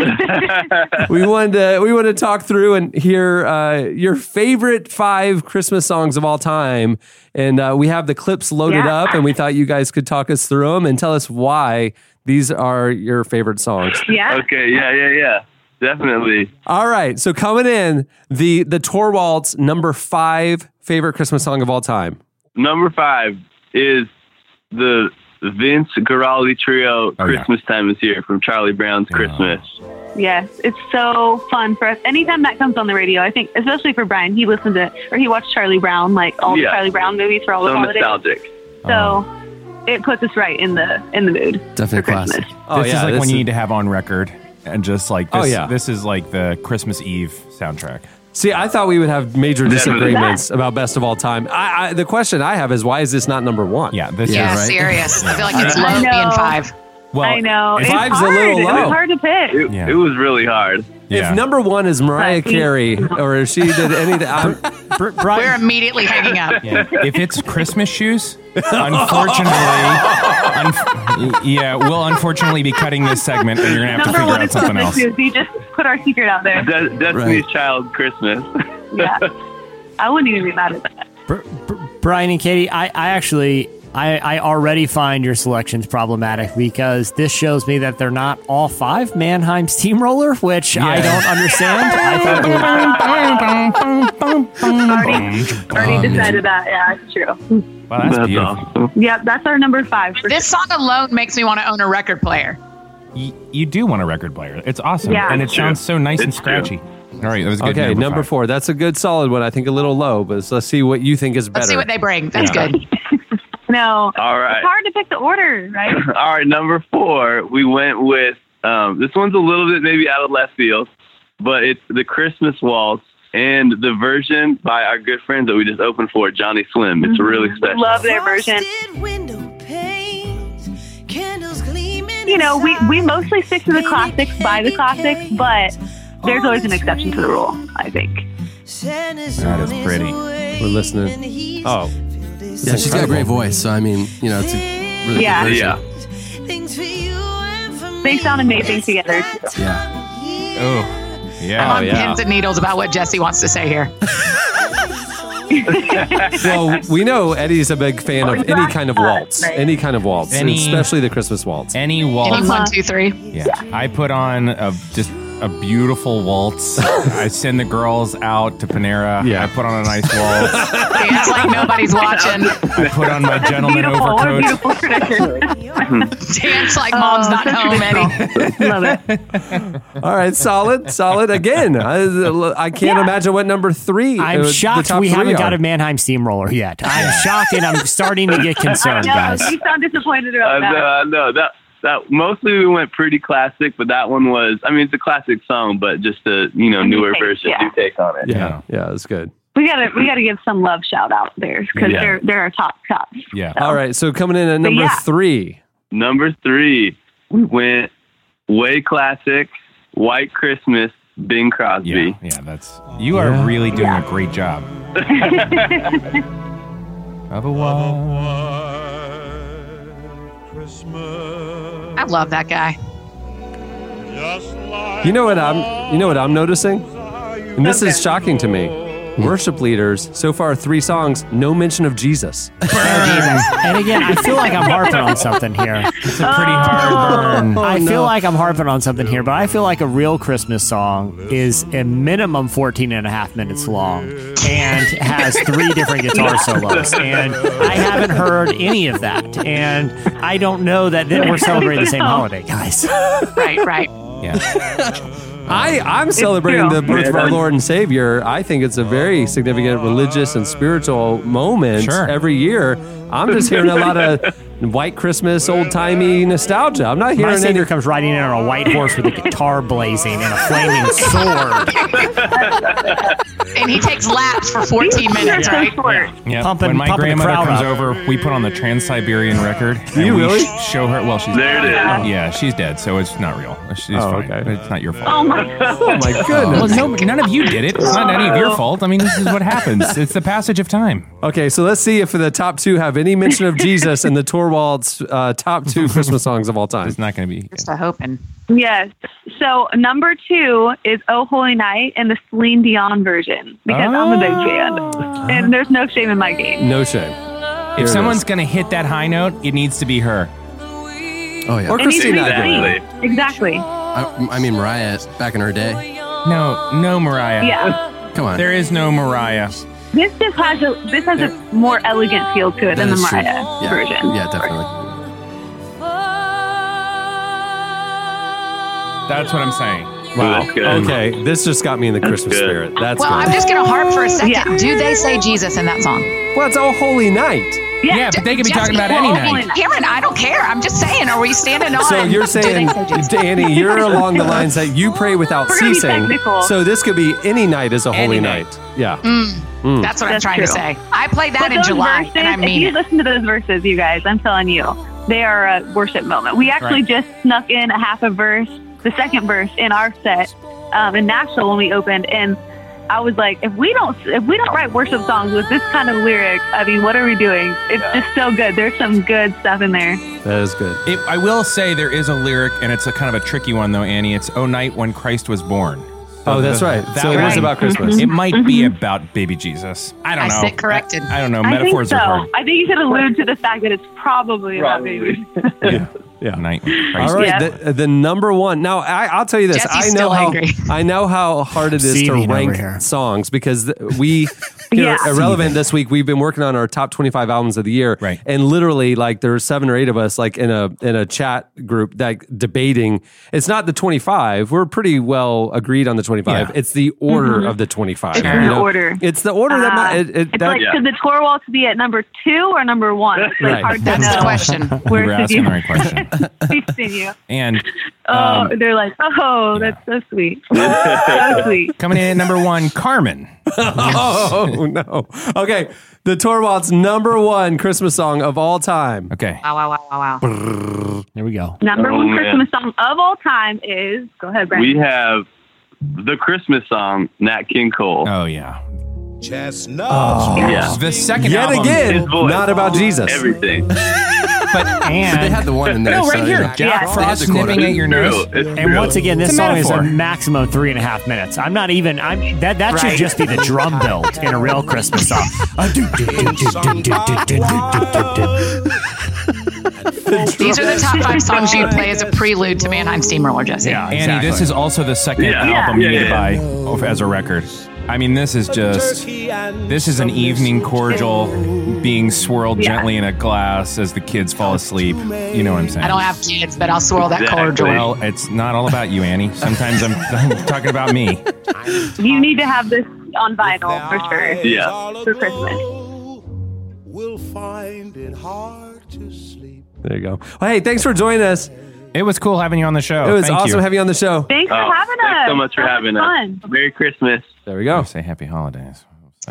Speaker 2: we wanted to, we want to talk through and hear uh, your favorite five Christmas songs of all time, and uh, we have the clips loaded
Speaker 11: Yeah.
Speaker 2: up, and we thought you guys could talk us through them and tell us why these are your favorite songs.
Speaker 11: Yeah.
Speaker 10: Okay, yeah, yeah, yeah. Definitely.
Speaker 2: All right, so coming in the the Torwalds number five favorite Christmas song of all time.
Speaker 10: Number five is the Vince Guaraldi trio
Speaker 3: Oh, yeah.
Speaker 10: Christmas time is here from Charlie Brown's Christmas.
Speaker 11: Yes. It's so fun for us. Anytime that comes on the radio, I think, especially for Brian, he listened to or he watched Charlie Brown, like all
Speaker 10: Yeah.
Speaker 11: the Charlie Brown movies for all the
Speaker 10: So
Speaker 11: holidays.
Speaker 10: nostalgic.
Speaker 11: So it puts us right in the in the mood.
Speaker 6: Definitely
Speaker 11: for Christmas.
Speaker 6: classic.
Speaker 2: Oh,
Speaker 3: this
Speaker 2: yeah,
Speaker 3: is like
Speaker 2: this
Speaker 3: one
Speaker 2: is-
Speaker 3: you need to have on record and just like
Speaker 2: Oh,
Speaker 3: this,
Speaker 2: yeah.
Speaker 3: this is like the Christmas Eve soundtrack.
Speaker 2: See, I thought we would have major
Speaker 10: Definitely.
Speaker 2: disagreements about best of all time. I, I, the question I have is why is this not number one?
Speaker 3: Yeah, this
Speaker 5: Yeah,
Speaker 3: is
Speaker 5: serious. I feel like it's
Speaker 11: I
Speaker 5: low
Speaker 11: know.
Speaker 5: being five.
Speaker 3: well.
Speaker 11: I know. It's
Speaker 3: it's-
Speaker 2: Five's a
Speaker 11: hard.
Speaker 2: little
Speaker 11: It
Speaker 2: low.
Speaker 11: was hard to pick.
Speaker 10: It,
Speaker 3: Yeah.
Speaker 10: it was really hard.
Speaker 3: yeah.
Speaker 2: If number one is Mariah
Speaker 11: Right.
Speaker 2: Carey, or if she did anything, I'm,
Speaker 4: Br-
Speaker 5: We're
Speaker 4: Brian,
Speaker 5: immediately hanging up.
Speaker 3: Yeah. if it's Christmas shoes, unfortunately, un- yeah, we'll unfortunately be cutting this segment, and you're gonna have to
Speaker 11: Number
Speaker 3: figure
Speaker 11: one
Speaker 3: out
Speaker 11: is
Speaker 3: something
Speaker 11: Christmas
Speaker 3: else.
Speaker 11: too. We just put our secret out there.
Speaker 10: De- Destiny's Child Christmas.
Speaker 11: Yeah. I wouldn't even be mad at that.
Speaker 4: Br- Br- Brian and Katie, I, I actually I, I already find your selections problematic because this shows me that they're not all five Mannheim Steamroller, which I
Speaker 3: Yeah.
Speaker 4: don't understand. I thought they were-
Speaker 11: Already, already decided that. Yeah, it's true.
Speaker 3: Wow, Oh, that's,
Speaker 10: That's
Speaker 3: beautiful.
Speaker 10: awesome.
Speaker 11: Yep, that's our number five. For
Speaker 5: This song alone makes me want to own a record player.
Speaker 3: You, you do want a record player. It's awesome,
Speaker 11: Yeah.
Speaker 3: and it sounds so nice and
Speaker 10: It's true.
Speaker 3: scratchy. All right, that was a good.
Speaker 2: okay, number,
Speaker 3: number five.
Speaker 2: four. That's a good solid one. I think a little low, but let's- let's see what you think is better.
Speaker 5: Let's see what they bring. That's
Speaker 3: Yeah.
Speaker 5: good.
Speaker 11: No.
Speaker 10: All right.
Speaker 11: It's hard to pick the order, right?
Speaker 10: All right, number four, we went with um, this one's a little bit maybe out of left field, but it's the Christmas waltz and the version by our good friends that we just opened for, Johnny Swim. It's really special.
Speaker 11: Mm-hmm. Love their version.
Speaker 9: Frosted window panes, candles gleaming
Speaker 11: You know, we, we
Speaker 9: inside.
Speaker 11: mostly stick to the classics by the classics, but there's always an exception to the rule, I think.
Speaker 9: Santa's
Speaker 3: That is
Speaker 9: on his
Speaker 3: pretty.
Speaker 9: way,
Speaker 2: We're listening.
Speaker 9: and he's
Speaker 2: Oh.
Speaker 9: filled his
Speaker 6: Yeah, she's got a great voice. So I mean, you know, it's a really
Speaker 11: Yeah.
Speaker 6: good version.
Speaker 10: Yeah.
Speaker 9: Things for you and for me.
Speaker 11: They sound amazing together.
Speaker 9: It's
Speaker 6: Yeah.
Speaker 9: that time of year.
Speaker 3: Oh,
Speaker 5: I'm
Speaker 3: yeah.
Speaker 5: on
Speaker 2: yeah.
Speaker 5: pins and needles about what Jesse wants to say here.
Speaker 2: well, we know Eddie's a big fan of any kind of waltz, any kind of waltz,
Speaker 3: Any-
Speaker 2: especially the Christmas waltz.
Speaker 3: Any
Speaker 5: Any
Speaker 3: waltz.
Speaker 11: Uh-huh.
Speaker 5: one, two, three.
Speaker 3: Yeah, I put on a just a beautiful waltz. I send the girls out to Panera.
Speaker 2: Yeah.
Speaker 3: I put on a nice waltz.
Speaker 5: It's like nobody's watching.
Speaker 3: I put on my gentleman
Speaker 11: Beautiful. What a
Speaker 3: overcoat.
Speaker 11: beautiful Oh, tradition.
Speaker 5: Dance like mom's not home, Eddie.
Speaker 11: Love it.
Speaker 2: All right, solid, solid. Again, I, I can't imagine what number three.
Speaker 4: I'm
Speaker 2: uh, the
Speaker 4: shocked
Speaker 2: top
Speaker 4: we
Speaker 2: three
Speaker 4: haven't
Speaker 2: are.
Speaker 4: got a Mannheim Steamroller yet. I'm shocked and I'm starting to get concerned,
Speaker 11: No,
Speaker 4: guys.
Speaker 11: you sound disappointed
Speaker 10: I
Speaker 11: about
Speaker 10: know,
Speaker 11: that.
Speaker 10: I know. That, that mostly we went pretty classic, but that one was. I mean, it's a classic song, but just a you know
Speaker 11: A new
Speaker 10: newer
Speaker 11: take,
Speaker 10: version,
Speaker 11: yeah.
Speaker 10: new take on it.
Speaker 2: Yeah, yeah, it's good.
Speaker 11: We gotta we gotta give some love shout out there because
Speaker 10: Yeah.
Speaker 11: they're they're our top tops.
Speaker 3: Yeah.
Speaker 2: All right. So coming in at
Speaker 11: But
Speaker 2: number
Speaker 11: yeah.
Speaker 2: three.
Speaker 10: Number three, we went way classic, White Christmas, Bing Crosby.
Speaker 3: Yeah, that's You are really doing a great job. Otherwise,
Speaker 5: I love that guy.
Speaker 2: You know what I'm you know what I'm noticing? And this is shocking to me. Worship leaders, so far three songs, no mention of Jesus.
Speaker 4: and again, I feel like I'm harping on something here. It's a pretty hard burn.
Speaker 2: Oh,
Speaker 4: I feel like I'm harping on something here, but I feel like a real Christmas song is a minimum 14 and a half minutes long and has three different guitar solos. And I haven't heard any of that. And I don't know that then we're celebrating the same holiday, guys.
Speaker 5: Right, right.
Speaker 2: I, I'm celebrating the birth of our
Speaker 4: Yeah.
Speaker 2: Lord and Savior. I think it's a very significant religious and spiritual moment
Speaker 3: Sure.
Speaker 2: every year. I'm just hearing a lot of white Christmas, old timey nostalgia. I'm not
Speaker 4: My
Speaker 2: hearing any
Speaker 4: savior comes riding in on a white horse with a guitar blazing and a flaming sword.
Speaker 5: And he takes laps for 14 minutes, right?
Speaker 3: yeah.
Speaker 4: Pumping-
Speaker 3: when my
Speaker 4: pumping the
Speaker 3: grandmother
Speaker 4: crowd
Speaker 3: comes
Speaker 4: up.
Speaker 3: over, we put on the Trans Siberian record. and
Speaker 4: you
Speaker 3: we
Speaker 4: really?
Speaker 3: sh- show her? Well, she's
Speaker 4: There it is.
Speaker 3: Yeah, she's dead, so it's not real. She's
Speaker 4: Oh,
Speaker 3: fine. It's not your fault.
Speaker 11: Oh my god.
Speaker 3: Oh my
Speaker 2: goodness.
Speaker 3: Well, no, none of you did it. It's not any of your fault. I mean, this is what happens. It's the passage of time.
Speaker 2: Okay, so let's see if the top two have any mention of Jesus in the Torvalds uh, top two Christmas songs of all time. It's
Speaker 3: not going to be.
Speaker 5: Just a hoping.
Speaker 11: Yes. So number two is "Oh Holy Night" and the Celine Dion version because I'm a big
Speaker 4: Oh.
Speaker 11: fan, and there's no shame in my game.
Speaker 2: No shame. Here it
Speaker 3: If someone's going to hit that high note, it needs to be her.
Speaker 6: Oh yeah.
Speaker 3: Or
Speaker 11: It needs to be
Speaker 3: Christina Aguilera.
Speaker 11: clean. Exactly.
Speaker 6: I, I mean, Mariah back in her day.
Speaker 3: No, no, Mariah.
Speaker 11: Yeah.
Speaker 6: Come on.
Speaker 3: There is no Mariah.
Speaker 11: This just has a this has a more elegant feel to it than the
Speaker 6: That is true.
Speaker 11: Mariah
Speaker 6: yeah.
Speaker 11: version.
Speaker 6: Yeah, definitely.
Speaker 3: That's what I'm saying.
Speaker 2: Wow.
Speaker 3: Good, good.
Speaker 2: Okay, this just got me in the Christmas spirit. That's
Speaker 5: well,
Speaker 2: good.
Speaker 5: I'm just going to harp for a second.
Speaker 11: Yeah.
Speaker 5: Do they say Jesus in that song?
Speaker 2: Well, it's all holy night.
Speaker 3: Yeah, but they could be
Speaker 5: Just-
Speaker 3: talking about
Speaker 5: well,
Speaker 3: any
Speaker 5: okay,
Speaker 3: night.
Speaker 5: Karen, I don't care. I'm just saying, are we standing on?
Speaker 2: So you're
Speaker 5: do they
Speaker 2: saying,
Speaker 5: say Jesus?
Speaker 2: Danny, you're along the lines that you pray without
Speaker 5: We're gonna be
Speaker 2: ceasing.
Speaker 5: technical.
Speaker 2: So this could be any night is a
Speaker 5: Any
Speaker 2: holy
Speaker 5: night.
Speaker 2: night. Yeah.
Speaker 5: Mm,
Speaker 2: Mm.
Speaker 5: That's what I'm
Speaker 11: That's
Speaker 5: trying to
Speaker 11: true.
Speaker 5: say. I played that
Speaker 11: But
Speaker 5: in
Speaker 11: those
Speaker 5: July,
Speaker 11: verses,
Speaker 5: and I
Speaker 11: if you
Speaker 5: mean it.
Speaker 11: listen to those verses, you guys, I'm telling you, they are a worship moment. We actually
Speaker 5: Right.
Speaker 11: just snuck in a half a verse, the second verse in our set um, in Nashville when we opened, and I was like, if we don't if we don't write worship songs with this kind of lyric, I mean, what are we doing? It's just so good. There's some good stuff in there.
Speaker 2: That is good.
Speaker 3: It, I will say there is a lyric, and it's a kind of a tricky one though, Annie. It's "O Night When Christ Was Born."
Speaker 2: Oh, that's right. So it was
Speaker 3: one-
Speaker 2: about Christmas.
Speaker 3: It might be about baby Jesus. I don't
Speaker 5: I
Speaker 3: know.
Speaker 5: sit corrected.
Speaker 3: I, I don't know.
Speaker 11: I think
Speaker 3: Metaphors
Speaker 11: so.
Speaker 3: are hard.
Speaker 11: I think you could allude to the fact that it's probably, about babies.
Speaker 2: Yeah.
Speaker 3: Night.
Speaker 2: All right, the, the number one. Now I, I'll tell you this.
Speaker 5: Jesse's
Speaker 2: I
Speaker 5: still
Speaker 2: know how
Speaker 5: angry.
Speaker 2: I know how hard it is to
Speaker 4: Seething over
Speaker 2: rank
Speaker 4: here.
Speaker 2: songs because th- we
Speaker 11: Yeah.
Speaker 2: here at irrelevant this week. We've been working on our top twenty five albums of the year, right? And literally, like there were seven or eight of us, like in a in a chat group, like debating. It's not the twenty five. We're pretty well agreed on the twenty five. It's the order of the twenty five.
Speaker 11: Mm-hmm. It's the order.
Speaker 2: It's the order that
Speaker 11: Uh,
Speaker 2: my, it, it,
Speaker 11: it's
Speaker 2: that,
Speaker 11: like, could the tour waltz be at number two or number one? It's like
Speaker 2: Right.
Speaker 11: hard to
Speaker 5: That's
Speaker 11: know.
Speaker 5: the question.
Speaker 11: Where
Speaker 3: you were
Speaker 11: should
Speaker 3: asking
Speaker 11: you-
Speaker 3: the right question.
Speaker 11: Fixing you.
Speaker 3: And
Speaker 11: Oh,
Speaker 3: um,
Speaker 11: they're like, oh, that's so sweet. so sweet.
Speaker 3: coming in at number one, Carmen.
Speaker 2: oh no. Okay. The Torvalds number one Christmas song of all time.
Speaker 3: Okay.
Speaker 5: Wow, wow, wow, wow, wow.
Speaker 4: There we go.
Speaker 11: Number
Speaker 10: Oh,
Speaker 11: one
Speaker 10: man.
Speaker 11: Christmas song of all time is go ahead, Brad.
Speaker 10: We have the Christmas song, Nat King Cole.
Speaker 3: Oh yeah.
Speaker 7: Chestnut.
Speaker 4: Oh.
Speaker 10: Yeah.
Speaker 3: The second
Speaker 2: Yet
Speaker 3: album.
Speaker 2: again,
Speaker 10: His voice.
Speaker 2: not about Jesus.
Speaker 10: Everything.
Speaker 3: but
Speaker 6: But they
Speaker 3: and
Speaker 6: had the one in there.
Speaker 3: no, right
Speaker 6: so,
Speaker 3: here,
Speaker 6: yeah.
Speaker 3: Jack
Speaker 11: Yeah.
Speaker 6: They
Speaker 3: Frost
Speaker 6: had to quote
Speaker 3: nipping
Speaker 6: it.
Speaker 3: at your nose.
Speaker 10: It's
Speaker 4: And once again, this
Speaker 3: It's a
Speaker 4: song is a
Speaker 3: metaphor.
Speaker 4: maximum three and a half minutes. I'm not even. I'm that. That
Speaker 5: Right.
Speaker 4: should just be the drum build in a real Christmas song.
Speaker 5: These are the top five songs you'd play as a prelude to Mannheim Steamroller, Jesse.
Speaker 4: Yeah,
Speaker 3: Annie,
Speaker 4: exactly.
Speaker 3: this is also the second
Speaker 10: Yeah.
Speaker 3: album
Speaker 10: Yeah,
Speaker 3: you need
Speaker 10: yeah,
Speaker 3: to buy as a record. I mean, this is just this is an evening cordial being swirled
Speaker 11: Yeah.
Speaker 3: gently in a glass as the kids fall asleep. You know what I'm saying?
Speaker 5: I don't have kids, but I'll swirl that
Speaker 10: Exactly.
Speaker 5: cordial.
Speaker 3: Well, it's not all about you, Annie. Sometimes I'm, I'm talking about me.
Speaker 11: you need to have this on vinyl for sure
Speaker 10: Yeah.
Speaker 11: for Christmas.
Speaker 7: We'll find it hard to sleep.
Speaker 2: There you go. Well, hey, thanks for joining us.
Speaker 3: It was cool having you on the show.
Speaker 2: It was
Speaker 3: Thank
Speaker 2: awesome
Speaker 3: you.
Speaker 2: having you on the show.
Speaker 11: Thanks
Speaker 3: Oh,
Speaker 11: for having
Speaker 3: thanks
Speaker 11: us.
Speaker 3: so much for
Speaker 11: That was
Speaker 3: having us.
Speaker 11: fun.
Speaker 3: Merry Christmas.
Speaker 2: There we go.
Speaker 3: Say happy holidays.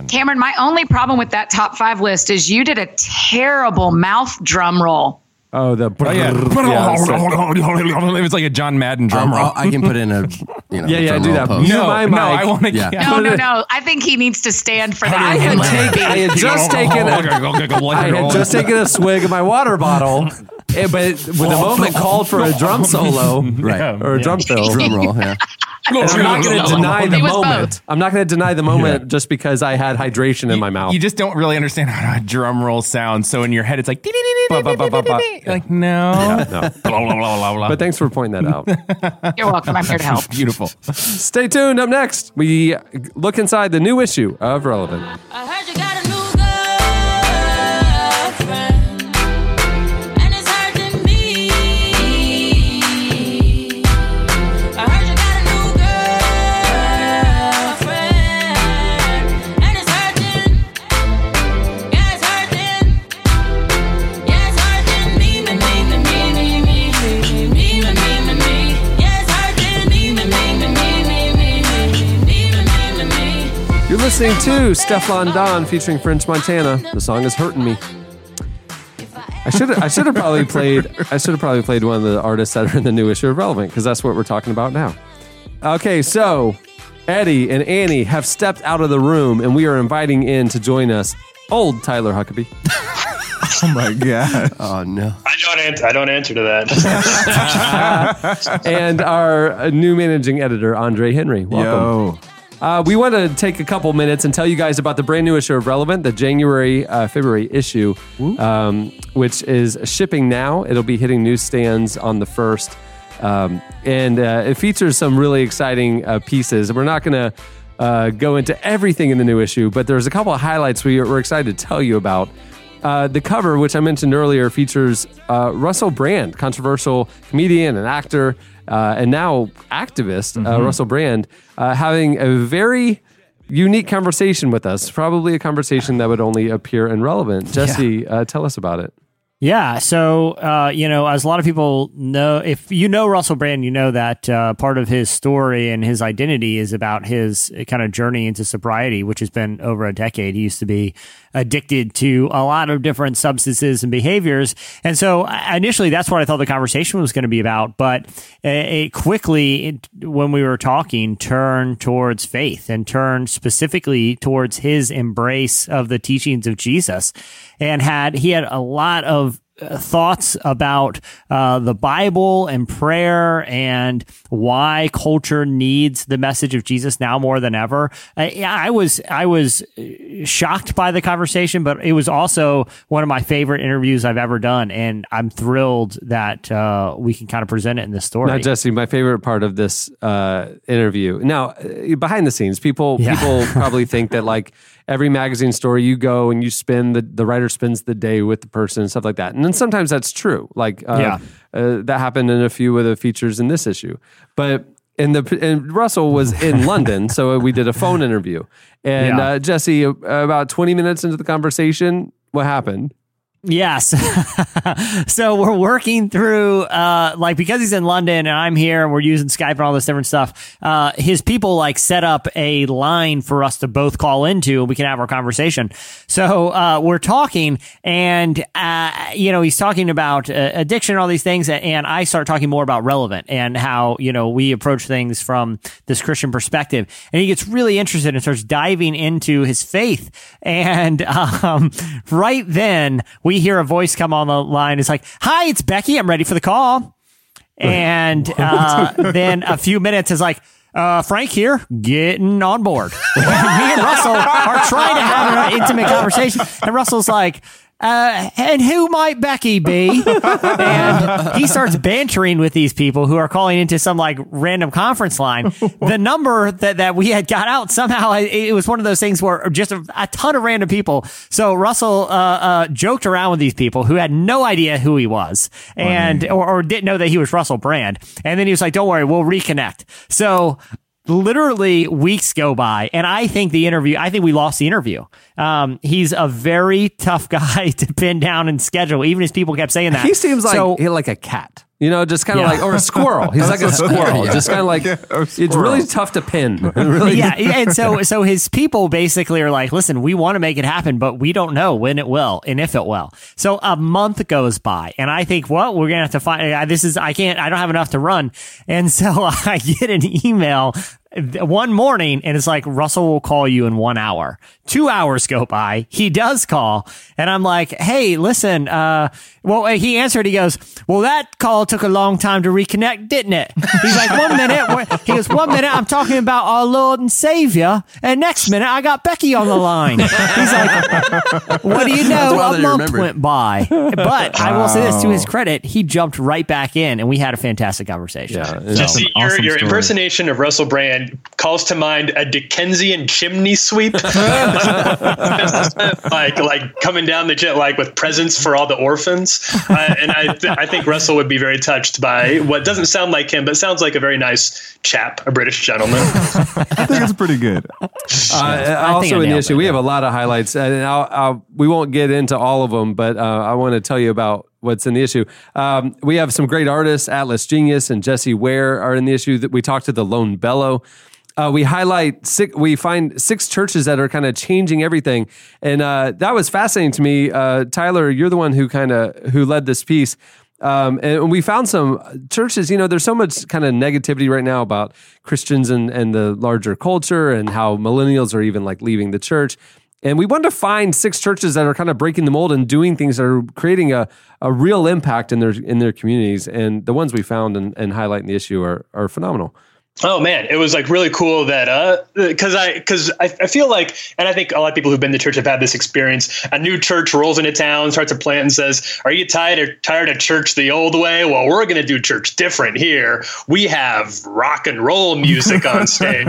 Speaker 5: Cameron, my only problem with that top five list is you did a terrible mouth drum roll.
Speaker 2: Oh, the
Speaker 3: Oh, yeah.
Speaker 2: Yeah, that's
Speaker 3: it was like a John Madden drum roll.
Speaker 6: I can put in a, you know,
Speaker 2: Yeah, yeah,
Speaker 6: drum
Speaker 2: do
Speaker 6: roll
Speaker 2: that.
Speaker 6: pose.
Speaker 2: You, my
Speaker 3: no,
Speaker 2: mic.
Speaker 3: I want to.
Speaker 6: Yeah.
Speaker 5: No, no, no. I think he needs to stand for that.
Speaker 2: I had, take, I had just taken a, I had just taken a swig of my water bottle, eh, but with the moment called for a drum solo
Speaker 6: Right.
Speaker 2: or a drum fill.
Speaker 6: Drum roll, yeah.
Speaker 2: And I'm not going to deny the
Speaker 5: It was both.
Speaker 2: moment. I'm not going to deny the moment just because I had hydration in my mouth.
Speaker 3: You just don't really understand how a drum roll sounds. So in your head, it's like, "Dee-dee-dee-dee-dee-dee-dee-dee-dee." like no.
Speaker 2: no.
Speaker 3: Blah, blah, blah, blah, blah.
Speaker 2: But thanks for pointing that out.
Speaker 5: You're welcome. I'm here to help.
Speaker 3: Beautiful.
Speaker 2: Stay tuned. Up next, we look inside the new issue of Relevant.
Speaker 7: I heard you got a new girlfriend, and it's hurting me. I heard you got a new girlfriend, and it's hurting. Yeah, it's hurting. Yeah, it's hurting me, me, me, me, me, me, me, me, me, me, me, me, me. Yeah, it's hurting me, me, me, me, me, me, me, me, me, me, me.
Speaker 2: You're listening to Stefan Don featuring French Montana. The song is "Hurting Me." I should I should have probably played I should have probably played one of the artists that are in the new issue of Relevant because that's what we're talking about now. Okay, so Eddie and Annie have stepped out of the room and we are inviting in to join us old Tyler Huckabee.
Speaker 6: Oh my god. Oh no.
Speaker 12: I don't answer. I don't answer to that.
Speaker 2: and our uh, new managing editor, Andre Henry. Welcome. Uh, we want to take a couple minutes and tell you guys about the brand new issue of Relevant, the January uh, February issue, um, which is shipping now. It'll be hitting newsstands on the first, um, and uh, it features some really exciting uh, pieces. We're not going to uh, go into everything in the new issue, but there's a couple of highlights we, we're excited to tell you about. Uh, the cover, which I mentioned earlier, features uh, Russell Brand, controversial comedian and actor, uh, and now activist uh, Russell Brand, uh, having a very unique conversation with us. Probably a conversation that would only appear in relevant. Jesse, uh, tell us about it.
Speaker 4: Yeah. So, uh, you know, as a lot of people know, if you know Russell Brand, you know that uh, part of his story and his identity is about his uh, kind of journey into sobriety, which has been over a decade. He used to be addicted to a lot of different substances and behaviors. And so I- initially, that's what I thought the conversation was going to be about. But uh, it it quickly, it, when we were talking, turned towards faith and turned specifically towards his embrace of the teachings of Jesus and had he had a lot of uh, thoughts about uh, the Bible and prayer and why culture needs the message of Jesus now more than ever. I, yeah, I was I was uh, shocked by the conversation, but it was also one of my favorite interviews I've ever done, and I'm thrilled that uh, we can kind of present it in this story.
Speaker 2: Now, Jesse, my favorite part of this uh, interview. Now, uh, behind the scenes, people
Speaker 4: Yeah.
Speaker 2: people probably think that like every magazine story you go and you spend the the writer spends the day with the person and stuff like that. And then sometimes that's true. Like uh,
Speaker 4: Yeah.
Speaker 2: uh, that happened in a few of the features in this issue, but. And the and Russell was in London, so we did a phone interview. And
Speaker 4: Yeah.
Speaker 2: uh, Jesse, a- about twenty minutes into the conversation, what happened?
Speaker 4: Yes. so we're working through, uh, like, because he's in London and I'm here and we're using Skype and all this different stuff, uh, his people, like, set up a line for us to both call into and we can have our conversation. So uh, we're talking and, uh, you know, he's talking about uh, addiction and all these things. And I start talking more about relevant and how, you know, we approach things from this Christian perspective. And he gets really interested and starts diving into his faith. And um, right then, we hear a voice come on the line. It's like, "Hi, it's Becky. I'm ready for the call." And uh, then a few minutes is like. Uh, Frank here, getting on board. Me and Russell are trying to have an intimate conversation, and Russell's like, uh, "And who might Becky be?" And he starts bantering with these people who are calling into some like random conference line. The number that that we had got out somehow it, it was one of those things where just a, a ton of random people. So Russell uh, uh, joked around with these people who had no idea who he was and or, or didn't know that he was Russell Brand. And then he was like, "Don't worry, we'll reconnect." So literally weeks go by and i think the interview i think we lost the interview um, he's a very tough guy to pin down and schedule even as people kept saying that
Speaker 2: He seems like
Speaker 4: So-
Speaker 2: he like a cat. You know, just kind of
Speaker 4: Yeah.
Speaker 2: like, or a squirrel. He's like a
Speaker 4: That's what-
Speaker 2: squirrel.
Speaker 4: yeah.
Speaker 2: Just kind of like, it's really tough to pin. It really
Speaker 4: yeah, and so so his people basically are like, listen, we want to make it happen, but we don't know when it will and if it will. So a month goes by, and I think, well, we're gonna have to find. I- This is I can't. I don't have enough to run, and so I get an email one morning, and it's like Russell will call you in one hour. Two hours go by, he does call, and I'm like, hey, listen. uh Well, he answered. He goes, well, that call took a long time to reconnect, didn't it? He's like, one minute. we're- He goes, one minute I'm talking about our Lord and Savior, and next minute I got Becky on the line. He's like, what do you
Speaker 7: That's
Speaker 4: know?
Speaker 7: wild that
Speaker 4: A
Speaker 7: he
Speaker 4: month
Speaker 7: remembered.
Speaker 4: went by, but I will say this to his
Speaker 7: Wow.
Speaker 4: credit, he jumped right back in, and we had a fantastic conversation.
Speaker 12: Jesse, your, your impersonation of Russell Brand calls to mind a Dickensian chimney sweep, like like coming down the jet, like with presents for all the orphans. Uh, and I, th- I think Russell would be very touched by what doesn't sound like him, but sounds like a very nice chap, a British gentleman.
Speaker 2: I think it's pretty good.
Speaker 12: I think I
Speaker 2: Uh, also, in the
Speaker 12: nailed
Speaker 2: issue, we have a lot of highlights, and I'll, I'll, we won't get into all of them, but uh, I want to tell you about what's in the issue. Um, we have some great artists, Atlas Genius and Jesse Ware are in the issue. That we talked to the Lone Bellow. Uh, we highlight six, we find six churches that are kind of changing everything, and uh, that was fascinating to me. Uh, Tyler, you're the one who kind of who led this piece. Um, and we found some churches, you know, there's so much kind of negativity right now about Christians and, and the larger culture and how millennials are even like leaving the church. And we wanted to find six churches that are kind of breaking the mold and doing things that are creating a, a real impact in their in their communities. And the ones we found and, and highlight in the issue are, are phenomenal.
Speaker 12: Oh man, it was like really cool that uh, because I because I, I feel like, and I think a lot of people who've been to church have had this experience. A new church rolls into town, starts a plant, and says, "Are you tired of tired of church the old way? Well, we're going to do church different here. We have rock and roll music on stage,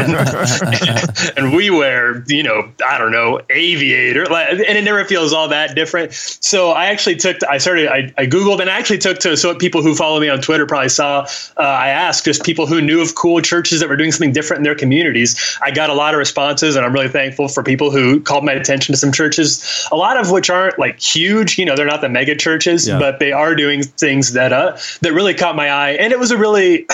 Speaker 12: and, and we wear you know I don't know aviator, like, and it never feels all that different. So I actually took I started I, I googled and I actually took to so people who follow me on Twitter probably saw uh, I asked just people who knew of cool churches that were doing something different in their communities. I got a lot of responses, and I'm really thankful for people who called my attention to some churches, a lot of which aren't like huge. You know, they're not the mega churches,
Speaker 10: Yeah.
Speaker 12: but they are doing things that uh, that really caught my eye, and it was a really.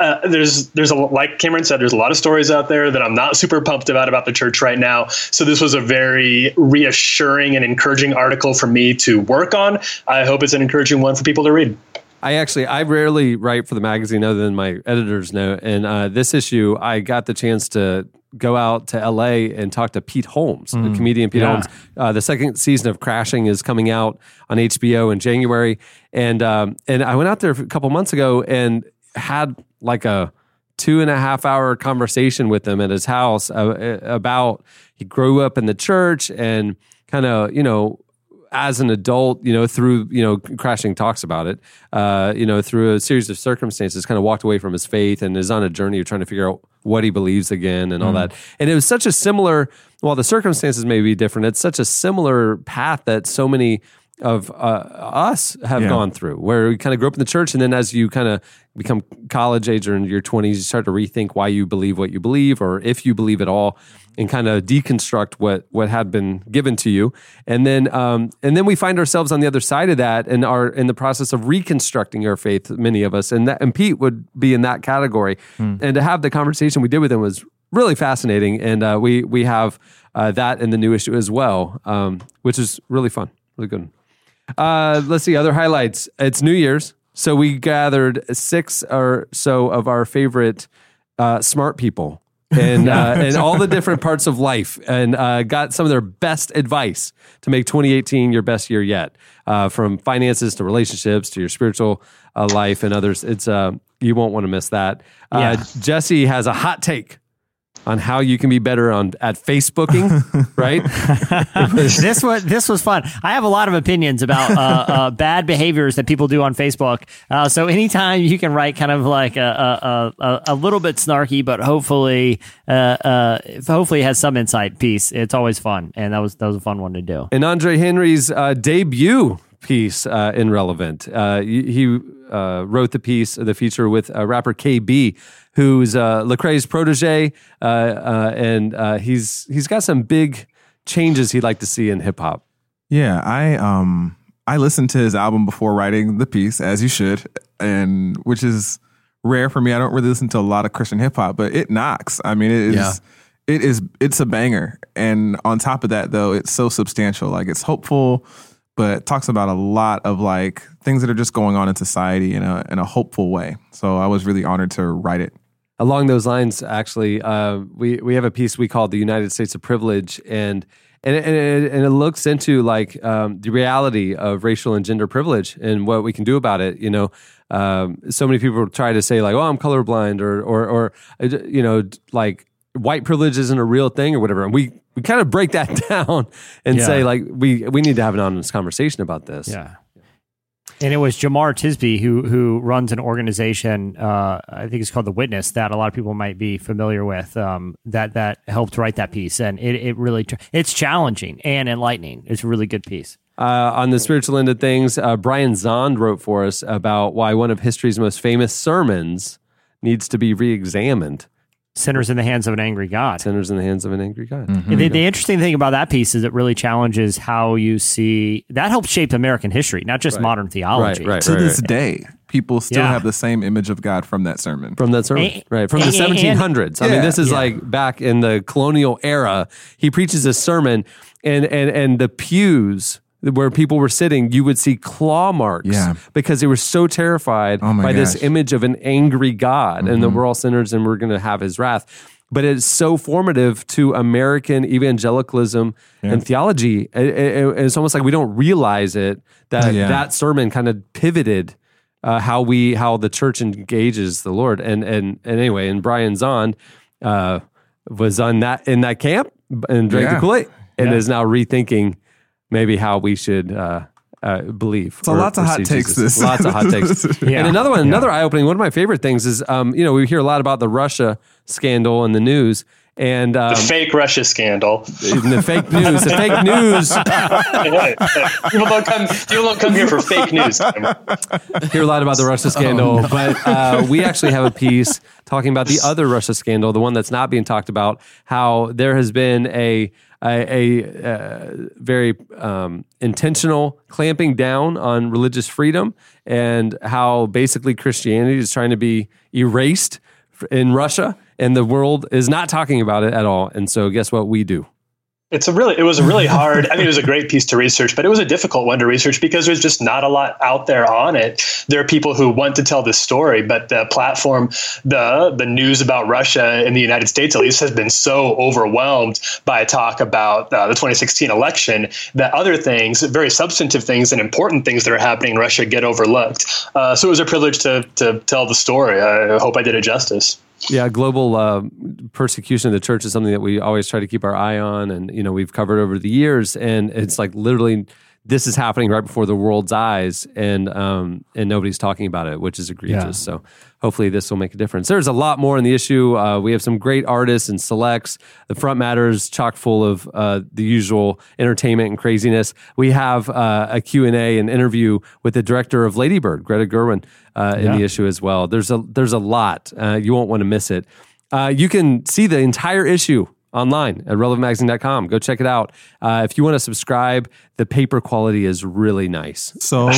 Speaker 12: Uh, there's there's a like Cameron said there's a lot of stories out there that I'm not super pumped about about the church right now. So this was a very reassuring and encouraging article for me to work on. I hope it's an encouraging one for people to read.
Speaker 2: I actually I rarely write for the magazine other than my editor's note, and uh, this issue I got the chance to go out to L.A. and talk to Pete Holmes, the
Speaker 13: Mm.
Speaker 2: comedian Pete
Speaker 13: Yeah.
Speaker 2: Holmes. Uh, the second season of Crashing is coming out on HBO in January, and um, and I went out there a couple months ago and had like a two and a half hour conversation with him at his house uh, uh, about he grew up in the church and kind of you know as an adult, you know, through you know, crashing talks about it, uh, you know, through a series of circumstances, kind of walked away from his faith and is on a journey of trying to figure out what he believes again and all
Speaker 13: Mm.
Speaker 2: that. And it was such a similar. While the circumstances may be different, it's such a similar path that so many of uh, us have
Speaker 13: Yeah.
Speaker 2: gone through, where we kind of grew up in the church, and then as you kind of become college age or in your twenties, you start to rethink why you believe what you believe, or if you believe at all, and kind of deconstruct what what had been given to you, and then um, and then we find ourselves on the other side of that, and are in the process of reconstructing our faith. Many of us, and that, and Pete would be in that category, and to have the conversation we did with him was really fascinating, and uh, we we have uh, that in the new issue as well, um, which is really fun, really good. Uh, let's see other highlights. It's New Year's, so we gathered six or so of our favorite uh, smart people and uh, and all the different parts of life, and uh, got some of their best advice to make 2018 your best year yet, uh, from finances to relationships to your spiritual uh, life and others. It's uh, you won't want to miss that. Uh, Jesse has a hot take on how you can be better on at Facebooking, right?
Speaker 4: this was this was fun. I have a lot of opinions about uh, uh, bad behaviors that people do on Facebook. Uh, so anytime you can write kind of like a a, a, a little bit snarky, but hopefully uh, uh, hopefully has some insight piece. It's always fun, and that was that was a fun one to do.
Speaker 2: And Andre Henry's uh, debut piece uh, in Relevant. Uh, he he, uh, wrote the piece, the feature with uh, rapper KB, who's uh, Lecrae's protege, uh, uh, and uh, he's he's got some big changes he'd like to see in hip hop.
Speaker 13: Yeah, I um I listened to his album before writing the piece, as you should, and which is rare for me. I don't really listen to a lot of Christian hip hop, but it knocks. I mean, it is.
Speaker 6: Yeah.
Speaker 13: It is. It's a banger, and on top of that, though, it's so substantial. Like it's hopeful, but talks about a lot of like things that are just going on in society in a in a hopeful way. So I was really honored to write it.
Speaker 2: along those lines actually uh, we we have a piece we call the united states of privilege and and it, and it, and it looks into like um, the reality of racial and gender privilege and what we can do about it you know um, so many people try to say like oh i'm colorblind or or or uh, you know like white privilege isn't a real thing or whatever and we we kind of break that down and
Speaker 4: Yeah.
Speaker 2: say like we we need to have an honest conversation about this
Speaker 4: Yeah. And it was Jamar Tisby who who runs an organization. Uh, I think it's called the Witness that a lot of people might be familiar with. Um, that that helped write that piece, and it it really tr- it's challenging and enlightening. It's a really good piece.
Speaker 2: Uh, on the spiritual end of things, uh, Brian Zond wrote for us about why one of history's most famous sermons needs to be re examined.
Speaker 4: Sinners in the hands of an angry God.
Speaker 2: Sinners in the hands of an angry God.
Speaker 4: The, the interesting thing about that piece is it really challenges how you see that helps shape American history, not just modern theology.
Speaker 13: to this day, people still
Speaker 4: Yeah.
Speaker 13: have the same image of God from that sermon.
Speaker 2: From that sermon,
Speaker 4: And-
Speaker 2: right? From the
Speaker 4: and- and-
Speaker 2: 1700s. I mean,
Speaker 13: Yeah.
Speaker 2: this is
Speaker 13: Yeah.
Speaker 2: like back in the colonial era. He preaches a sermon, and and and the pews where people were sitting, you would see claw marks
Speaker 13: Yeah. Oh
Speaker 2: because they were so terrified
Speaker 13: my
Speaker 2: by this
Speaker 13: gosh. Mm-hmm.
Speaker 2: image of an angry God, and that we're all sinners and we're going to have His wrath. But it's so formative to American evangelicalism and theology. It- it- it's almost like we don't realize it that
Speaker 13: Yeah.
Speaker 2: that sermon kind of pivoted uh, how we how the church engages the Lord. And and and anyway, and Brian Zond uh, was on that in that camp and drank
Speaker 13: Yeah.
Speaker 2: the Kool Aid and
Speaker 13: Yeah.
Speaker 2: is now rethinking maybe how we should. Uh, uh, believe.
Speaker 13: So lots of hot
Speaker 2: see
Speaker 13: takes this-
Speaker 2: Lots of hot takes.
Speaker 13: Yeah.
Speaker 2: And another one, another eye opening. One of my favorite things is, um, you know, we hear a lot about the Russia scandal in the news, and um,
Speaker 12: the fake Russia scandal.
Speaker 2: the fake news, the fake news.
Speaker 12: Right. people, don't come, people don't come here for fake news.
Speaker 2: hear a lot about the Russia scandal, but uh, we actually have a piece talking about the other Russia scandal, the one that's not being talked about. How there has been a a, a uh, very um, intentional clamping down on religious freedom, and how basically Christianity is trying to be erased f- in Russia, and the world is not talking about it at all. And so, guess what we do?
Speaker 12: It's a really, it was a really hard. I mean, it was a great piece to research, but it was a difficult one to research because there's just not a lot out there on it. There are people who want to tell this story, but the platform, the the news about Russia in the United States, at least, has been so overwhelmed by talk about uh, the 2016 election that other things, very substantive things and important things that are happening in Russia, get overlooked. Uh, so it was a privilege to to tell the story. I hope I did it justice.
Speaker 2: Yeah, global uh, persecution of the church is something that we always try to keep our eye on, and you know we've covered over the years, and it's like literally this is happening right before the world's eyes, and um, and nobody's talking about it, which is egregious.
Speaker 4: Yeah.
Speaker 2: So hopefully this will make a difference. There's a lot more in the issue. Uh, we have some great artists and selects. The front matter is chock full of uh, the usual entertainment and craziness. We have uh, a Q&A and interview with the director of Ladybird, Greta Gerwin, uh, in
Speaker 4: Yeah.
Speaker 2: the issue as well. There's a there's a lot. Uh, you won't want to miss it. Uh, you can see the entire issue online at relevantmagazine.com. Go check it out. Uh, if you want to subscribe, the paper quality is really nice.
Speaker 13: So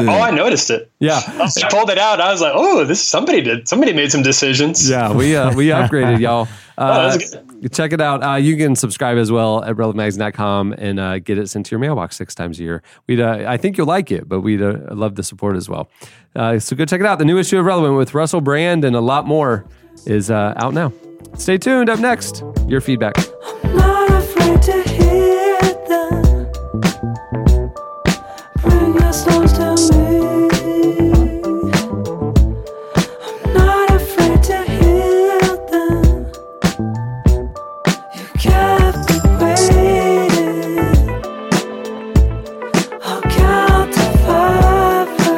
Speaker 12: oh, I noticed it.
Speaker 2: yeah.
Speaker 12: I pulled it out. I was like, "Oh, this somebody did. Somebody made some decisions."
Speaker 2: Yeah, we uh, we upgraded y'all.
Speaker 12: Oh,
Speaker 2: Uh,
Speaker 12: that's
Speaker 2: check it out. Uh, you can subscribe as well at relevantmagazine.com and uh, get it sent to your mailbox six times a year. We'd uh, I think you'll like it, but we'd uh, love the support as well. Uh, so go check it out. The new issue of Relevant with Russell Brand and a lot more is uh, out now. Stay tuned. Up next, your feedback.
Speaker 9: Not afraid to hear them. Bring your songs to me. I'm not afraid to hear them. You kept me waiting. I'll count to five.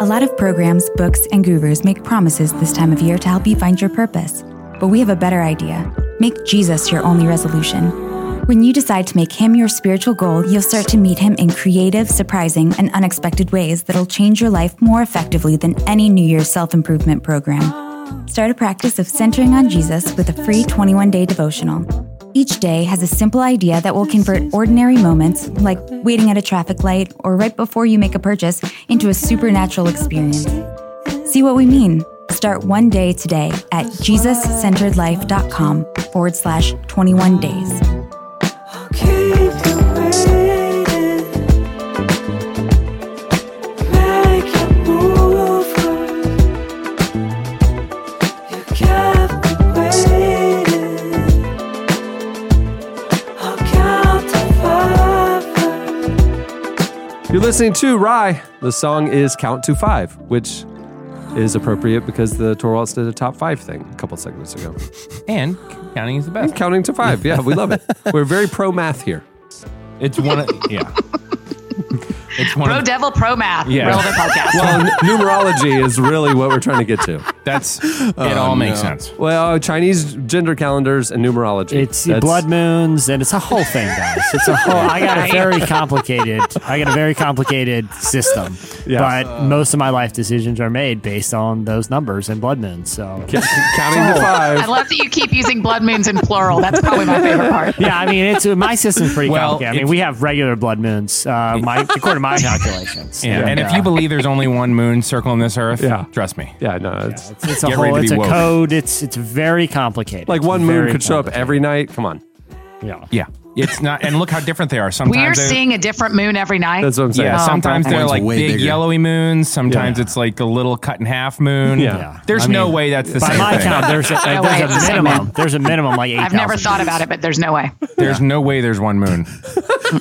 Speaker 14: A lot of programs, books, and gurus make promises this time of year to help you find your purpose. But we have a better idea make Jesus your only resolution. When you decide to make him your spiritual goal, you'll start to meet him in creative, surprising, and unexpected ways that'll change your life more effectively than any New Year's self improvement program. Start a practice of centering on Jesus with a free 21 day devotional. Each day has a simple idea that will convert ordinary moments, like waiting at a traffic light or right before you make a purchase, into a supernatural experience. See what we mean. Start one day today at JesusCenteredLife.com forward slash 21 days.
Speaker 2: You're listening to Rye. The song is Count to Five, which is appropriate because the Torvalds did a top five thing a couple seconds ago.
Speaker 3: And counting is the best.
Speaker 2: counting to five. Yeah, we love it. We're very pro math here.
Speaker 3: It's one of, yeah. It's one
Speaker 5: Pro
Speaker 3: of,
Speaker 5: devil, pro math.
Speaker 2: Yeah.
Speaker 5: Relevant podcast.
Speaker 2: Well, n- numerology is really what we're trying to get to. Oh,
Speaker 3: That's it. all makes sense.
Speaker 2: Well, Chinese gender calendars and numerology.
Speaker 4: It's the blood moons, and it's a whole thing, guys. It's a whole. I got a very complicated. I got a very complicated system.
Speaker 2: Uh,
Speaker 4: But most of my life decisions are made based on those numbers and blood moons. So
Speaker 2: counting
Speaker 4: to
Speaker 5: I love that you keep using blood moons in plural. That's probably my favorite part.
Speaker 4: Yeah, I mean, it's my system's pretty
Speaker 3: Well,
Speaker 4: complicated. I mean,
Speaker 3: if-
Speaker 4: we have regular blood moons. Uh, my according to my calculations.
Speaker 3: Yeah. And if you believe there's only one moon circling this earth, yeah. trust me.
Speaker 2: Yeah, no, it's,
Speaker 4: it's a whole, it's a code. It's it's very complicated.
Speaker 2: Like
Speaker 4: It's
Speaker 2: one moon
Speaker 4: very
Speaker 2: could show up every night. Come on.
Speaker 4: Yeah.
Speaker 3: Yeah. It's not, and look how different they are. Sometimes
Speaker 5: We are
Speaker 3: they're-
Speaker 5: seeing a different moon every night.
Speaker 3: Yeah,
Speaker 5: Oh,
Speaker 3: sometimes
Speaker 5: okay.
Speaker 3: they're like big yellowy moons. Sometimes it's like a little cut in half moon.
Speaker 4: Yeah. Yeah.
Speaker 3: There's
Speaker 4: I
Speaker 3: no
Speaker 4: mean,
Speaker 3: way that's the
Speaker 4: by
Speaker 3: same
Speaker 4: my
Speaker 3: thing.
Speaker 4: count, there's a- No there's way, a it's the same minimum- moon. there's a minimum like
Speaker 5: I've never thought about it, but there's no way.
Speaker 3: There's no way there's one moon.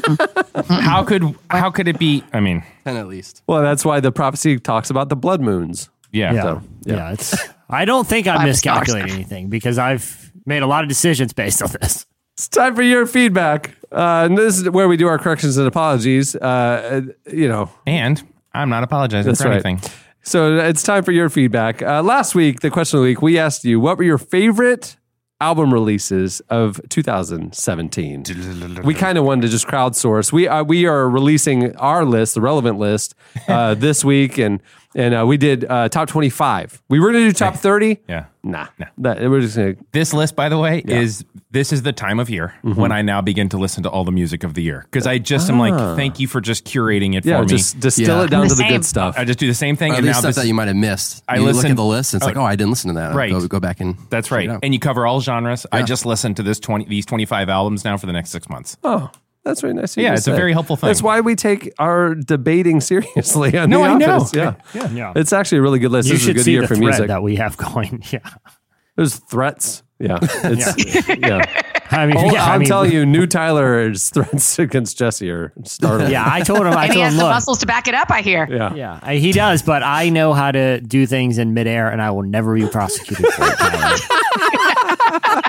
Speaker 3: how could how could it be? I mean,
Speaker 2: ten at least. Well, that's why the prophecy talks about the blood moons.
Speaker 3: Yeah.
Speaker 4: Yeah.
Speaker 2: So,
Speaker 4: yeah. it's. I don't think I'm
Speaker 2: Five stars.
Speaker 4: miscalculating anything because I've made a lot of decisions based on this.
Speaker 2: It's time for your feedback. Uh, and this is where we do our corrections and apologies. Uh, you know,
Speaker 3: and I'm not apologizing for anything.
Speaker 2: So it's time for your feedback. Uh, last week, the question of the week, we asked you what were your favorite album releases of 2017. we kind of wanted to just crowdsource. We uh, we are releasing our list, the relevant list, uh, this week, and and uh, we did uh, top 25. We were going to do top 30.
Speaker 3: Yeah.
Speaker 2: Nah. That, we're just gonna,
Speaker 3: This list, by the way, is this is the time of year when I now begin to listen to all the music of the year because I just am
Speaker 6: Ah.
Speaker 3: like, thank you for just curating it
Speaker 2: Yeah,
Speaker 3: for me.
Speaker 2: just distill Yeah. it down to the good Same. stuff.
Speaker 3: I just do the same thing,
Speaker 6: Or at
Speaker 3: and
Speaker 6: least
Speaker 3: now
Speaker 6: stuff
Speaker 3: this,
Speaker 6: that you might have missed.
Speaker 3: I
Speaker 6: you look
Speaker 3: listen-
Speaker 6: at the list. And it's
Speaker 3: Oh.
Speaker 6: like, oh, I didn't listen to that.
Speaker 3: Right.
Speaker 6: Go, go back and
Speaker 3: That's
Speaker 6: check it
Speaker 3: right,
Speaker 6: out.
Speaker 3: and you cover all genres. I
Speaker 6: Yeah.
Speaker 3: just listened to this twenty these twenty five albums now for the next six months.
Speaker 2: oh, that's very nice. of you
Speaker 3: Yeah,
Speaker 2: to
Speaker 3: it's a
Speaker 2: say.
Speaker 3: very helpful thing.
Speaker 2: That's why we take our debating seriously. On
Speaker 3: No,
Speaker 2: the
Speaker 3: I know.
Speaker 2: Office. Yeah.
Speaker 4: Yeah. Yeah.
Speaker 2: It's actually a really good list.
Speaker 4: you
Speaker 2: this is a
Speaker 4: should
Speaker 2: good
Speaker 4: see
Speaker 2: year
Speaker 4: the
Speaker 2: for
Speaker 4: thread
Speaker 2: music.
Speaker 4: that we have going. Yeah.
Speaker 2: There's threats. Yeah. It's, yeah.
Speaker 4: I mean,
Speaker 2: Oh,
Speaker 4: yeah,
Speaker 2: I'm
Speaker 4: I mean-
Speaker 2: telling you, new Tyler's threats against Jesse are startling.
Speaker 4: Yeah, I told him. I
Speaker 5: and he
Speaker 4: told
Speaker 5: has
Speaker 4: him.
Speaker 5: the
Speaker 4: Look,
Speaker 5: muscles to back it up, I hear.
Speaker 2: Yeah.
Speaker 4: Yeah, I- he does, but I know how to do things in midair, and I will never be prosecuted for it.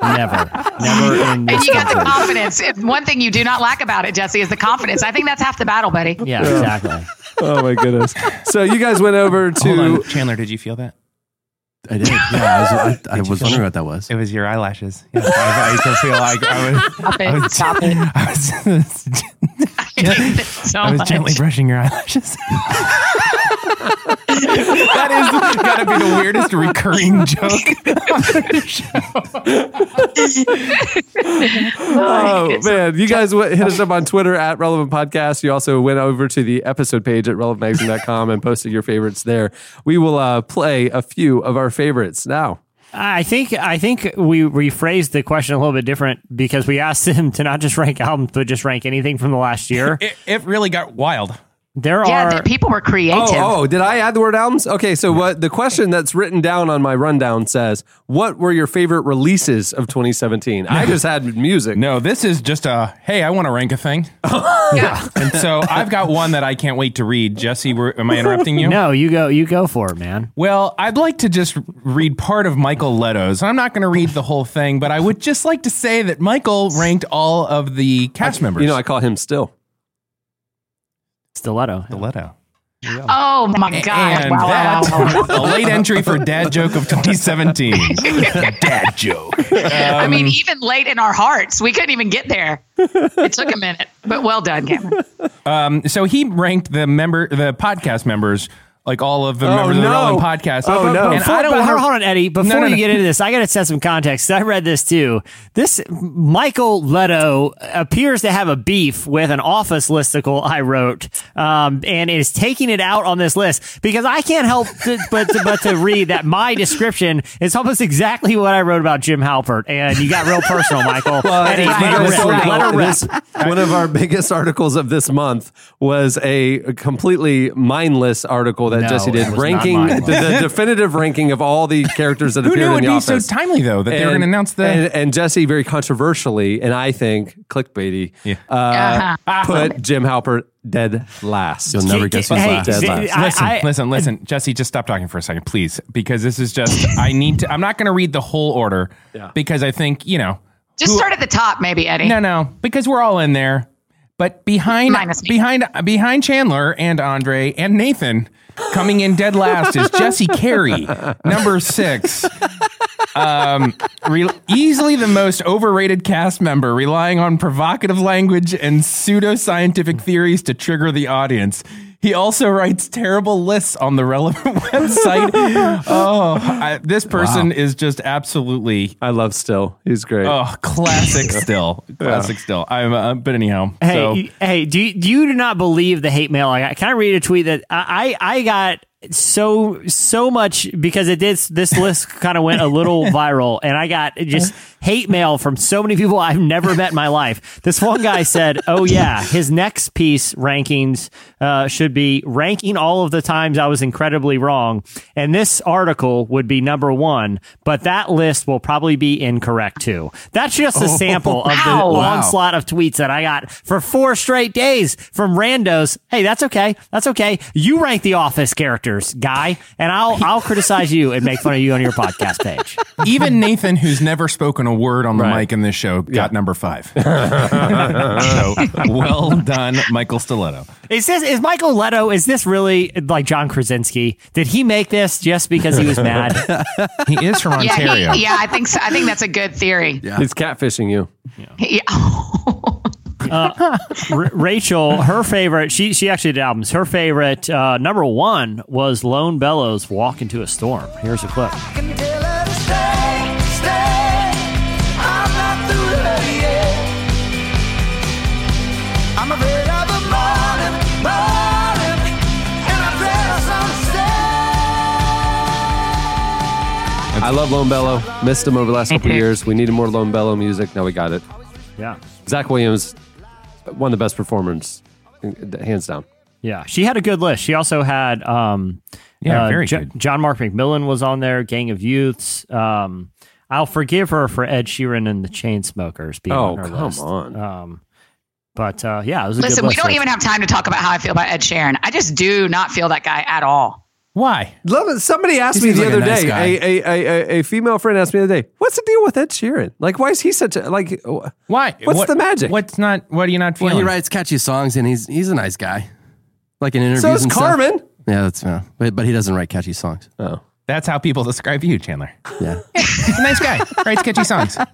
Speaker 4: Tyler. never, never in
Speaker 5: And
Speaker 4: this
Speaker 5: you got the
Speaker 4: country.
Speaker 5: confidence. It- One thing you do not lack about it, Jesse, is the confidence. I think that's half the battle, buddy.
Speaker 4: Yeah, exactly.
Speaker 2: oh my goodness. So you guys went over to
Speaker 3: Hold on. Chandler, did you feel that?
Speaker 6: I did. Yeah, I was, I, I was wondering what that was.
Speaker 3: It was your eyelashes. Yeah, I, I still feel like I was.
Speaker 5: Stop
Speaker 3: I
Speaker 5: it.
Speaker 3: was-
Speaker 5: Stop it.
Speaker 3: I was,
Speaker 5: so
Speaker 3: I was
Speaker 5: much.
Speaker 3: gently brushing your eyelashes. that is gotta be the weirdest recurring
Speaker 2: Oh man, you guys went, hit us up on Twitter at Relevant Podcast. You also went over to the episode page at relevantmagazine.com and posted your favorites there. We will uh, play a few of our favorites now.
Speaker 4: I think I think we rephrased the question a little bit different because we asked him to not just rank albums, but just rank anything from the last year.
Speaker 3: It, it really got wild.
Speaker 4: There
Speaker 5: Yeah,
Speaker 4: are
Speaker 5: that people were creative.
Speaker 2: Oh, oh, did I add the word albums? Okay, so what the question that's written down on my rundown says, "What were your favorite releases of 2017?" I just had music.
Speaker 3: No, this is just a hey, I want to rank a thing. yeah. And so I've got one that I can't wait to read. Jesse, were, am I interrupting you?
Speaker 4: No, you go, you go for it, man.
Speaker 3: Well, I'd like to just read part of Michael Leto's. I'm not going to read the whole thing, but I would just like to say that Michael ranked all of the cast members.
Speaker 2: You know, I call him still.
Speaker 4: Stiletto.
Speaker 3: Stiletto.
Speaker 5: Oh, my God.
Speaker 3: And
Speaker 5: wow, wow,
Speaker 3: that,
Speaker 5: wow, wow,
Speaker 3: a
Speaker 5: wow.
Speaker 3: late entry for Dad Joke of 2017. Dad Joke.
Speaker 5: I mean,
Speaker 3: Um,
Speaker 5: even late in our hearts, we couldn't even get there. It took a minute, but well done, Cameron.
Speaker 3: Um, so he ranked the member, the podcast members like all of the
Speaker 4: Oh,
Speaker 3: members of the
Speaker 4: no.
Speaker 3: Relevant podcast.
Speaker 4: Oh, no.
Speaker 3: And I don't
Speaker 4: hold,
Speaker 3: want-
Speaker 4: on, Eddie.
Speaker 3: No,
Speaker 4: Before
Speaker 3: no,
Speaker 4: you
Speaker 3: no.
Speaker 4: get into this, I got to set some context. I read this too. This Michael Leto appears to have a beef with an office listicle I wrote um, and is taking it out on this list because I can't help to, but, to, but to read that my description is almost exactly what I wrote about Jim Halpert. And you got real personal, Michael.
Speaker 2: Well,
Speaker 4: Eddie,
Speaker 2: it's
Speaker 4: let her
Speaker 2: because
Speaker 4: rip, let her
Speaker 2: article-
Speaker 4: rip.
Speaker 2: this- one of our biggest articles of this month was a completely mindless article that
Speaker 3: No,
Speaker 2: Jesse
Speaker 3: it
Speaker 2: did,
Speaker 3: was not
Speaker 2: ranking the,
Speaker 3: mindless.
Speaker 2: the definitive ranking of all the characters that
Speaker 3: Who
Speaker 2: appeared
Speaker 3: knew it'd
Speaker 2: in the
Speaker 3: be
Speaker 2: office.
Speaker 3: so timely, though, that they were
Speaker 2: And-
Speaker 3: gonna announce the-
Speaker 2: And, and Jesse very controversially, and I think clickbaity, uh,
Speaker 3: Uh-huh.
Speaker 2: put Jim Halpert dead last.
Speaker 3: You'll never guess who's last.
Speaker 2: Dead last.
Speaker 3: listen, listen, listen, Jesse, just stop talking for a second, please, because this is just. I need to. I'm not going to read the whole order because I think you know.
Speaker 5: Just start at the top, maybe, Eddie.
Speaker 3: No, no, because we're all in there. But behind behind behind Chandler and Andre and Nathan, coming in dead last is Jesse Carey, number six. Um, re- easily the most overrated cast member, relying on provocative language and pseudoscientific theories to trigger the audience. He also writes terrible lists on the relevant website. oh, I, this person
Speaker 2: Wow.
Speaker 3: is just absolutely.
Speaker 2: I love Still. He's great.
Speaker 3: Oh, classic Still, classic Still. I'm, uh, but anyhow,
Speaker 4: Hey,
Speaker 3: so
Speaker 4: you- hey, do you, do you do not believe the hate mail I got? Can I read a tweet that I I, I got so so much because it did this list kind of went a little viral and I got just hate mail from so many people I've never met in my life. This one guy said, "Oh yeah, his next piece rankings uh, should be ranking all of the times I was incredibly wrong, and this article would be number one, but that list will probably be incorrect too." That's just a
Speaker 15: Oh,
Speaker 4: sample of the
Speaker 15: wow.
Speaker 4: onslaught lot of tweets that I got for four straight days from randos. Hey, that's okay. That's okay. You rank the office characters, guy, and I'll I'll criticize you and make fun of you on your podcast page.
Speaker 3: even Nathan, who's never spoken a word on the mic in this show, got number five. so well done, Michael Stiletto.
Speaker 4: Is this is Michael Leto? Is this really like John Krasinski? Did he make this just because he was mad?
Speaker 3: he is from
Speaker 5: yeah, he- yeah, I think so. I think that's a good theory.
Speaker 2: He's catfishing you.
Speaker 5: He-
Speaker 4: uh, R- Rachel, her favorite, she she actually did albums. Her favorite uh, number one was Lone Bellows "Walk Into a Storm." Here's a clip.
Speaker 7: I'm not through her yet. I'm afraid of the morning, morning, and I feel
Speaker 2: I love Lone Bellow. Missed him over the last couple of years. We needed more Lone Bellow music. Now we got it.
Speaker 4: Yeah.
Speaker 2: Zach Williams, one of the best performers, hands down.
Speaker 4: Yeah, she had a good list. She also had um,
Speaker 2: Yeah,
Speaker 4: uh,
Speaker 2: very
Speaker 4: Jo- John Mark McMillan was on there. Gang of Youths. Um, I'll forgive her for Ed Sheeran and the Chainsmokers being
Speaker 2: Oh,
Speaker 4: on her
Speaker 2: come
Speaker 4: list.
Speaker 2: on.
Speaker 4: Um, but uh, yeah, it was a
Speaker 5: Listen,
Speaker 4: good
Speaker 5: we
Speaker 4: list.
Speaker 5: don't even have time to talk about how I feel about Ed Sheeran. I just do not feel that guy at all.
Speaker 3: Why?
Speaker 2: Love it. Somebody asked
Speaker 5: He
Speaker 2: me
Speaker 5: seems
Speaker 2: the
Speaker 5: like a
Speaker 2: other
Speaker 5: nice
Speaker 2: day.
Speaker 5: guy.
Speaker 2: A, a, a, a female friend asked me the other day, "What's the deal with Ed Sheeran? Like, why is he such a like? Why?
Speaker 3: Why?
Speaker 2: What's
Speaker 6: What-
Speaker 2: the magic?
Speaker 3: What's not? What are you not
Speaker 6: Well, he writes catchy songs, and he's he's a nice guy. Like in interviews.
Speaker 2: So is
Speaker 6: and stuff.
Speaker 2: Carmen.
Speaker 6: Yeah, that's yeah. But, but he doesn't write catchy songs.
Speaker 2: Oh,
Speaker 3: that's how people describe you, Chandler.
Speaker 6: Yeah,
Speaker 3: nice guy. Writes catchy songs. I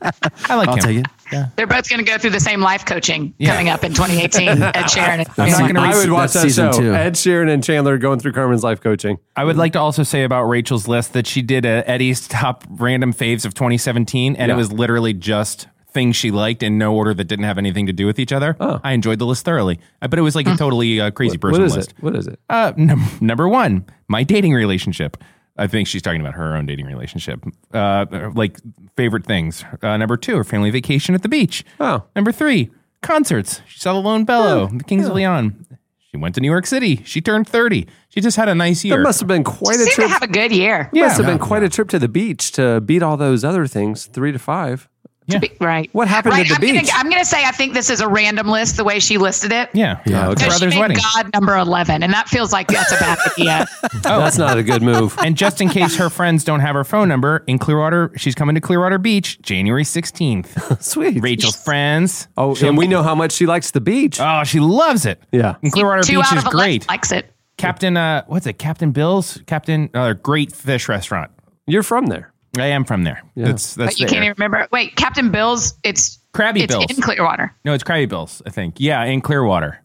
Speaker 3: like
Speaker 6: I'll
Speaker 3: him.
Speaker 6: take it.
Speaker 5: They're both going to go through the same life coaching
Speaker 3: Yeah.
Speaker 5: coming up in 2018 at Sharon. and-
Speaker 3: I'm not gonna
Speaker 2: I
Speaker 3: read-
Speaker 2: would watch
Speaker 3: that's
Speaker 2: that show.
Speaker 3: season two.
Speaker 2: Ed Sheeran and Chandler going through Carmen's life coaching.
Speaker 3: I would like to also say about Rachel's list that she did a Eddie's top random faves of 2017, and
Speaker 2: Yeah.
Speaker 3: it was literally just things she liked in no order that didn't have anything to do with each other. I enjoyed the list thoroughly, Uh, but it was like a totally uh, crazy
Speaker 2: What
Speaker 3: person
Speaker 2: is
Speaker 3: list.
Speaker 2: it? What is it?
Speaker 3: Uh, num- number one, my dating relationship. I think she's talking about her own dating relationship. Uh, like favorite things. Uh, number two, her family vacation at the beach. Oh. Number three, concerts. She saw the Lone
Speaker 2: Oh.
Speaker 3: Bellow, the Kings of Leon. She went to New York City. She turned 30. She just had a nice year.
Speaker 2: That must have been quite
Speaker 5: She
Speaker 2: a
Speaker 5: seemed to
Speaker 2: trip.
Speaker 5: have a good year.
Speaker 2: Must have been quite a trip to the beach to beat all those other things, three to five.
Speaker 3: Yeah.
Speaker 5: right.
Speaker 2: What happened
Speaker 5: Right,
Speaker 2: at the
Speaker 5: I'm
Speaker 2: beach?
Speaker 5: Gonna, I'm going to say I think this is a random list the way she listed it.
Speaker 3: Yeah.
Speaker 2: Yeah.
Speaker 5: Because she made God number 11, and that feels like that's a bad idea.
Speaker 2: That's not a good move.
Speaker 3: Oh. And just in case her friends don't have her phone number, in Clearwater, she's coming to Clearwater Beach January 16th.
Speaker 2: Sweet.
Speaker 3: Rachel's friends.
Speaker 2: Oh, and we know how much she likes the beach.
Speaker 3: Oh, she loves it.
Speaker 2: Yeah.
Speaker 3: And Clearwater
Speaker 5: Two
Speaker 3: Beach
Speaker 5: out
Speaker 3: is
Speaker 5: of 11
Speaker 3: great.
Speaker 5: likes it.
Speaker 3: Captain, uh, what's it? Captain Bill's? Captain, uh, great fish restaurant.
Speaker 2: You're from there.
Speaker 3: I am from there. That's that's
Speaker 5: but you
Speaker 3: there.
Speaker 5: can't even remember. Wait, Captain Bill's, it's
Speaker 3: Krabby
Speaker 5: it's
Speaker 3: Bill's.
Speaker 5: in Clearwater.
Speaker 3: No, it's Crabby Bill's, I think. Yeah, in Clearwater.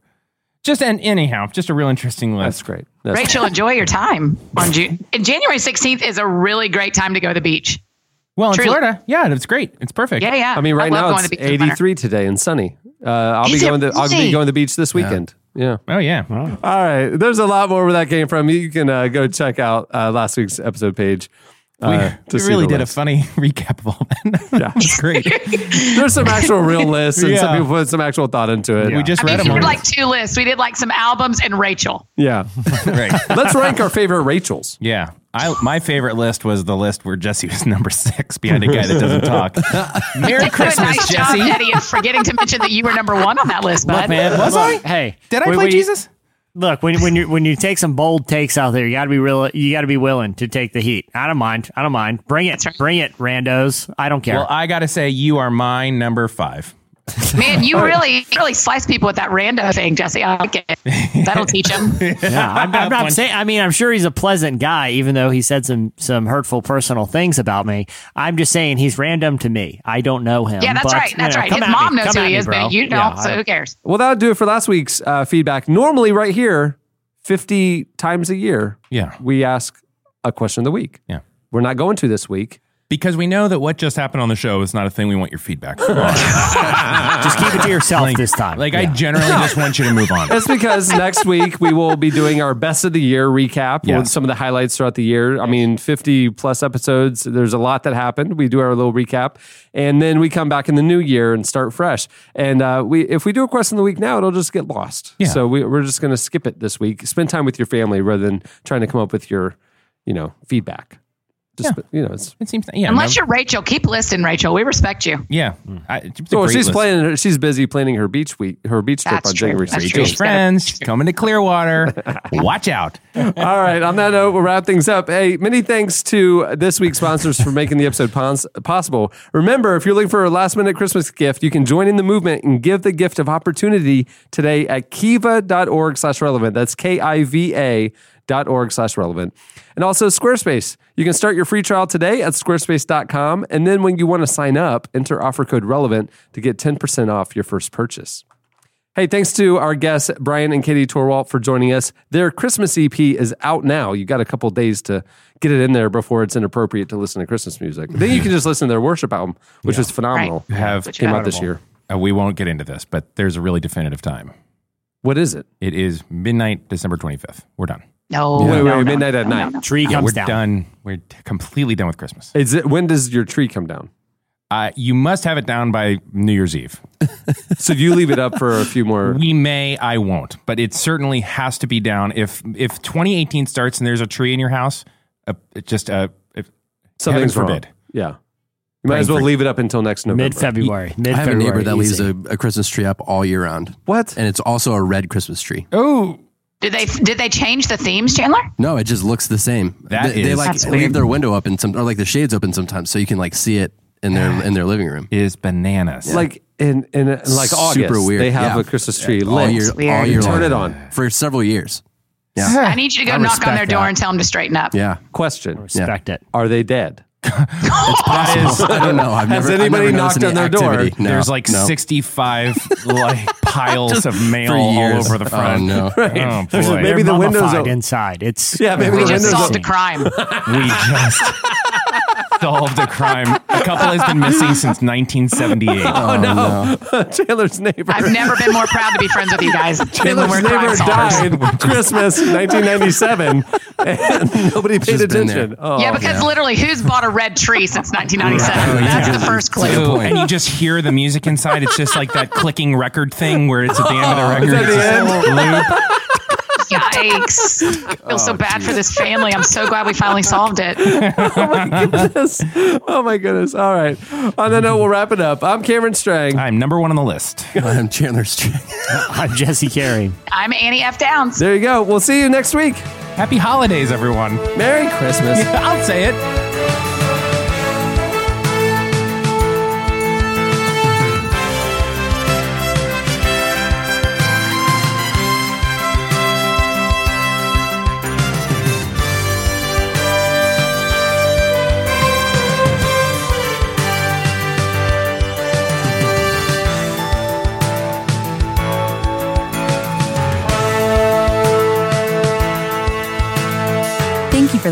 Speaker 3: Just and anyhow, just a real interesting list. That's
Speaker 2: great.
Speaker 5: Rachel, enjoy your time on June. January 16th is a really great time to go to the beach.
Speaker 3: Well, in
Speaker 5: Truly.
Speaker 3: Florida, yeah, it's great. It's perfect.
Speaker 5: Yeah, yeah.
Speaker 2: I mean, right
Speaker 5: love
Speaker 2: now
Speaker 5: going to
Speaker 2: it's
Speaker 5: the beach in the winter.
Speaker 2: 83 today and sunny. Uh, I'll be
Speaker 5: Is it
Speaker 2: going. To, I'll be
Speaker 5: really?
Speaker 2: going to the beach this weekend. Yeah.
Speaker 3: Oh yeah.
Speaker 2: All right. There's a lot more where that came from. You can uh, go check out uh, last week's episode page. Uh,
Speaker 3: we
Speaker 2: to
Speaker 3: we really
Speaker 2: see the
Speaker 3: did
Speaker 2: list.
Speaker 3: a funny recap of all that. yeah, it's great.
Speaker 2: There's some actual real lists, and some
Speaker 3: Yeah.
Speaker 2: people put some actual thought into it.
Speaker 3: We just
Speaker 5: I
Speaker 3: read them.
Speaker 5: mean, we
Speaker 3: all.
Speaker 5: did like two lists. We did like some albums and Rachel.
Speaker 2: Yeah.
Speaker 3: right.
Speaker 2: Let's rank our favorite Rachels.
Speaker 3: Yeah. I, my favorite list was the list where Jesse was number six behind a guy that doesn't talk. Merry
Speaker 5: Let's do a
Speaker 3: Christmas,
Speaker 5: nice
Speaker 3: Jesse.
Speaker 5: Job, Eddie, of forgetting to mention that you were number one on that list, bud.
Speaker 4: Look, man, look, Hey,
Speaker 5: Did I
Speaker 4: when-
Speaker 5: play
Speaker 4: when you-
Speaker 5: Jesus?
Speaker 4: look, when when you when you take some bold takes out there, you got to be real. You got to be willing to take the heat. I don't mind. I don't mind. Bring it. Bring it, randos. I don't care.
Speaker 3: Well, I got to say, you are my number five.
Speaker 5: Man, you really really slice people with that rando thing, Jesse. I like it. That'll teach them.
Speaker 4: yeah, I'm, I'm not saying. I mean, I'm sure he's a pleasant guy, even though he said some some hurtful personal things about me. I'm just saying he's random to me. I don't know him.
Speaker 5: Yeah, that's
Speaker 4: but,
Speaker 5: right.
Speaker 4: you
Speaker 5: That's
Speaker 4: know,
Speaker 5: right.
Speaker 4: come
Speaker 5: His
Speaker 4: at
Speaker 5: mom
Speaker 4: me.
Speaker 5: knows who
Speaker 4: Come at
Speaker 5: he
Speaker 4: me,
Speaker 5: is,
Speaker 4: bro.
Speaker 5: but you don't.
Speaker 4: Yeah,
Speaker 5: so
Speaker 4: I-
Speaker 5: who cares?
Speaker 2: Well, that'll do it for last week's uh, feedback. Normally, right here, 50 times a year,
Speaker 3: Yeah.
Speaker 2: we ask a question of the week.
Speaker 3: Yeah.
Speaker 2: We're not going to this week.
Speaker 3: Because we know that what just happened on the show is not a thing we want your feedback for. just
Speaker 4: keep it to yourself this time.
Speaker 3: Like, I generally just want you to move on.
Speaker 2: That's because next week we will be doing our best of the year recap with
Speaker 3: Yes.
Speaker 2: some of the highlights throughout the year. I mean, 50 plus episodes. There's a lot that happened. We do our little recap and then we come back in the new year and start fresh. And uh, we, if we do a question of the week now, it'll just get lost.
Speaker 3: Yeah.
Speaker 2: So we, we're just going to skip it this week. Spend time with your family rather than trying to come up with your, you know, feedback. Just, you know, it's,
Speaker 3: it seems, yeah.
Speaker 5: Unless
Speaker 3: no-
Speaker 5: you're Rachel, keep listening, Rachel. We respect you.
Speaker 3: Yeah. I, it's a
Speaker 2: Mm. well,
Speaker 3: great
Speaker 2: she's
Speaker 3: list.
Speaker 2: planning. Her, she's busy planning her beach week, her beach trip
Speaker 3: That's
Speaker 2: on
Speaker 3: true.
Speaker 2: January
Speaker 3: That's
Speaker 2: 16th.
Speaker 3: true. Rachel's friends coming to Clearwater. Watch out.
Speaker 2: All right. On that note, we'll wrap things up. Hey, many thanks to this week's sponsors for making the episode pos- possible. Remember, if you're looking for a last minute Christmas gift, you can join in the movement and give the gift of opportunity today at kiva.org slash relevant. That's K I V A dot org slash relevant. And also Squarespace. You can start your free trial today at squarespace.com. And then when you want to sign up, enter offer code relevant to get 10% off your first purchase. Hey, thanks to our guests, Brian and Katie Torwalt, for joining us. Their Christmas EP is out now. You got a couple days to get it in there before it's inappropriate to listen to Christmas music. then you can just listen to their worship album, which was phenomenal.
Speaker 3: Have
Speaker 2: came out this year.
Speaker 3: Uh, we won't get into this, but there's a really definitive time.
Speaker 2: What is it?
Speaker 3: It is midnight, December 25th. We're done.
Speaker 5: No,
Speaker 2: wait,
Speaker 5: no,
Speaker 2: wait,
Speaker 5: no,
Speaker 2: midnight
Speaker 5: no,
Speaker 2: at
Speaker 5: no,
Speaker 2: night.
Speaker 5: no.
Speaker 4: Tree
Speaker 3: yeah,
Speaker 4: comes
Speaker 3: we're
Speaker 4: down.
Speaker 3: done. We're t- completely done with Christmas.
Speaker 2: Is it when does your tree come down?
Speaker 3: Uh, you must have it down by New Year's Eve.
Speaker 2: So you leave it up for a few more.
Speaker 3: We may, I won't, but it certainly has to be down. If if 2018 starts and there's a tree in your house, uh, it just uh, if,
Speaker 2: Something's
Speaker 3: heaven
Speaker 2: wrong.
Speaker 3: forbid.
Speaker 2: Yeah. You might as well leave it up until next November.
Speaker 4: Mid-February.
Speaker 6: I have a neighbor that leaves
Speaker 4: easy.
Speaker 6: a, a Christmas tree up all year round.
Speaker 2: What?
Speaker 6: And it's also a red Christmas tree.
Speaker 3: Oh,
Speaker 5: Did they did they change the themes, Chandler?
Speaker 6: No, it just looks the same.
Speaker 3: That
Speaker 6: they, they
Speaker 3: is-
Speaker 6: like
Speaker 3: That's
Speaker 6: leave
Speaker 3: weird.
Speaker 6: their window open some or like the shades open sometimes so you can like see it in their in their living room.
Speaker 3: Is bananas.
Speaker 2: Like in, in, in like August,
Speaker 6: Super weird.
Speaker 2: they have
Speaker 6: Yeah.
Speaker 2: a Christmas tree
Speaker 6: Yeah, all
Speaker 2: lit.
Speaker 6: year, all
Speaker 5: Weird.
Speaker 6: year
Speaker 2: Turn
Speaker 6: long.
Speaker 2: it on.
Speaker 6: for several years. Yeah.
Speaker 5: I need you to go
Speaker 6: I
Speaker 5: knock on their
Speaker 6: respect
Speaker 5: door
Speaker 6: that.
Speaker 5: and tell them to straighten up.
Speaker 6: Yeah.
Speaker 2: Question.
Speaker 4: respect it.
Speaker 2: Are they dead?
Speaker 6: It's possible. I don't know. I've
Speaker 2: Has
Speaker 6: never, I've
Speaker 2: anybody
Speaker 6: never noticed
Speaker 2: knocked on
Speaker 6: any
Speaker 2: their door?
Speaker 6: activity. No,
Speaker 3: there's like
Speaker 6: no.
Speaker 3: 65 like piles of mail
Speaker 6: for
Speaker 3: all
Speaker 6: years.
Speaker 3: over the
Speaker 6: Oh,
Speaker 3: front.
Speaker 6: no.
Speaker 3: Oh,
Speaker 4: There's
Speaker 3: boy.
Speaker 4: a-
Speaker 2: Maybe
Speaker 4: they're
Speaker 2: the windows
Speaker 4: mummified
Speaker 2: are-
Speaker 4: inside. It's
Speaker 2: Yeah, maybe
Speaker 5: We
Speaker 2: the
Speaker 5: just
Speaker 2: windows
Speaker 5: solved a
Speaker 2: open.
Speaker 5: crime.
Speaker 3: we just solved a crime. A couple has been missing since 1978.
Speaker 2: Oh, no. Chandler's neighbor.
Speaker 5: I've never been more proud to be friends with you guys than when
Speaker 2: Taylor's
Speaker 5: we're crime
Speaker 2: neighbor
Speaker 5: solvers.
Speaker 2: died Christmas 1997, and nobody paid
Speaker 6: She's been there.
Speaker 2: attention. Oh,
Speaker 5: yeah, because literally, who's bought a red tree since 1997? That's the first clue.
Speaker 3: Ooh, and you just hear the music inside. It's just like that clicking record thing where it's at the end of the record.
Speaker 2: that
Speaker 3: It's
Speaker 2: the
Speaker 3: just a loop.
Speaker 5: Yikes! I feel so bad for this family. I'm so glad we finally solved it.
Speaker 2: oh my goodness! Oh my goodness! All right. On that note, we'll wrap it up. I'm Cameron Strang.
Speaker 3: I'm number one on the list.
Speaker 6: I'm Chandler Street.
Speaker 4: I'm Jesse Carey.
Speaker 5: I'm Annie F. Downs.
Speaker 2: There you go. We'll see you next week.
Speaker 3: Happy holidays, everyone.
Speaker 2: Merry Christmas.
Speaker 3: I'll say it.
Speaker 7: I
Speaker 14: Thank you for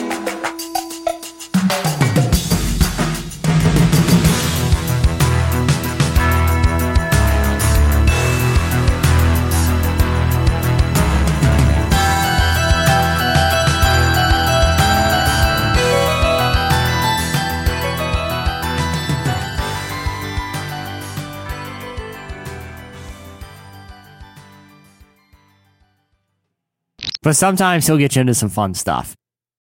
Speaker 4: But sometimes he'll get you into some fun stuff.